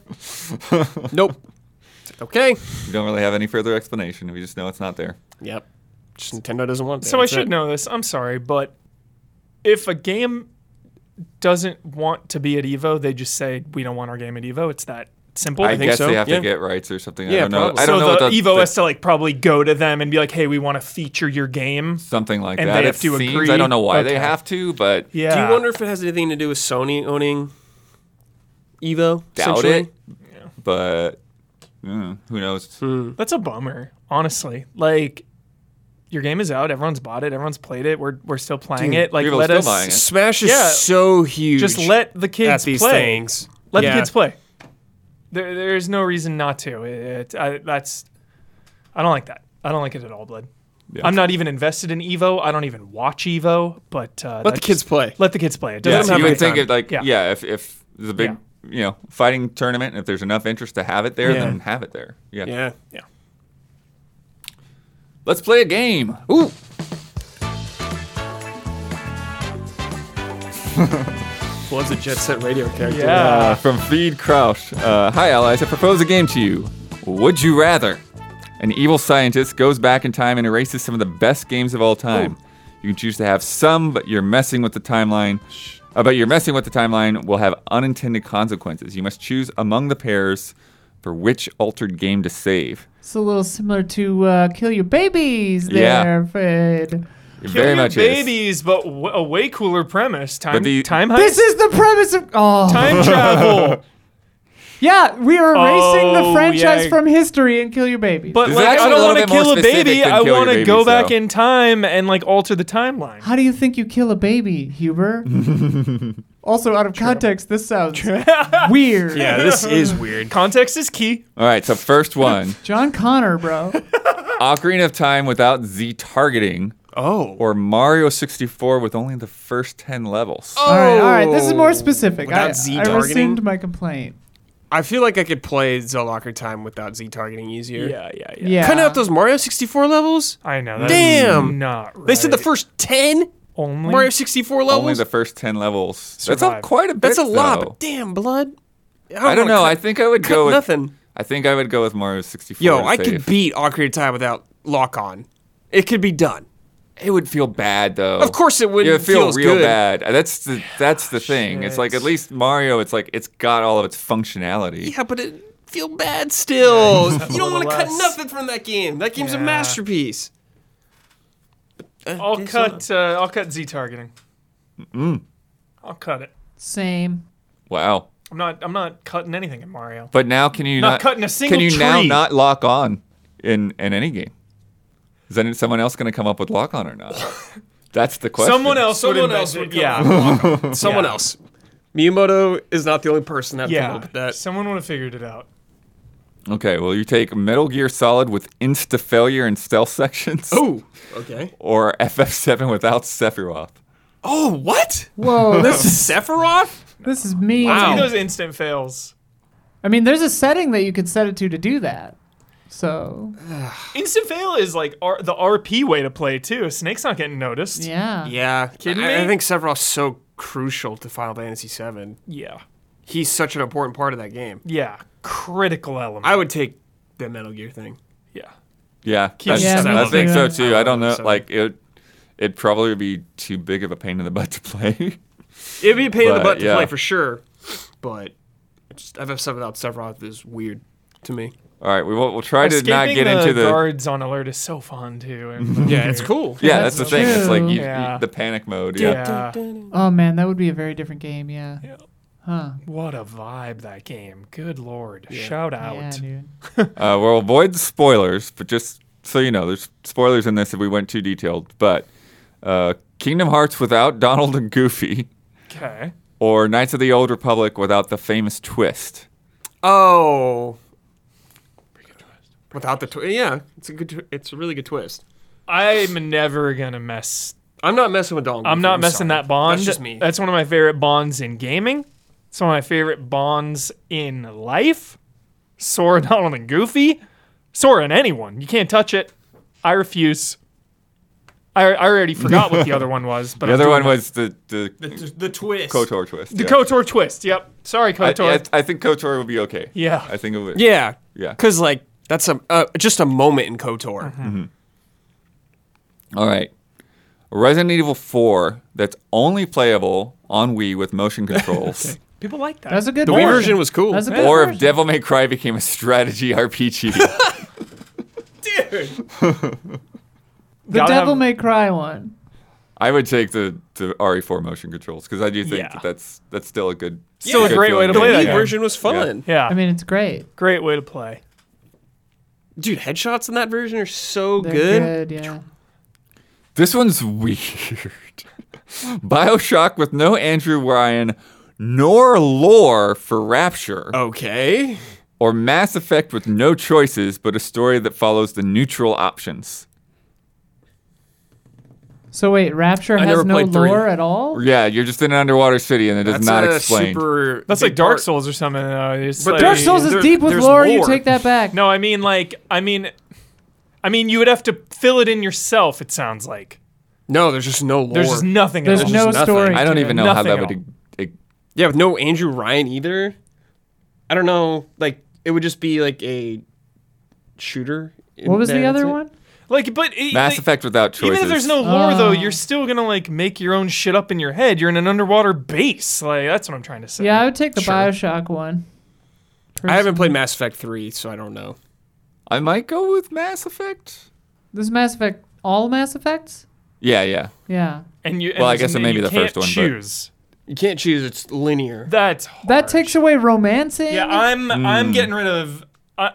Speaker 5: nope. Okay.
Speaker 2: We don't really have any further explanation. We just know it's not there.
Speaker 5: Yep. Just Nintendo doesn't want. it
Speaker 4: so
Speaker 5: there,
Speaker 4: I
Speaker 5: that's
Speaker 4: should
Speaker 5: it.
Speaker 4: know this I'm sorry but if a game doesn't want to be at Evo they just say we don't want our game at Evo it's that simple
Speaker 2: I, guess
Speaker 5: so,
Speaker 2: they have
Speaker 5: yeah.
Speaker 2: to get rights or something. I
Speaker 5: Yeah,
Speaker 2: don't know.
Speaker 5: probably.
Speaker 2: I don't
Speaker 4: so
Speaker 2: know what
Speaker 4: the
Speaker 2: the-
Speaker 4: Evo
Speaker 2: the-
Speaker 4: has to like probably go to them and be like, "Hey, we want to feature your game."
Speaker 2: something like
Speaker 4: and
Speaker 2: that.
Speaker 4: they
Speaker 2: it
Speaker 4: have to
Speaker 2: seems.
Speaker 4: agree.
Speaker 2: I don't know why they
Speaker 4: Okay.
Speaker 2: have to, but
Speaker 4: Yeah.
Speaker 5: Do you wonder if it has anything to do with Sony owning Evo?
Speaker 2: doubt
Speaker 5: essentially?
Speaker 2: it. But mm, who knows?
Speaker 4: That's a bummer, honestly. Like, your game is out. Everyone's bought it. Everyone's played it. We're we're still playing it. Like,
Speaker 2: people
Speaker 4: let
Speaker 2: are
Speaker 4: us
Speaker 2: still buying it.
Speaker 5: Smash is
Speaker 4: Yeah.
Speaker 5: so huge.
Speaker 4: just let the
Speaker 5: at
Speaker 4: kids
Speaker 5: these
Speaker 4: play.
Speaker 5: things.
Speaker 4: Let
Speaker 5: Yeah.
Speaker 4: the kids play. There, there's no reason not to. It, I, that's, I don't like that. I don't like it at all, Blood.
Speaker 2: Yeah.
Speaker 4: I'm not even invested in Evo. I don't even watch Evo. But uh,
Speaker 5: Let the
Speaker 4: that's-
Speaker 5: kids play.
Speaker 4: Let the kids play. It
Speaker 2: Yeah,
Speaker 4: doesn't
Speaker 2: you
Speaker 4: have
Speaker 2: would
Speaker 4: to
Speaker 2: think it like yeah,
Speaker 4: Yeah.
Speaker 2: if if the big
Speaker 4: Yeah.
Speaker 2: you know fighting tournament, and if there's enough interest to have it there,
Speaker 5: Yeah.
Speaker 2: then have it there. Yeah.
Speaker 5: Yeah.
Speaker 2: Let's play a game.
Speaker 5: Ooh. Blood's a Jet Set Radio character.
Speaker 4: Yeah. (laughs)
Speaker 2: Uh, from Feed Crouch. Uh, Hi, allies. I propose a game to you. Would you rather? An evil scientist goes back in time and erases some of the best games of all time. You can choose to have some, but you're messing with the timeline. Uh, but you're messing with the timeline will have unintended consequences. You must choose among the pairs for which altered game to save.
Speaker 1: It's a little similar to uh, Kill Your Babies
Speaker 2: Yeah.
Speaker 1: there, Fred.
Speaker 2: It
Speaker 4: Kill
Speaker 2: very
Speaker 4: your
Speaker 2: much is.
Speaker 4: babies, but w- a way cooler premise. Time,
Speaker 2: the-
Speaker 4: time heist.
Speaker 1: This is the premise of. Oh.
Speaker 4: time
Speaker 2: (laughs)
Speaker 4: travel.
Speaker 1: Yeah, we are erasing
Speaker 4: Oh,
Speaker 1: the franchise
Speaker 4: yeah.
Speaker 1: from history and Kill Your Babies.
Speaker 4: But
Speaker 2: This is
Speaker 4: like, I
Speaker 2: actually a
Speaker 4: don't
Speaker 2: little
Speaker 4: want to
Speaker 2: bit more
Speaker 4: kill a
Speaker 2: specific
Speaker 4: baby.
Speaker 2: than
Speaker 4: I
Speaker 2: kill your
Speaker 4: want to
Speaker 2: babies,
Speaker 4: go back
Speaker 2: though.
Speaker 4: in time and like alter the timeline.
Speaker 1: How do you think you kill a baby,
Speaker 5: (laughs)
Speaker 1: Huber? also, out of context, this sounds (laughs) weird.
Speaker 5: Yeah, this is weird.
Speaker 4: Context is key.
Speaker 2: All right, so first one
Speaker 1: John Connor,
Speaker 5: (laughs)
Speaker 1: bro.
Speaker 2: Ocarina of Time without Z targeting,
Speaker 5: (laughs) Oh.
Speaker 2: or Mario 64 with only the first 10 levels.
Speaker 5: Oh,
Speaker 1: All right, all right. This is more specific.
Speaker 5: Without
Speaker 1: I,
Speaker 5: Z
Speaker 1: I
Speaker 5: targeting?
Speaker 1: rescind my complaint.
Speaker 5: I feel like I could play Zolocker Time without Z targeting easier.
Speaker 4: yeah,
Speaker 1: Yeah.
Speaker 5: Cutting out those Mario 64 levels?
Speaker 4: I know. That's
Speaker 5: Damn.
Speaker 4: Not right.
Speaker 5: They said the first 10
Speaker 4: only.
Speaker 5: Mario 64 levels?
Speaker 2: Only the first 10 levels. That's
Speaker 4: Survive.
Speaker 2: a, quite a bit.
Speaker 5: That's a lot,
Speaker 2: though.
Speaker 5: but damn, blood.
Speaker 2: I don't
Speaker 5: wanna
Speaker 2: know. I
Speaker 5: cut-
Speaker 2: think I would
Speaker 5: (laughs) cut
Speaker 2: go with
Speaker 5: nothing.
Speaker 2: I think I would go with Mario 64.
Speaker 5: Yo,
Speaker 2: to
Speaker 5: I could
Speaker 2: save.
Speaker 5: beat Ocarina of Time without lock on. It could be done.
Speaker 2: It would feel bad though.
Speaker 5: Of course it would.
Speaker 2: It would feel
Speaker 5: feels
Speaker 2: real
Speaker 5: good. Ah,
Speaker 2: bad. Uh, That's the that's the thing. It's like at least Mario. It's like it's got all of its functionality.
Speaker 5: Yeah, but it feel bad
Speaker 1: (laughs)
Speaker 5: still. you don't
Speaker 4: little
Speaker 5: want to cut
Speaker 4: less.
Speaker 5: nothing from that game. That game's a
Speaker 4: Yeah.
Speaker 5: masterpiece. But, uh,
Speaker 4: I'll
Speaker 5: it's
Speaker 4: cut. Uh, I'll cut Z targeting.
Speaker 2: Mm.
Speaker 4: I'll cut it.
Speaker 1: Same.
Speaker 2: Wow.
Speaker 4: I'm not. I'm not cutting anything in Mario.
Speaker 2: But now can you
Speaker 4: Not
Speaker 2: not,
Speaker 4: cutting a single
Speaker 2: Can you now
Speaker 4: tree.
Speaker 2: not lock on in in any game? Is then someone else going to come up with lock on or
Speaker 4: (laughs)
Speaker 2: not? that's the question.
Speaker 4: Someone else. would
Speaker 5: Someone
Speaker 4: invent
Speaker 5: else
Speaker 4: it,
Speaker 5: would come
Speaker 4: Yeah.
Speaker 5: not- someone
Speaker 4: yeah.
Speaker 5: else. Miyamoto is not the only person that yeah.
Speaker 4: yeah.
Speaker 5: up that.
Speaker 4: Someone would have figured it out.
Speaker 2: Okay. Well, you take Metal Gear Solid with insta failure and stealth sections.
Speaker 5: Oh, okay.
Speaker 2: (laughs) or FF7 without Sephiroth.
Speaker 5: Oh, what? (laughs)
Speaker 1: Whoa, this,
Speaker 5: This is Sephiroth?
Speaker 1: this is mean.
Speaker 5: Wow.
Speaker 4: See those instant fails.
Speaker 1: I mean, there's a setting that you could set it to to do that. So,
Speaker 4: Instant fail is like R- the RP way to play too. Snake's not getting
Speaker 1: (laughs)
Speaker 4: noticed.
Speaker 1: yeah.
Speaker 5: Yeah,
Speaker 4: Kidding
Speaker 5: I, I
Speaker 4: me?
Speaker 5: think Sephiroth's so crucial to Final Fantasy VII.
Speaker 4: Yeah.
Speaker 5: He's such an important part of that game.
Speaker 4: Yeah. Critical element.
Speaker 5: I would take the Metal Gear thing.
Speaker 4: yeah.
Speaker 2: Yeah, that's-
Speaker 4: Yeah,
Speaker 1: me
Speaker 2: I think so
Speaker 1: too.
Speaker 2: too. I don't know.
Speaker 5: So-
Speaker 2: Like it, it'd probably be too big of a pain in the (laughs) butt to play.
Speaker 5: It'd be a pain in
Speaker 2: But,
Speaker 5: the butt to
Speaker 2: yeah.
Speaker 5: play for sure, but just FF7 without Sephiroth is weird to me.
Speaker 2: All right, we will, we'll try to not
Speaker 4: Escaping
Speaker 2: get into the.
Speaker 4: guards on alert is so fun too. and-
Speaker 5: Yeah, it's cool.
Speaker 2: (laughs) Yeah, that's, the thing. It's like
Speaker 1: true.
Speaker 2: you, you-
Speaker 4: Yeah.
Speaker 2: the panic mode. Yeah.
Speaker 4: yeah.
Speaker 1: Oh man, that would be a very different game. Yeah.
Speaker 4: What a vibe that game. Good lord. Shout out.
Speaker 1: Yeah, dude.
Speaker 2: Uh, we'll avoid spoilers, but just so you know, there's spoilers in this if we went too detailed. But uh, Kingdom Hearts without Donald and Goofy,
Speaker 4: Okay.
Speaker 2: or Knights of the Old Republic without the famous twist.
Speaker 5: Oh. Without the twist, yeah, it's a good, tw- it's a really good twist.
Speaker 4: I'm never gonna mess.
Speaker 5: I'm not messing with Donald.
Speaker 4: I'm
Speaker 5: Goofy,
Speaker 4: not messing
Speaker 5: sorry.
Speaker 4: that bond. Uh,
Speaker 5: That's just me.
Speaker 4: That's one of my favorite bonds in gaming. It's one of my favorite bonds in life. Sora, Donald, and Goofy. Sora and anyone. You can't touch it. I refuse. I, I already forgot what the other one was. But
Speaker 2: The
Speaker 4: I'm
Speaker 2: other
Speaker 4: doing
Speaker 2: one
Speaker 4: it.
Speaker 2: was the, the
Speaker 3: The, the, the twist.
Speaker 2: KOTOR twist.
Speaker 4: the
Speaker 2: yeah.
Speaker 4: Kotor twist. Yep. Sorry,
Speaker 2: I,
Speaker 4: Kotor.
Speaker 2: I, I think KOTOR would be okay.
Speaker 4: Yeah.
Speaker 2: I think it would.
Speaker 5: Yeah,
Speaker 2: Yeah.
Speaker 5: because like that's a uh, just a moment in Kotor.
Speaker 4: Mm-hmm.
Speaker 2: Mm-hmm. All right. Resident Evil 4 that's only playable on Wii with
Speaker 4: (laughs)
Speaker 2: motion controls.
Speaker 4: People like that.
Speaker 1: That's a good
Speaker 5: The Wii
Speaker 1: version.
Speaker 5: version was cool.
Speaker 1: That's a good
Speaker 2: Or
Speaker 1: version.
Speaker 2: if Devil May Cry became a strategy (laughs) RPG.
Speaker 1: the
Speaker 4: Gotta
Speaker 1: Devil
Speaker 4: have-
Speaker 1: May Cry one.
Speaker 2: I would take the, the RE4 motion controls because I do think
Speaker 4: Yeah.
Speaker 2: that that's that's still a good
Speaker 4: Still a
Speaker 2: good
Speaker 4: great way to
Speaker 2: feeling game.
Speaker 4: play that
Speaker 5: Wii
Speaker 4: Yeah.
Speaker 5: version was fun,
Speaker 4: yeah.
Speaker 1: I mean, it's great.
Speaker 4: great way to play.
Speaker 5: dude. Headshots in that version are so
Speaker 1: They're
Speaker 5: good.
Speaker 1: good. Yeah.
Speaker 2: This one's weird. (laughs) Bioshock with no Andrew Ryan, nor lore for Rapture,
Speaker 4: Oh.
Speaker 5: Okay,
Speaker 2: or Mass Effect with no choices but a story that follows the neutral options.
Speaker 1: So wait, Rapture
Speaker 5: I
Speaker 1: has
Speaker 5: never
Speaker 1: no
Speaker 5: played three.
Speaker 1: lore at all.
Speaker 2: Yeah, you're just in an underwater city and it does
Speaker 5: that's
Speaker 2: not
Speaker 5: a
Speaker 2: explain.
Speaker 5: super.
Speaker 4: That's
Speaker 5: big
Speaker 4: like Dark
Speaker 5: part.
Speaker 4: Souls or something. though. It's
Speaker 5: But
Speaker 4: like-
Speaker 1: Dark Souls is
Speaker 5: there-
Speaker 1: deep with
Speaker 5: there's
Speaker 1: lore. You
Speaker 5: lore.
Speaker 1: take that back.
Speaker 4: No, I mean like I mean I mean you would have to fill it in yourself it sounds like.
Speaker 5: No, there's just no lore.
Speaker 4: There's just nothing
Speaker 1: There's
Speaker 4: at all.
Speaker 1: no
Speaker 5: nothing.
Speaker 1: story.
Speaker 2: I don't
Speaker 1: to it.
Speaker 2: even know how
Speaker 4: Nothing
Speaker 2: that
Speaker 4: at
Speaker 2: would. e- e-
Speaker 5: yeah, with no Andrew Ryan either. I don't know. Like it would just be like a shooter. and
Speaker 1: What was the
Speaker 5: that's
Speaker 1: other
Speaker 5: it.
Speaker 1: one?
Speaker 4: Like but it,
Speaker 2: Mass
Speaker 4: like,
Speaker 2: Effect without choices.
Speaker 4: even if there's no lore
Speaker 1: Oh.
Speaker 4: though, you're still going to like make your own shit up in your head. You're in an underwater base. Like that's what I'm trying to say.
Speaker 1: Yeah, I would take the
Speaker 5: Sure.
Speaker 1: Bioshock one.
Speaker 5: I haven't played Mass Effect three, so I don't know.
Speaker 2: I might go with Mass Effect.
Speaker 1: This Mass Effect, all Mass Effects.
Speaker 2: Yeah, yeah.
Speaker 1: Yeah,
Speaker 4: And you and
Speaker 2: Well, I
Speaker 4: there's
Speaker 2: guess it
Speaker 4: n-
Speaker 2: may be
Speaker 4: you
Speaker 2: the
Speaker 4: can't
Speaker 2: first one, but-
Speaker 4: Choose.
Speaker 5: You can't choose. It's linear.
Speaker 4: That's hard.
Speaker 1: that takes away romancing.
Speaker 4: Yeah, I'm
Speaker 2: Hmm.
Speaker 4: I'm getting rid of I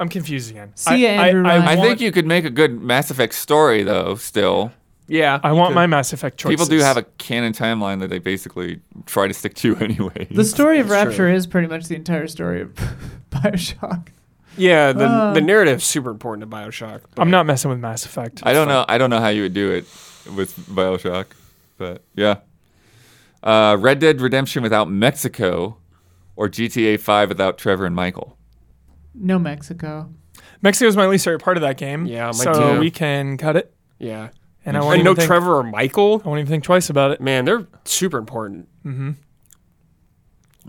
Speaker 4: I'm confused again.
Speaker 1: See ya,
Speaker 4: I,
Speaker 1: Andrew
Speaker 4: I,
Speaker 1: Ryan.
Speaker 2: I
Speaker 4: want,
Speaker 2: think you could make a good Mass Effect story though. Still,
Speaker 5: Yeah,
Speaker 4: I want my Mass Effect choices.
Speaker 2: people do have a canon timeline that they basically try to stick to (laughs) anyway.
Speaker 1: the story of
Speaker 5: That's
Speaker 1: Rapture is pretty much the entire story of (laughs) Bioshock.
Speaker 5: Yeah, the
Speaker 1: Uh.
Speaker 5: the narrative's super important to Bioshock. but-
Speaker 4: I'm not messing with Mass Effect.
Speaker 2: I don't know. I don't know how you would do it with Bioshock, but yeah. Uh, Red Dead Redemption without Mexico, or GTA Five without Trevor and Michael.
Speaker 1: No Mexico.
Speaker 4: Mexico's my least favorite part of that game.
Speaker 5: Yeah, mine
Speaker 4: so
Speaker 5: too.
Speaker 4: we can cut it,
Speaker 5: Yeah,
Speaker 4: and I won't
Speaker 5: and
Speaker 4: even
Speaker 5: no
Speaker 4: think,
Speaker 5: Trevor or Michael.
Speaker 4: I won't even think twice about it.
Speaker 5: Man, they're super important.
Speaker 4: (laughs)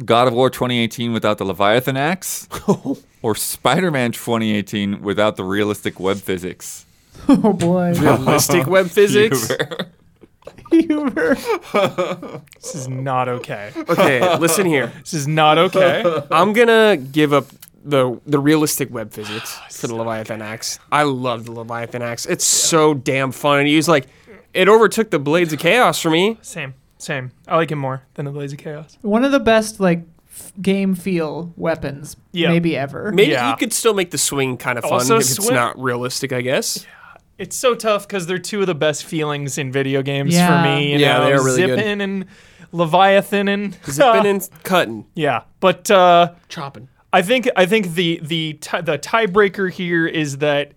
Speaker 2: God of War 2018 without the Leviathan axe, or Spider-Man 2018 without the realistic web physics.
Speaker 1: (laughs) Oh boy, (laughs)
Speaker 5: Realistic web physics.
Speaker 1: Huber.
Speaker 4: This is not
Speaker 5: (laughs)
Speaker 4: okay.
Speaker 5: Okay,
Speaker 4: (laughs)
Speaker 5: listen here.
Speaker 4: This is not okay.
Speaker 5: I'm gonna give up the the realistic
Speaker 4: (sighs)
Speaker 5: web physics for the Leviathan axe. I love the Leviathan axe. It's so damn fun and use like it overtook the Blades of Chaos for me.
Speaker 4: Same, same. I like him more than the Blaze of Chaos.
Speaker 1: One of the best like f- game feel weapons
Speaker 4: Yeah.
Speaker 1: maybe ever.
Speaker 5: Maybe
Speaker 4: Yeah.
Speaker 5: you could still make the swing kind of fun
Speaker 4: Also
Speaker 5: if it's
Speaker 4: swing-
Speaker 5: not realistic, I guess.
Speaker 4: It's so tough because they're two of the best feelings in video games
Speaker 1: Yeah.
Speaker 4: for me. You
Speaker 5: Yeah,
Speaker 4: know,
Speaker 5: they are really
Speaker 4: zipping
Speaker 5: good.
Speaker 4: and Leviathan and
Speaker 5: Zipping and cutting,
Speaker 4: (laughs) yeah. But uh,
Speaker 5: chopping.
Speaker 4: I think I think the the ti- the tiebreaker here is that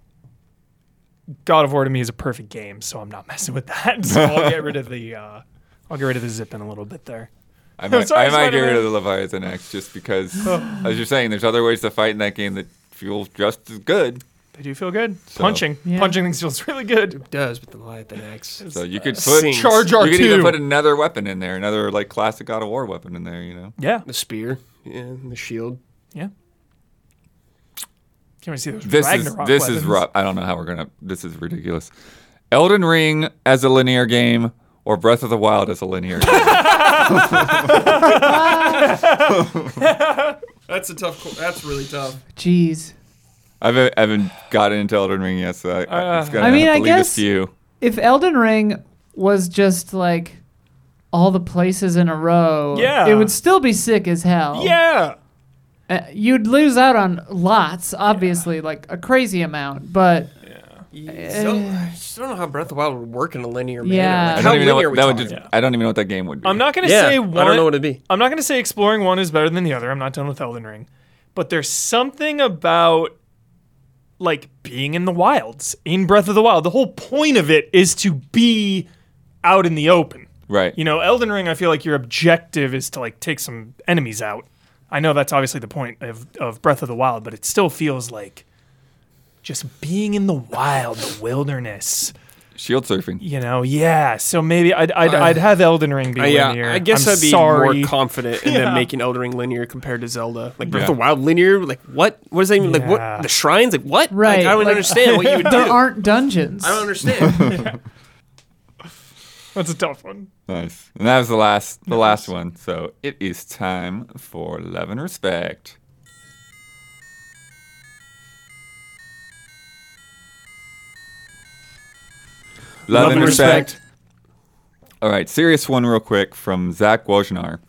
Speaker 4: God of War to me is a perfect game, so I'm not (laughs) messing with that. So I'll get rid of the uh, I'll get rid of the zip in a little bit there.
Speaker 2: I might,
Speaker 4: sorry, Oh.
Speaker 2: I might get rid
Speaker 4: Spider-Man.
Speaker 2: of the Leviathan axe just because, as you're saying, there's other ways to fight in that game that feel just as good.
Speaker 4: They do feel good. Punching,
Speaker 1: Yeah.
Speaker 4: punching things feels really good.
Speaker 5: Does with the Leviathan axe.
Speaker 2: So you could put
Speaker 5: sings.
Speaker 4: Charge
Speaker 2: You could even
Speaker 4: R2.
Speaker 2: put another weapon in there, another like classic God of War weapon in there. You know.
Speaker 4: Yeah,
Speaker 5: The spear. Yeah, the shield.
Speaker 4: yeah. Can we see those
Speaker 2: This
Speaker 4: Ragnarok
Speaker 2: is this
Speaker 4: weapons?
Speaker 2: is rough. I don't know how we're gonna. This is ridiculous. Elden Ring as a linear game or Breath of the Wild as a linear
Speaker 4: (laughs)
Speaker 2: game.
Speaker 5: That's a tough. That's really tough.
Speaker 1: Jeez.
Speaker 2: I haven't, I haven't gotten into Elden Ring yet, so I,
Speaker 4: Uh,
Speaker 2: I, it's gonna
Speaker 1: I mean,
Speaker 2: have to
Speaker 1: I
Speaker 2: leave
Speaker 1: guess-
Speaker 2: this to you.
Speaker 1: If Elden Ring was just like all the places in a row,
Speaker 4: Yeah.
Speaker 1: it would still be sick as hell.
Speaker 4: Yeah.
Speaker 1: Uh, you'd lose out on lots, obviously, like a crazy amount,
Speaker 4: (laughs)
Speaker 1: but
Speaker 5: So, I just don't know how Breath of the Wild would work in a linear manner.
Speaker 1: Eh. Yeah.
Speaker 5: Like,
Speaker 2: I
Speaker 5: how
Speaker 2: don't even know
Speaker 5: linear
Speaker 2: what that
Speaker 5: are we
Speaker 2: would. Just,
Speaker 5: talking?
Speaker 2: I don't even know what that game would be.
Speaker 4: I'm not gonna
Speaker 5: Yeah,
Speaker 4: say
Speaker 5: I
Speaker 4: one.
Speaker 5: don't know what it'd be.
Speaker 4: I'm not gonna say exploring one is better than the other. I'm not done with Elden Ring, but there's something about like being in the wilds in Breath of the Wild. The whole point of it is to be out in the open.
Speaker 2: right.
Speaker 4: You know, Elden Ring. I feel like your objective is to like take some enemies out. I know that's obviously the point of, of Breath of the Wild, but it still feels like just being in the wild, the wilderness.
Speaker 2: Shield surfing.
Speaker 4: You know, yeah. So maybe I'd I'd, I'd have Elden Ring be
Speaker 5: Uh, yeah,
Speaker 4: linear.
Speaker 5: I guess
Speaker 4: i
Speaker 5: i would be
Speaker 4: sorry.
Speaker 5: more confident in
Speaker 4: Yeah.
Speaker 5: them making Elden Ring linear compared to Zelda. Like Breath
Speaker 2: Yeah.
Speaker 5: of the Wild linear, like what? What does that even like?
Speaker 4: Yeah.
Speaker 5: What the shrines? Like what? Like,
Speaker 1: Right,
Speaker 5: I don't even
Speaker 1: like-
Speaker 5: understand what you would
Speaker 1: (laughs)
Speaker 5: do.
Speaker 1: there aren't dungeons.
Speaker 5: I don't
Speaker 2: (laughs)
Speaker 5: understand.
Speaker 4: (laughs) That's a tough one.
Speaker 2: Nice. And that was the last, the last one. So it is time for love and respect. Love, and respect. All right, serious one, real quick from Zach Wojnar.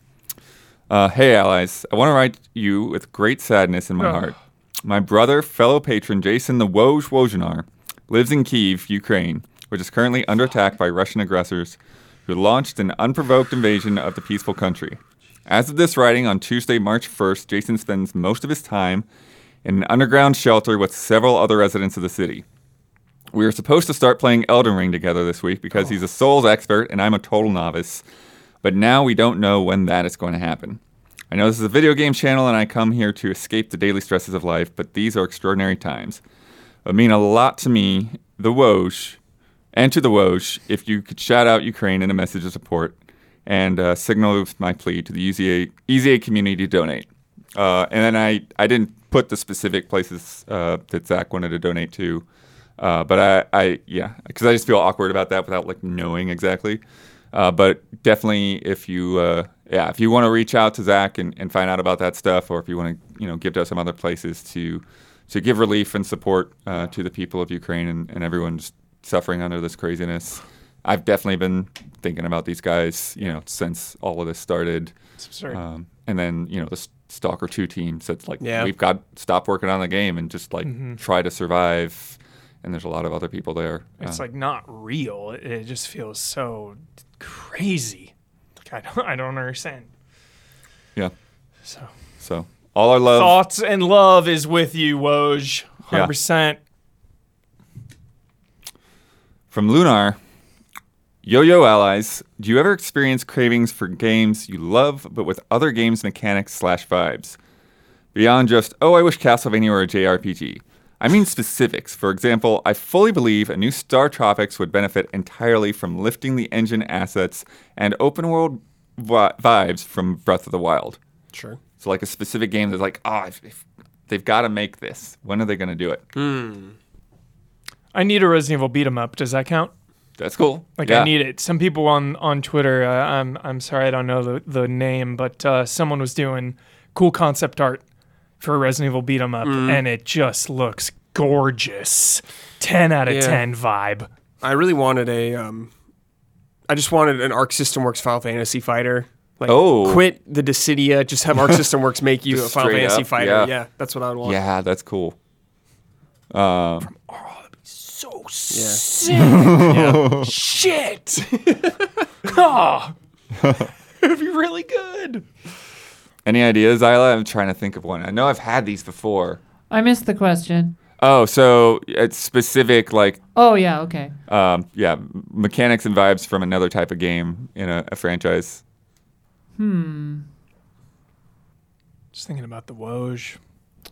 Speaker 2: Uh, hey, allies. I want to write you with great sadness in my heart. My brother, fellow patron Jason the Woj Wojnar, lives in Kiev, Ukraine, which is currently under attack by Russian aggressors who launched an unprovoked invasion of the peaceful country. As of this writing on Tuesday, March 1st, Jason spends most of his time in an underground shelter with several other residents of the city. We were supposed to start playing Elden Ring together this week because he's a Souls expert and I'm a total novice. But now we don't know when that is going to happen. I know this is a video game channel and I come here to escape the daily stresses of life, but these are extraordinary times. It would mean a lot to me, the Woj, and to the Woj if you could shout out Ukraine in a message of support and uh, signal my plea to the EZA, EZA community to donate. Uh, and then I, I didn't put the specific places uh, that Zach wanted to donate to. Uh, but I, I yeah, because I just feel awkward about that without like knowing exactly. Uh, but definitely, if you, uh, yeah, if you want to reach out to Zach and, and find out about that stuff, or if you want to, you know, give to some other places to to give relief and support uh, to the people of Ukraine and, and everyone just suffering under this craziness. I've definitely been thinking about these guys, you know, since all of this started.
Speaker 4: absurd.
Speaker 2: Um, and then you know the S- Stalker Two team said like
Speaker 5: Yeah.
Speaker 2: we've got to stop working on the game and just like
Speaker 4: Mm-hmm.
Speaker 2: try to survive. And there's a lot of other people there. Uh,
Speaker 4: It's like not real. It, it just feels so crazy. Like I don't I don't understand.
Speaker 2: yeah.
Speaker 4: So
Speaker 2: So all our love.
Speaker 4: thoughts and love is with you, Woj. Hundred
Speaker 2: Yeah.
Speaker 4: percent.
Speaker 2: From Lunar, Yo Yo Allies, do you ever experience cravings for games you love, but with other games' mechanics slash vibes? Beyond just, oh, I wish Castlevania were a JRPG. I mean specifics. For example, I fully believe a new Star Tropics would benefit entirely from lifting the engine assets and open world vi- vibes from Breath of the Wild.
Speaker 5: sure.
Speaker 2: So, like a specific game that's like, oh, if, if, they've got to make this. When are they going to do it?
Speaker 4: Hmm. I need a Resident Evil beat 'em up. Does that count?
Speaker 2: That's cool.
Speaker 4: Like
Speaker 2: Yeah.
Speaker 4: I need it. Some people on on Twitter. Uh, I'm I'm sorry I don't know the the name, but uh, someone was doing cool concept art for a Resident Evil beat 'em up, and it just looks gorgeous. Ten out of
Speaker 5: Yeah.
Speaker 4: ten vibe.
Speaker 5: I really wanted a. Um, I just wanted an Arc System Works Final Fantasy fighter. Like,
Speaker 2: Oh.
Speaker 5: quit the Dissidia.
Speaker 2: (laughs)
Speaker 5: Just have Arc System Works make you a
Speaker 2: Just
Speaker 5: Final
Speaker 2: straight
Speaker 5: Fantasy
Speaker 2: up,
Speaker 5: fighter.
Speaker 2: yeah.
Speaker 5: Yeah. that's what I would want.
Speaker 2: Yeah, that's cool.
Speaker 5: Oh,
Speaker 4: So sick.
Speaker 5: (laughs)
Speaker 4: Shit. oh.
Speaker 5: Ah.
Speaker 4: It'd be really good.
Speaker 2: Any ideas, Isla? I'm trying to think of one. I know I've had these before.
Speaker 1: I missed the question.
Speaker 2: Oh, so it's specific, like,
Speaker 1: Oh yeah, okay.
Speaker 2: um, yeah, mechanics and vibes from another type of game in a, a
Speaker 4: (laughs)
Speaker 2: franchise.
Speaker 4: Just thinking about the Woj.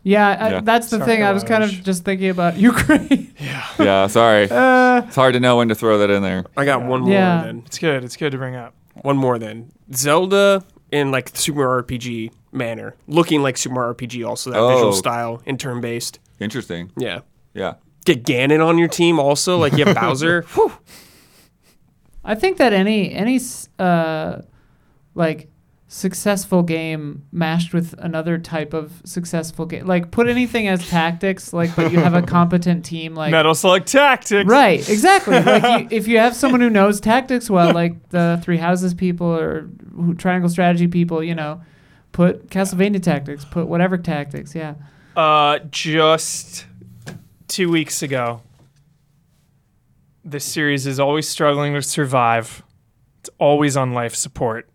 Speaker 1: Yeah, I,
Speaker 2: Yeah.
Speaker 1: that's the
Speaker 4: Sorry,
Speaker 1: thing. I was kind of
Speaker 4: Raj.
Speaker 1: just thinking about (laughs) Ukraine.
Speaker 2: Yeah, sorry. it's hard to know when to throw that in there.
Speaker 5: I got one more
Speaker 1: Yeah.
Speaker 5: then.
Speaker 4: It's good. It's good to bring up.
Speaker 5: One more then. Zelda in like the Super Mario RPG manner, looking like Super Mario RPG. Also that
Speaker 2: Oh.
Speaker 5: visual style and turn based.
Speaker 2: Interesting.
Speaker 5: Yeah.
Speaker 2: Yeah.
Speaker 5: Get Ganon on your team also. Like
Speaker 4: (laughs)
Speaker 5: you have Bowser. Whew.
Speaker 1: I think that any any s- uh, like successful game mashed with another type of successful game. Like put anything as tactics, like but you have a competent team. Like
Speaker 4: Metal Slug Tactics.
Speaker 1: right, exactly. like you, if you have someone who knows tactics well, like the Three Houses people or who, Triangle Strategy people, you know, put Castlevania tactics, put whatever tactics. Yeah.
Speaker 4: Uh, just two weeks ago, this series is always struggling to survive. It's always on life support.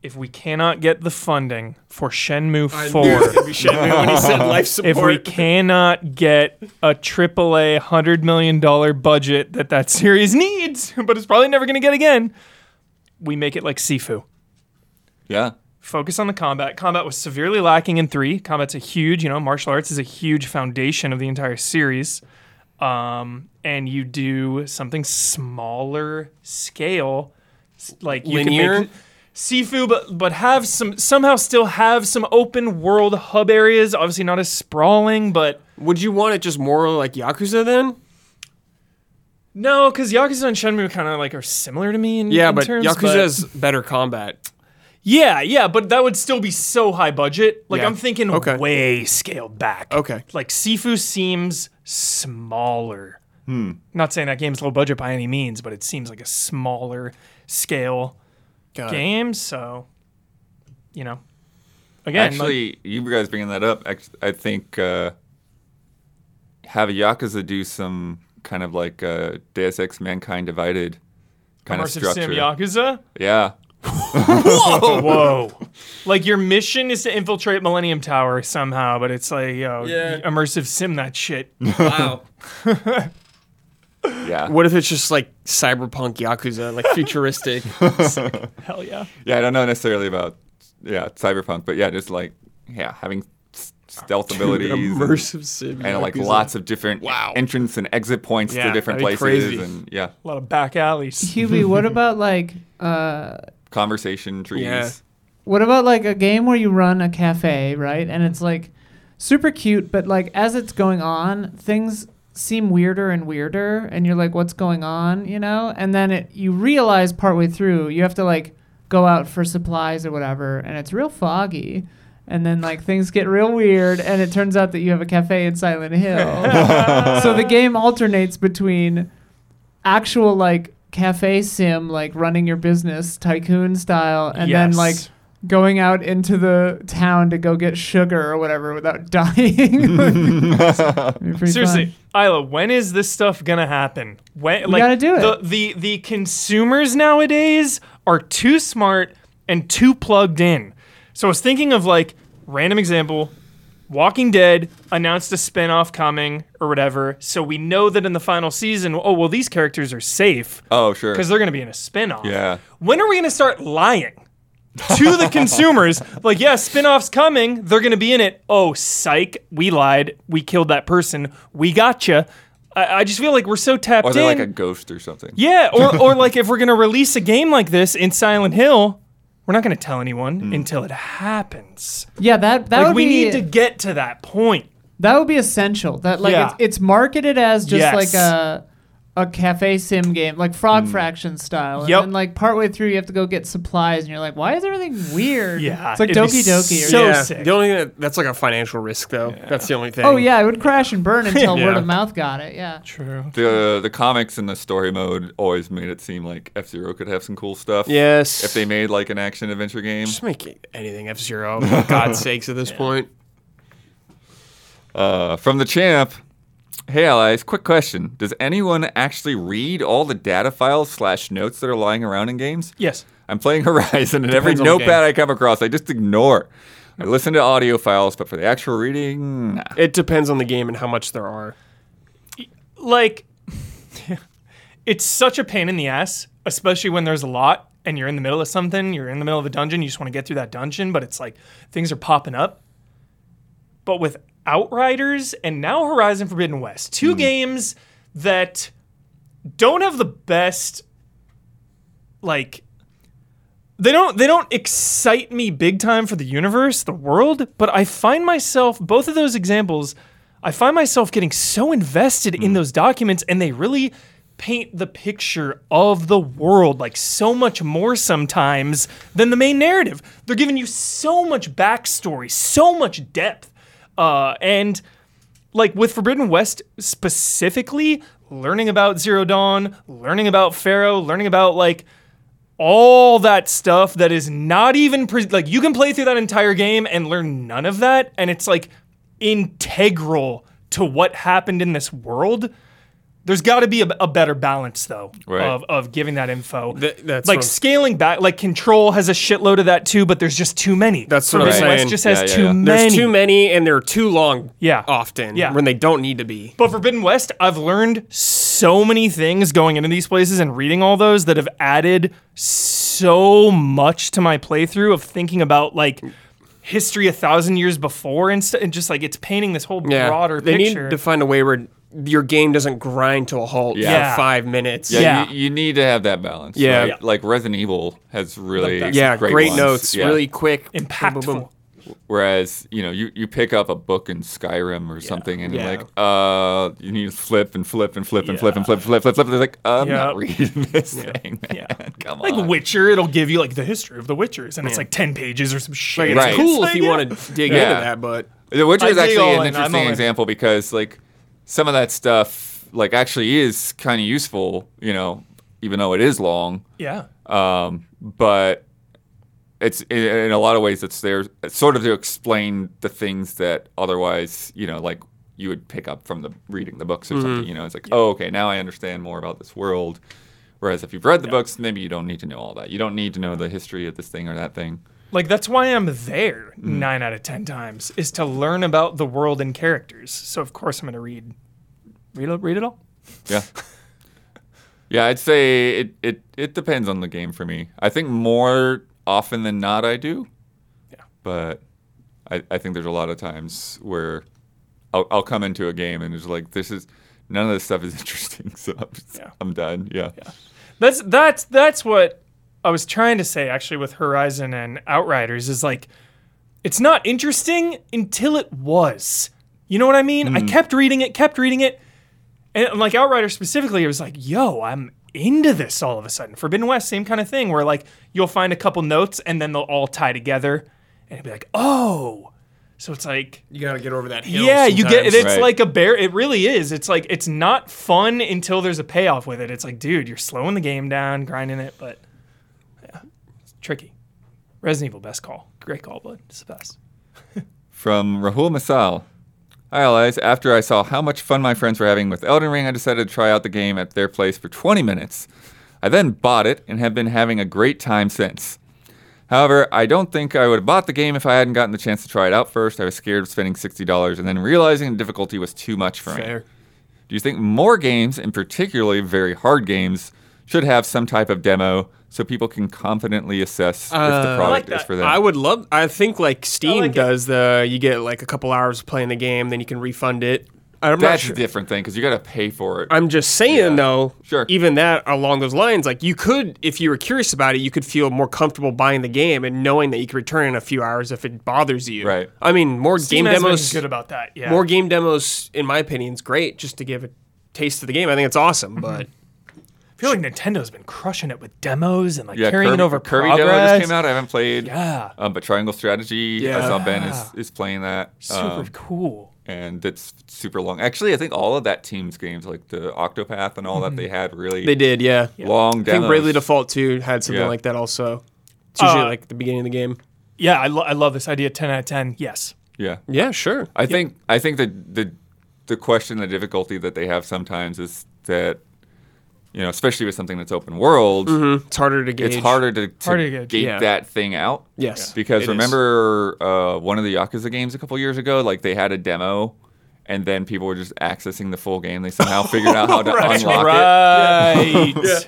Speaker 4: If we cannot get the funding for Shenmue 4,
Speaker 5: We should have when he said
Speaker 4: (laughs)
Speaker 5: life
Speaker 4: if we
Speaker 5: support.
Speaker 4: cannot get a AAA $100 million budget that that series (laughs) needs, but it's probably never going to get again, we make it like Sifu
Speaker 2: Yeah.
Speaker 4: focus on the combat. Combat was severely lacking in three. Combat's a huge, you know, martial arts is a huge foundation of the entire series. Um, and you do something smaller scale, s- like you
Speaker 5: Linear?
Speaker 4: can make Sifu, but but have some somehow still have some open world hub areas. Obviously not as sprawling, but
Speaker 5: Would you want it just more like Yakuza then?
Speaker 4: no, because Yakuza and Shenmue kind of like are similar to me in
Speaker 5: Yeah,
Speaker 4: in
Speaker 5: but
Speaker 4: terms,
Speaker 5: Yakuza's better combat.
Speaker 4: Yeah, yeah, but that would still be so high budget. Like
Speaker 5: Yeah.
Speaker 4: I'm thinking
Speaker 5: Okay.
Speaker 4: way scaled back.
Speaker 5: Okay.
Speaker 4: Like Sifu seems smaller.
Speaker 5: Hmm.
Speaker 4: Not saying that game's low budget by any means, but it seems like a smaller scale
Speaker 5: Got it.
Speaker 4: game, so you know. Again, like-
Speaker 2: Actually, you guys bringing that up, act- I think uh, have Yakuza do some kind of like uh, Deus Ex Mankind Divided kind of
Speaker 4: immersive sim
Speaker 2: structure.
Speaker 4: Yakuza.
Speaker 2: yeah.
Speaker 4: Whoa. like your mission is to infiltrate Millennium Tower somehow, but it's like, yo,
Speaker 5: Yeah.
Speaker 4: immersive sim that
Speaker 5: (laughs)
Speaker 4: shit.
Speaker 5: Wow.
Speaker 2: Yeah.
Speaker 5: What if it's just like cyberpunk
Speaker 2: (laughs)
Speaker 5: Yakuza, like futuristic?
Speaker 4: Hell yeah.
Speaker 2: Yeah, I don't know necessarily about yeah cyberpunk, but yeah, just like yeah, having s-
Speaker 5: (laughs)
Speaker 2: stealth abilities, and-
Speaker 5: immersive sim.
Speaker 2: and, like
Speaker 5: Yakuza.
Speaker 2: lots of different
Speaker 5: Wow.
Speaker 2: entrance and exit points
Speaker 4: Yeah,
Speaker 2: to different
Speaker 5: that'd be
Speaker 2: places,
Speaker 5: crazy.
Speaker 2: and yeah,
Speaker 4: A lot of back alleys.
Speaker 1: Hubie, what about like uh
Speaker 2: conversation trees.
Speaker 5: Yeah.
Speaker 1: What about like a game where you run a cafe, right? And it's like super cute, but like as it's going on, things seem weirder and weirder, and you're like, what's going on, you know? And then it, you realize partway through, you have to like go out for supplies or whatever, and it's real foggy. And then like things get real weird, and it turns out that you have a cafe in Silent Hill. so the game alternates between actual like cafe sim, like running your business tycoon style, and then
Speaker 4: Yes.
Speaker 1: like going out into the town to go get sugar or whatever without (laughs) dying. It'd be pretty
Speaker 4: Seriously,
Speaker 1: fun.
Speaker 4: Isla, when is this stuff gonna happen? When like
Speaker 1: gotta do it.
Speaker 4: The, the the consumers nowadays are too smart and too plugged in. So I was thinking of like random example. Walking Dead announced a spin-off coming or whatever, so we know that in the final season, oh well, these characters are safe
Speaker 2: Oh sure.
Speaker 4: because they're going to be in a spin-off.
Speaker 2: Yeah.
Speaker 4: When are we going to start lying
Speaker 2: (laughs)
Speaker 4: to the consumers? Like, yeah, spin-off's coming. They're going to be in it. Oh, psych. We lied. We killed that person. We gotcha. I, I just feel like we're so tapped
Speaker 2: Or they're
Speaker 4: in.
Speaker 2: like a ghost or something.
Speaker 4: yeah,
Speaker 2: (laughs)
Speaker 4: or, or like if we're going to release a game like this in Silent Hill, we're not going to tell anyone
Speaker 2: Hmm.
Speaker 4: until it happens.
Speaker 1: Yeah, that that
Speaker 4: Like,
Speaker 1: would
Speaker 4: we
Speaker 1: be
Speaker 4: need to get to that point.
Speaker 1: that would be essential. That like
Speaker 4: Yeah.
Speaker 1: it's, it's marketed as just
Speaker 4: Yes. Mm.
Speaker 1: like a a cafe sim game, like Frog Fraction style.
Speaker 4: Yep.
Speaker 1: And then like partway through you have to go get supplies and you're like, why is everything weird?
Speaker 4: Yeah,
Speaker 1: It's like
Speaker 4: it'd be
Speaker 1: Doki Doki or
Speaker 4: so
Speaker 5: yeah,
Speaker 4: sick.
Speaker 5: the only thing that, that's like a financial risk though. That's the only thing.
Speaker 1: Oh yeah, it would crash and
Speaker 4: (laughs)
Speaker 1: burn until
Speaker 5: Yeah.
Speaker 1: word of mouth got it. Yeah.
Speaker 4: True.
Speaker 2: The the comics in the story mode always made it seem like F Zero could have some cool stuff.
Speaker 5: Yes.
Speaker 2: If they made like an action adventure game.
Speaker 5: just make it anything
Speaker 2: (laughs)
Speaker 5: F Zero, for God's sakes, at this point.
Speaker 2: Uh, from the champ. Hey allies, quick question: Does anyone actually read all the data files slash notes that are lying around in games?
Speaker 4: Yes.
Speaker 2: I'm playing Horizon, and every
Speaker 5: Depends on the
Speaker 2: notepad I come across, I just ignore. I listen to audio files, but for the actual reading, nah.
Speaker 5: It depends on the game and how much there are.
Speaker 4: like (laughs) it's such a pain in the ass, especially when there's a lot and you're in the middle of something, you're in the middle of a dungeon, you just want to get through that dungeon, but it's like things are popping up. But with Outriders and now Horizon Forbidden West, two games that don't have the best like they don't they don't excite me big time for the universe, the world, but I find myself both of those examples, I find myself getting so invested in those documents and they really paint the picture of the world like so much more sometimes than the main narrative. They're giving you so much backstory, so much depth, uh, and like with Forbidden West specifically, learning about Zero Dawn, learning about Pharaoh, learning about like all that stuff that is not even pre- like you can play through that entire game and learn none of that and it's like integral to what happened in this world there's got to be a, a better balance though
Speaker 2: Right.
Speaker 4: of, of giving that info
Speaker 5: Th- that's
Speaker 4: like
Speaker 5: what I'm-
Speaker 4: scaling back like control has a shitload of that too but there's just too many
Speaker 5: That's what I'm
Speaker 4: Forbidden West
Speaker 5: saying.
Speaker 4: just has
Speaker 2: Yeah, yeah,
Speaker 4: too
Speaker 2: yeah.
Speaker 4: many
Speaker 5: There's too many and they're too long
Speaker 4: Yeah.
Speaker 5: often
Speaker 4: Yeah.
Speaker 5: when they don't need to be.
Speaker 4: But Forbidden West, I've learned so many things going into these places and reading all those that have added so much to my playthrough of thinking about like history a thousand years before and, st- and just like it's painting this whole
Speaker 5: Yeah.
Speaker 4: broader
Speaker 5: they
Speaker 4: picture.
Speaker 5: need to find a way where your game doesn't grind to a halt
Speaker 2: Yeah.
Speaker 5: for five minutes.
Speaker 2: Yeah,
Speaker 4: Yeah.
Speaker 2: You, you need to have that balance.
Speaker 5: Yeah.
Speaker 2: right? like Resident Evil has really
Speaker 4: best.
Speaker 5: Yeah,
Speaker 2: great,
Speaker 5: great,
Speaker 2: ones.
Speaker 5: notes,
Speaker 2: Yeah.
Speaker 5: really quick, boom,
Speaker 4: Impactful.
Speaker 5: boom, boom.
Speaker 2: Whereas you know you, you pick up a book in Skyrim or something and
Speaker 5: Yeah.
Speaker 2: you're like uh you need to flip and flip and flip and flip and flip and flip flip flip. They're like I'm not
Speaker 4: Yeah.
Speaker 2: reading this thing. Man.
Speaker 4: Yeah.
Speaker 2: Come
Speaker 4: like
Speaker 2: on.
Speaker 4: Witcher, it'll give you like the history of the Witchers, and it's like ten pages or some shit.
Speaker 5: It's
Speaker 2: Right.
Speaker 5: cool if you
Speaker 4: Yeah.
Speaker 5: want to dig
Speaker 2: Yeah.
Speaker 5: into that, but
Speaker 2: The Witcher
Speaker 4: I
Speaker 2: is
Speaker 4: dig all
Speaker 2: actually an
Speaker 4: in, I'm all
Speaker 2: interesting
Speaker 4: in.
Speaker 2: example because like some of that stuff like actually is kind of useful, you know, even though it is long.
Speaker 4: (laughs) Yeah.
Speaker 2: Um, but it's in, in a lot of ways it's there sort of to explain the things that otherwise you know like you would pick up from the reading the books or
Speaker 4: Mm-hmm.
Speaker 2: something. You know, it's like oh okay now I understand more about this world. Whereas if you've read the books, maybe you don't need to know all that. You don't need to know the history of this thing or that thing.
Speaker 4: Like that's why I'm there
Speaker 5: Mm.
Speaker 4: nine out of ten times is to learn about the world and characters. So of course I'm gonna read, read, it- read it all.
Speaker 2: Yeah. Yeah, I'd say it, it, it depends on the game for me. I think more often than not I do. Yeah. But I, I think there's a lot of times where I'll, I'll come into a game and it's like, this is, none of this stuff is (laughs) interesting. So I'm, just-
Speaker 4: Yeah.
Speaker 2: I'm done. Yeah.
Speaker 4: That's that's that's what I was trying to say actually with Horizon and Outriders is like it's not interesting until it was. You know what I mean? I kept reading it, kept reading it. And like Outriders specifically, it was like, yo, I'm into this all of a sudden. Forbidden West, same kind of thing where like you'll find a couple notes and then they'll all tie together and it'll be like, oh. So it's like
Speaker 5: you got to get over that hill.
Speaker 4: yeah, you get
Speaker 5: sometimes.
Speaker 4: it's
Speaker 2: Right.
Speaker 4: like a bear. It really is. It's like it's not fun until there's a payoff with it. It's like, dude, you're slowing the game down, grinding it, but yeah, it's tricky. Resident Evil, best call. Great call, bud. It's the best.
Speaker 2: From Rahul Masal. Hi, allies. After I saw how much fun my friends were having with Elden Ring, I decided to try out the game at their place for 20 minutes. I then bought it and have been having a great time since. However, I don't think I would have bought the game if I hadn't gotten the chance to try it out first. I was scared of spending $60 and then realizing the difficulty was too much for me.
Speaker 5: Fair.
Speaker 2: Do you think more games, and particularly very hard games, should have some type of demo so people can confidently assess if the product
Speaker 4: that.
Speaker 2: is for them?
Speaker 5: Uh, I would love. I think like Steam
Speaker 4: like it.
Speaker 5: does the. You get like a couple hours of playing the game, then you can refund it. I'm not
Speaker 2: That's
Speaker 5: sure.
Speaker 2: a different thing because you got to pay for it.
Speaker 5: I'm just saying though.
Speaker 2: Sure.
Speaker 5: Even that along those lines, like you could, if you were curious about it, you could feel more comfortable buying the game and knowing that you could return in a few hours if it bothers you.
Speaker 2: Right.
Speaker 5: I mean, more
Speaker 4: Steam
Speaker 5: game
Speaker 4: has been
Speaker 5: demos.
Speaker 4: good about that. Yeah,
Speaker 5: More game demos, in my opinion, is great just to give a taste of the game. I think it's awesome,
Speaker 2: Mm-hmm.
Speaker 5: but
Speaker 4: I feel like Nintendo's been crushing it with demos and like
Speaker 2: yeah,
Speaker 4: carrying
Speaker 2: Kirby,
Speaker 4: it over
Speaker 2: Kirby
Speaker 4: progress.
Speaker 2: demo just came out. I haven't played.
Speaker 4: Yeah.
Speaker 2: Um, but Triangle Strategy, I
Speaker 5: Yeah.
Speaker 2: saw Ben is, is playing that.
Speaker 4: Super
Speaker 2: um,
Speaker 4: cool.
Speaker 2: and it's super long. Actually, I think all of that team's games, like the Octopath and
Speaker 4: Mm-hmm.
Speaker 2: all that, they had really
Speaker 5: they did. Yeah.
Speaker 2: long
Speaker 5: I
Speaker 2: demos.
Speaker 5: think Bravely Default 2 had something
Speaker 2: Yeah.
Speaker 5: like that also. It's usually
Speaker 4: Uh,
Speaker 5: like the beginning of the game.
Speaker 4: Yeah, I, lo- I love this idea. Ten out of ten. Yes.
Speaker 2: Yeah,
Speaker 5: Yeah, sure.
Speaker 2: I think I think the the the question, the difficulty that they have sometimes is that you know, especially with something that's open world,
Speaker 4: Mm-hmm.
Speaker 5: It's harder to gauge.
Speaker 2: it's harder to, to
Speaker 4: Harder to gauge,
Speaker 2: gate
Speaker 5: yeah.
Speaker 2: that thing out.
Speaker 5: Yes.
Speaker 2: Because
Speaker 5: it is.
Speaker 2: remember uh, one of the Yakuza games a couple years ago, like they had a demo and then people were just accessing the full game. They somehow figured out how to unlock it.
Speaker 4: Right.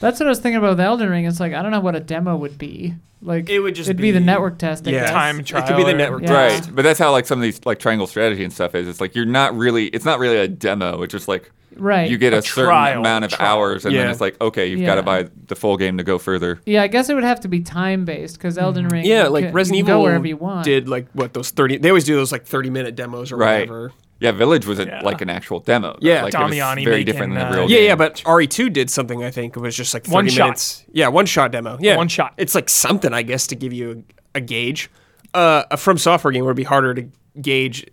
Speaker 1: That's what I was thinking about with Elden Ring. It's like I don't know what a demo would be. Like
Speaker 5: It would just
Speaker 1: it'd be, the
Speaker 5: be-
Speaker 1: network test. I
Speaker 5: Yeah.
Speaker 1: guess.
Speaker 4: Time
Speaker 5: It
Speaker 4: trial.
Speaker 5: could be the
Speaker 4: or-
Speaker 5: network.
Speaker 1: Yeah.
Speaker 2: Right. But that's how like some of these like triangle strategy and stuff is. It's like you're not really it's not really a demo. It's just like
Speaker 1: Right.
Speaker 2: you get a, certain
Speaker 4: trial,
Speaker 2: amount of
Speaker 4: trial.
Speaker 2: hours and then
Speaker 5: Yeah.
Speaker 2: it's like, okay, you've got to
Speaker 1: Yeah.
Speaker 2: buy the full game to go further.
Speaker 1: Yeah, I guess it would have to be time based because Elden Ring.
Speaker 5: (laughs) Yeah,
Speaker 1: you
Speaker 5: like
Speaker 1: can-
Speaker 5: Resident
Speaker 1: you can
Speaker 5: Evil
Speaker 1: go wherever you want.
Speaker 5: did like what those 30 they always do those like 30 minute demos or
Speaker 2: Right.
Speaker 5: whatever.
Speaker 2: Yeah, Village was a,
Speaker 4: Yeah.
Speaker 2: like an actual demo. though.
Speaker 5: Yeah.
Speaker 2: like it was
Speaker 4: Damiani
Speaker 2: very
Speaker 4: making,
Speaker 2: different than the
Speaker 4: uh,
Speaker 2: real.
Speaker 4: Yeah,
Speaker 5: Yeah,
Speaker 2: game.
Speaker 5: yeah, but RE2 did something, I think. It was just like 30
Speaker 4: One shot.
Speaker 5: minutes. Yeah, one shot demo. Yeah.
Speaker 4: One shot.
Speaker 5: It's like something, I guess, to give you a, a gauge. Uh, a From Software game would be harder to gauge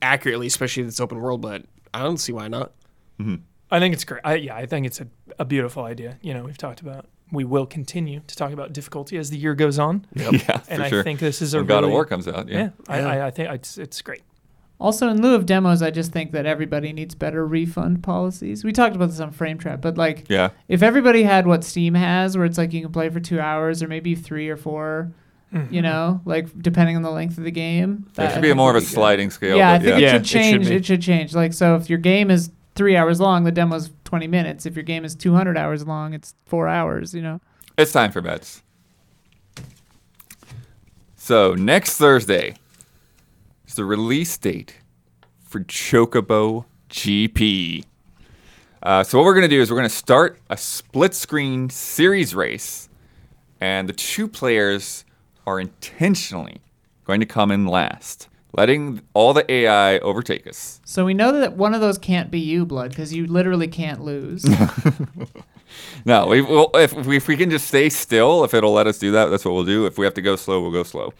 Speaker 5: accurately, especially if it's open world, but I don't see why not.
Speaker 4: I think it's great. I, yeah, I think it's a, a beautiful idea. You know, we've talked about, we will continue to talk about difficulty as the year goes on.
Speaker 2: (laughs) yeah, for
Speaker 4: and I
Speaker 2: sure.
Speaker 4: think this is a
Speaker 2: when God
Speaker 4: really,
Speaker 2: of War comes out.
Speaker 4: Yeah,
Speaker 2: Yeah,
Speaker 4: I, I, I think it's, it's great.
Speaker 1: Also, in lieu of demos, I just think that everybody needs better refund policies. We talked about this on Frame Trap, but like,
Speaker 2: yeah,
Speaker 1: if everybody had what Steam has, where it's like you can play for two hours or maybe three or 4 you know, like depending on the length of the game.
Speaker 2: There
Speaker 1: that I
Speaker 2: should be
Speaker 1: think
Speaker 2: more of
Speaker 1: would
Speaker 2: a
Speaker 1: good.
Speaker 2: sliding scale.
Speaker 1: Yeah, I
Speaker 2: but
Speaker 1: think
Speaker 2: yeah.
Speaker 1: it should
Speaker 5: Yeah, it should
Speaker 1: change. It should,
Speaker 5: be.
Speaker 1: change. Like, so if your game is three hours long, the demo's 20 minutes. If your game is 200 hours long, it's four hours, you know?
Speaker 2: It's time for bets. So next Thursday is the release date for Chocobo GP. Uh, so what we're gonna do is we're gonna start a split screen series race, and the two players are intentionally going to come in last, letting all the AI overtake us.
Speaker 1: So we know that one of those can't be you, Blood, because you literally can't
Speaker 2: (laughs)
Speaker 1: lose.
Speaker 2: No, we, we'll, if, if we can just stay still, if it'll let us do that, that's what we'll do. If we have to go slow, we'll go slow.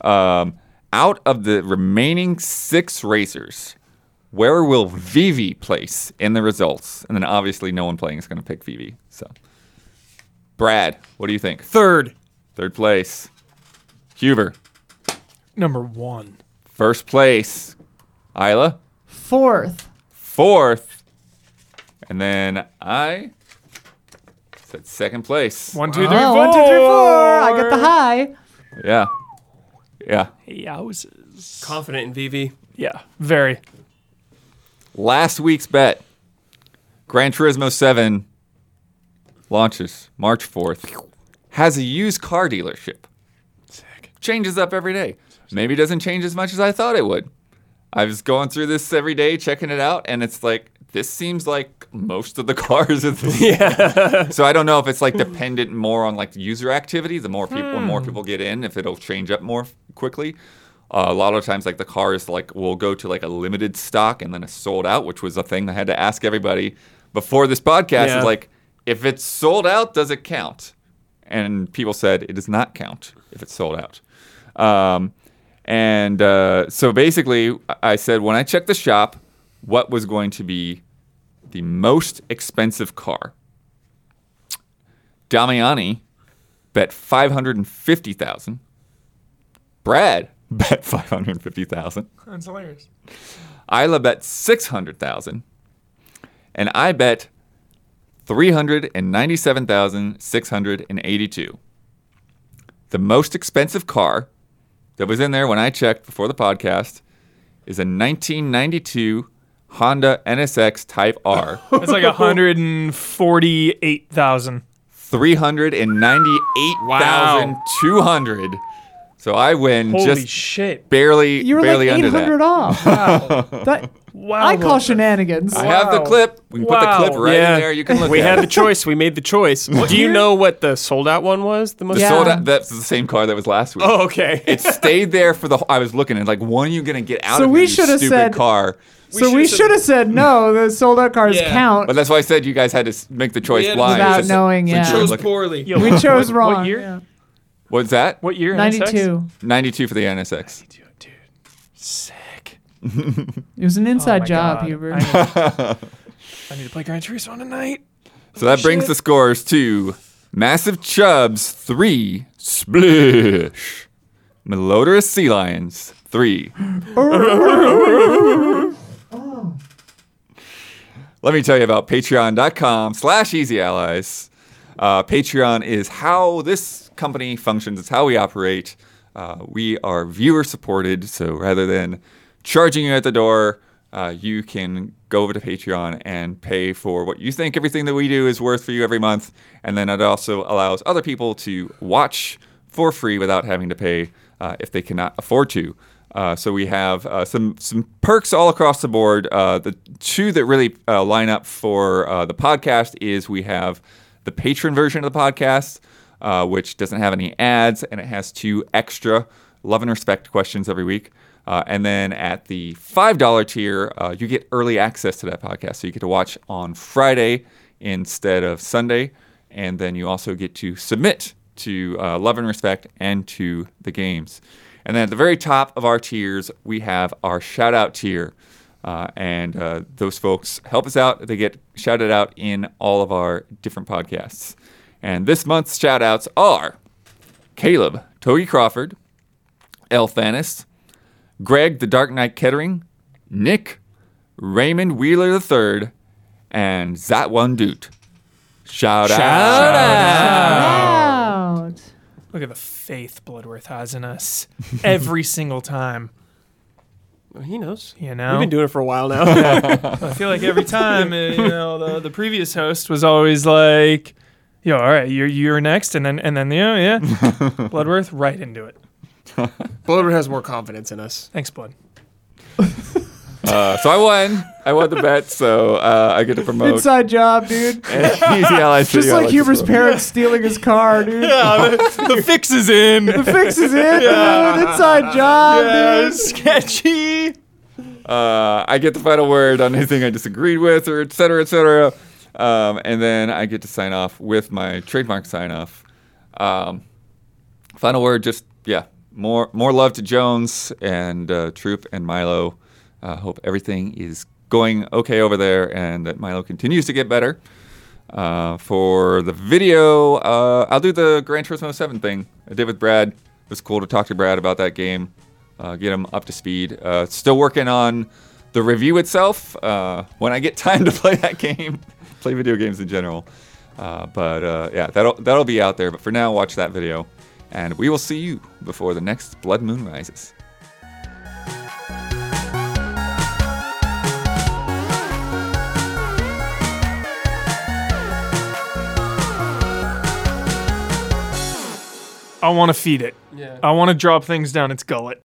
Speaker 2: Um, out of the remaining six racers, where will Vivi place in the results? And then obviously, no one playing is going to pick Vivi. So, Brad, what do you think?
Speaker 5: Third,
Speaker 2: Third place, Huber.
Speaker 4: Number one.
Speaker 2: First place, Isla.
Speaker 1: Fourth,
Speaker 2: Fourth, and then I said second place.
Speaker 4: One, two, three,
Speaker 1: Oh, one, two, three, four. Oh, I got the high.
Speaker 2: Yeah. Yeah.
Speaker 4: Yeah, I was,
Speaker 5: confident in VV.
Speaker 4: yeah, very.
Speaker 2: Last week's bet Gran Turismo 7 launches March 4th. Has a used car dealership. Changes up every day. Maybe doesn't change as much as I thought it would. I was going through this every day, checking it out, and it's like, this seems like most of the (laughs) cars at this. Yeah. so I don't know if it's like dependent more on like user activity. The more people, more people get in, if it'll change up more f- quickly. Uh, a lot of times, like the cars, like will go to like a limited stock and then a sold out, which was a thing I had to ask everybody before this podcast.
Speaker 5: Yeah.
Speaker 2: Is like, if it's sold out, does it count? And people said it does not count if it's sold out. Um, and uh, so basically, I- I said when I checked the shop, what was going to be the most expensive car? Damiani bet 550,000. Brad (laughs) bet 550,000.
Speaker 4: That's hilarious.
Speaker 2: Isla bet 600,000. And I bet 397,682. The most expensive car that was in there when I checked before the podcast is a 1992 Honda NSX Type R.
Speaker 4: It's like 148,000.
Speaker 2: 398,200. So I win
Speaker 4: Holy
Speaker 2: just
Speaker 4: shit.
Speaker 2: barely
Speaker 1: You were
Speaker 2: barely
Speaker 1: like
Speaker 2: under
Speaker 1: 800
Speaker 2: that. (laughs)
Speaker 1: off. Wow. That,
Speaker 4: Wow.
Speaker 1: I call
Speaker 4: Walter.
Speaker 1: shenanigans.
Speaker 2: I have the
Speaker 4: Wow.
Speaker 2: clip. We can put the
Speaker 4: Wow.
Speaker 2: clip right
Speaker 5: Yeah.
Speaker 2: in there. You can look
Speaker 5: We
Speaker 2: at
Speaker 5: had
Speaker 2: it.
Speaker 5: the choice. We made the choice. Do you know what the sold out one was? The most
Speaker 1: Yeah.
Speaker 2: sold out. That's the same car that was last week.
Speaker 5: Oh, okay.
Speaker 2: It
Speaker 5: (laughs)
Speaker 2: stayed there for the. wh- I was looking and like, when are you gonna get out
Speaker 1: So
Speaker 2: of
Speaker 1: we
Speaker 2: here, you
Speaker 1: should've
Speaker 2: stupid
Speaker 1: said-
Speaker 2: car?
Speaker 1: so we should have said no.
Speaker 4: (laughs)
Speaker 1: The sold out cars
Speaker 5: Yeah.
Speaker 1: count.
Speaker 2: But that's why I said you guys had to s- make the choice
Speaker 5: We had-
Speaker 2: blind.
Speaker 1: Without
Speaker 2: Since-
Speaker 1: knowing,
Speaker 2: since
Speaker 1: yeah.
Speaker 2: you were
Speaker 5: chose
Speaker 2: looking-
Speaker 5: poorly.
Speaker 4: Yo,
Speaker 1: we
Speaker 2: (laughs)
Speaker 4: what-
Speaker 1: chose
Speaker 4: what
Speaker 1: wrong.
Speaker 4: year?
Speaker 1: yeah.
Speaker 2: What's that?
Speaker 4: What year? NSX?
Speaker 1: 92.
Speaker 2: 92 for the NSX.
Speaker 4: Dude, sick.
Speaker 1: It was an
Speaker 4: Oh
Speaker 1: inside
Speaker 4: my
Speaker 1: job,
Speaker 4: God.
Speaker 1: Huber.
Speaker 2: (laughs)
Speaker 4: I need, I need to play Gran Turismo tonight.
Speaker 2: So that brings the scores to Massive Chubs 3, Splish. Malodorous Sea Lions 3. Let me tell you about patreon.com slash easy allies. Uh, Patreon is how this company functions, it's how we operate. Uh, we are viewer supported, so rather than charging you at the door, uh, you can go over to Patreon and pay for what you think everything that we do is worth for you every month. And then it also allows other people to watch for free without having to pay uh, if they cannot afford to. Uh, so we have uh, some some perks all across the board. Uh, the two that really uh, line up for uh, the podcast is we have the patron version of the podcast, uh, which doesn't have any ads, and it has two extra love and respect questions every week. Uh, and then at the $5 tier, uh, you get early access to that podcast. So you get to watch on Friday instead of Sunday. And then you also get to submit to uh, Love and Respect and to the games. And then at the very top of our tiers, we have our shout out tier. Uh, and uh, those folks help us out. They get shouted out in all of our different podcasts. And this month's shout outs are Caleb, Togi Crawford, El Thanis, Greg the Dark Knight Kettering, Nick, Raymond Wheeler III, and Zat One Dude. Shout, out.
Speaker 1: Out.
Speaker 4: Look at the faith Bloodworth has in
Speaker 5: (laughs)
Speaker 4: us every single time.
Speaker 5: He knows.
Speaker 4: You
Speaker 5: We've
Speaker 4: know,
Speaker 5: been doing it for a while now.
Speaker 4: I feel like
Speaker 5: (laughs)
Speaker 4: every time, uh, you know, the, the previous host was always like, "Yo, all right, you're you're next," and then and then yeah, yeah,
Speaker 5: (laughs)
Speaker 4: Bloodworth right into it.
Speaker 5: Bloodwood has more confidence in us.
Speaker 4: Thanks, Blood.
Speaker 2: Uh, so I won. I won the bet, so uh, I get to promote.
Speaker 1: Inside job,
Speaker 2: (laughs)
Speaker 1: dude. Just
Speaker 2: Just
Speaker 1: like Huber's parents stealing his car,
Speaker 4: (laughs)
Speaker 1: dude.
Speaker 4: the fix is in.
Speaker 1: The fix is in, dude. Inside job, dude.
Speaker 4: sketchy.
Speaker 2: uh, I get the final word on anything I disagreed with, or et cetera, et cetera. Um, and then I get to sign off with my trademark sign off. Um, final word, just yeah, more more love to Jones and uh, Troop and Milo. Uh, hope everything is going okay over there, and that Milo continues to get better. Uh, for the video, uh, I'll do the Gran Turismo 7 thing I did with Brad. It was cool to talk to Brad about that game, uh, get him up to speed. Uh, still working on the review itself. Uh, when I get (laughs) time to play that game, (laughs) play video games in general. Uh, but uh, yeah, that'll that'll be out there. But for now, watch that video, and we will see you before the next Blood Moon rises.
Speaker 4: I want to feed it.
Speaker 5: Yeah.
Speaker 4: I want to drop things down its gullet.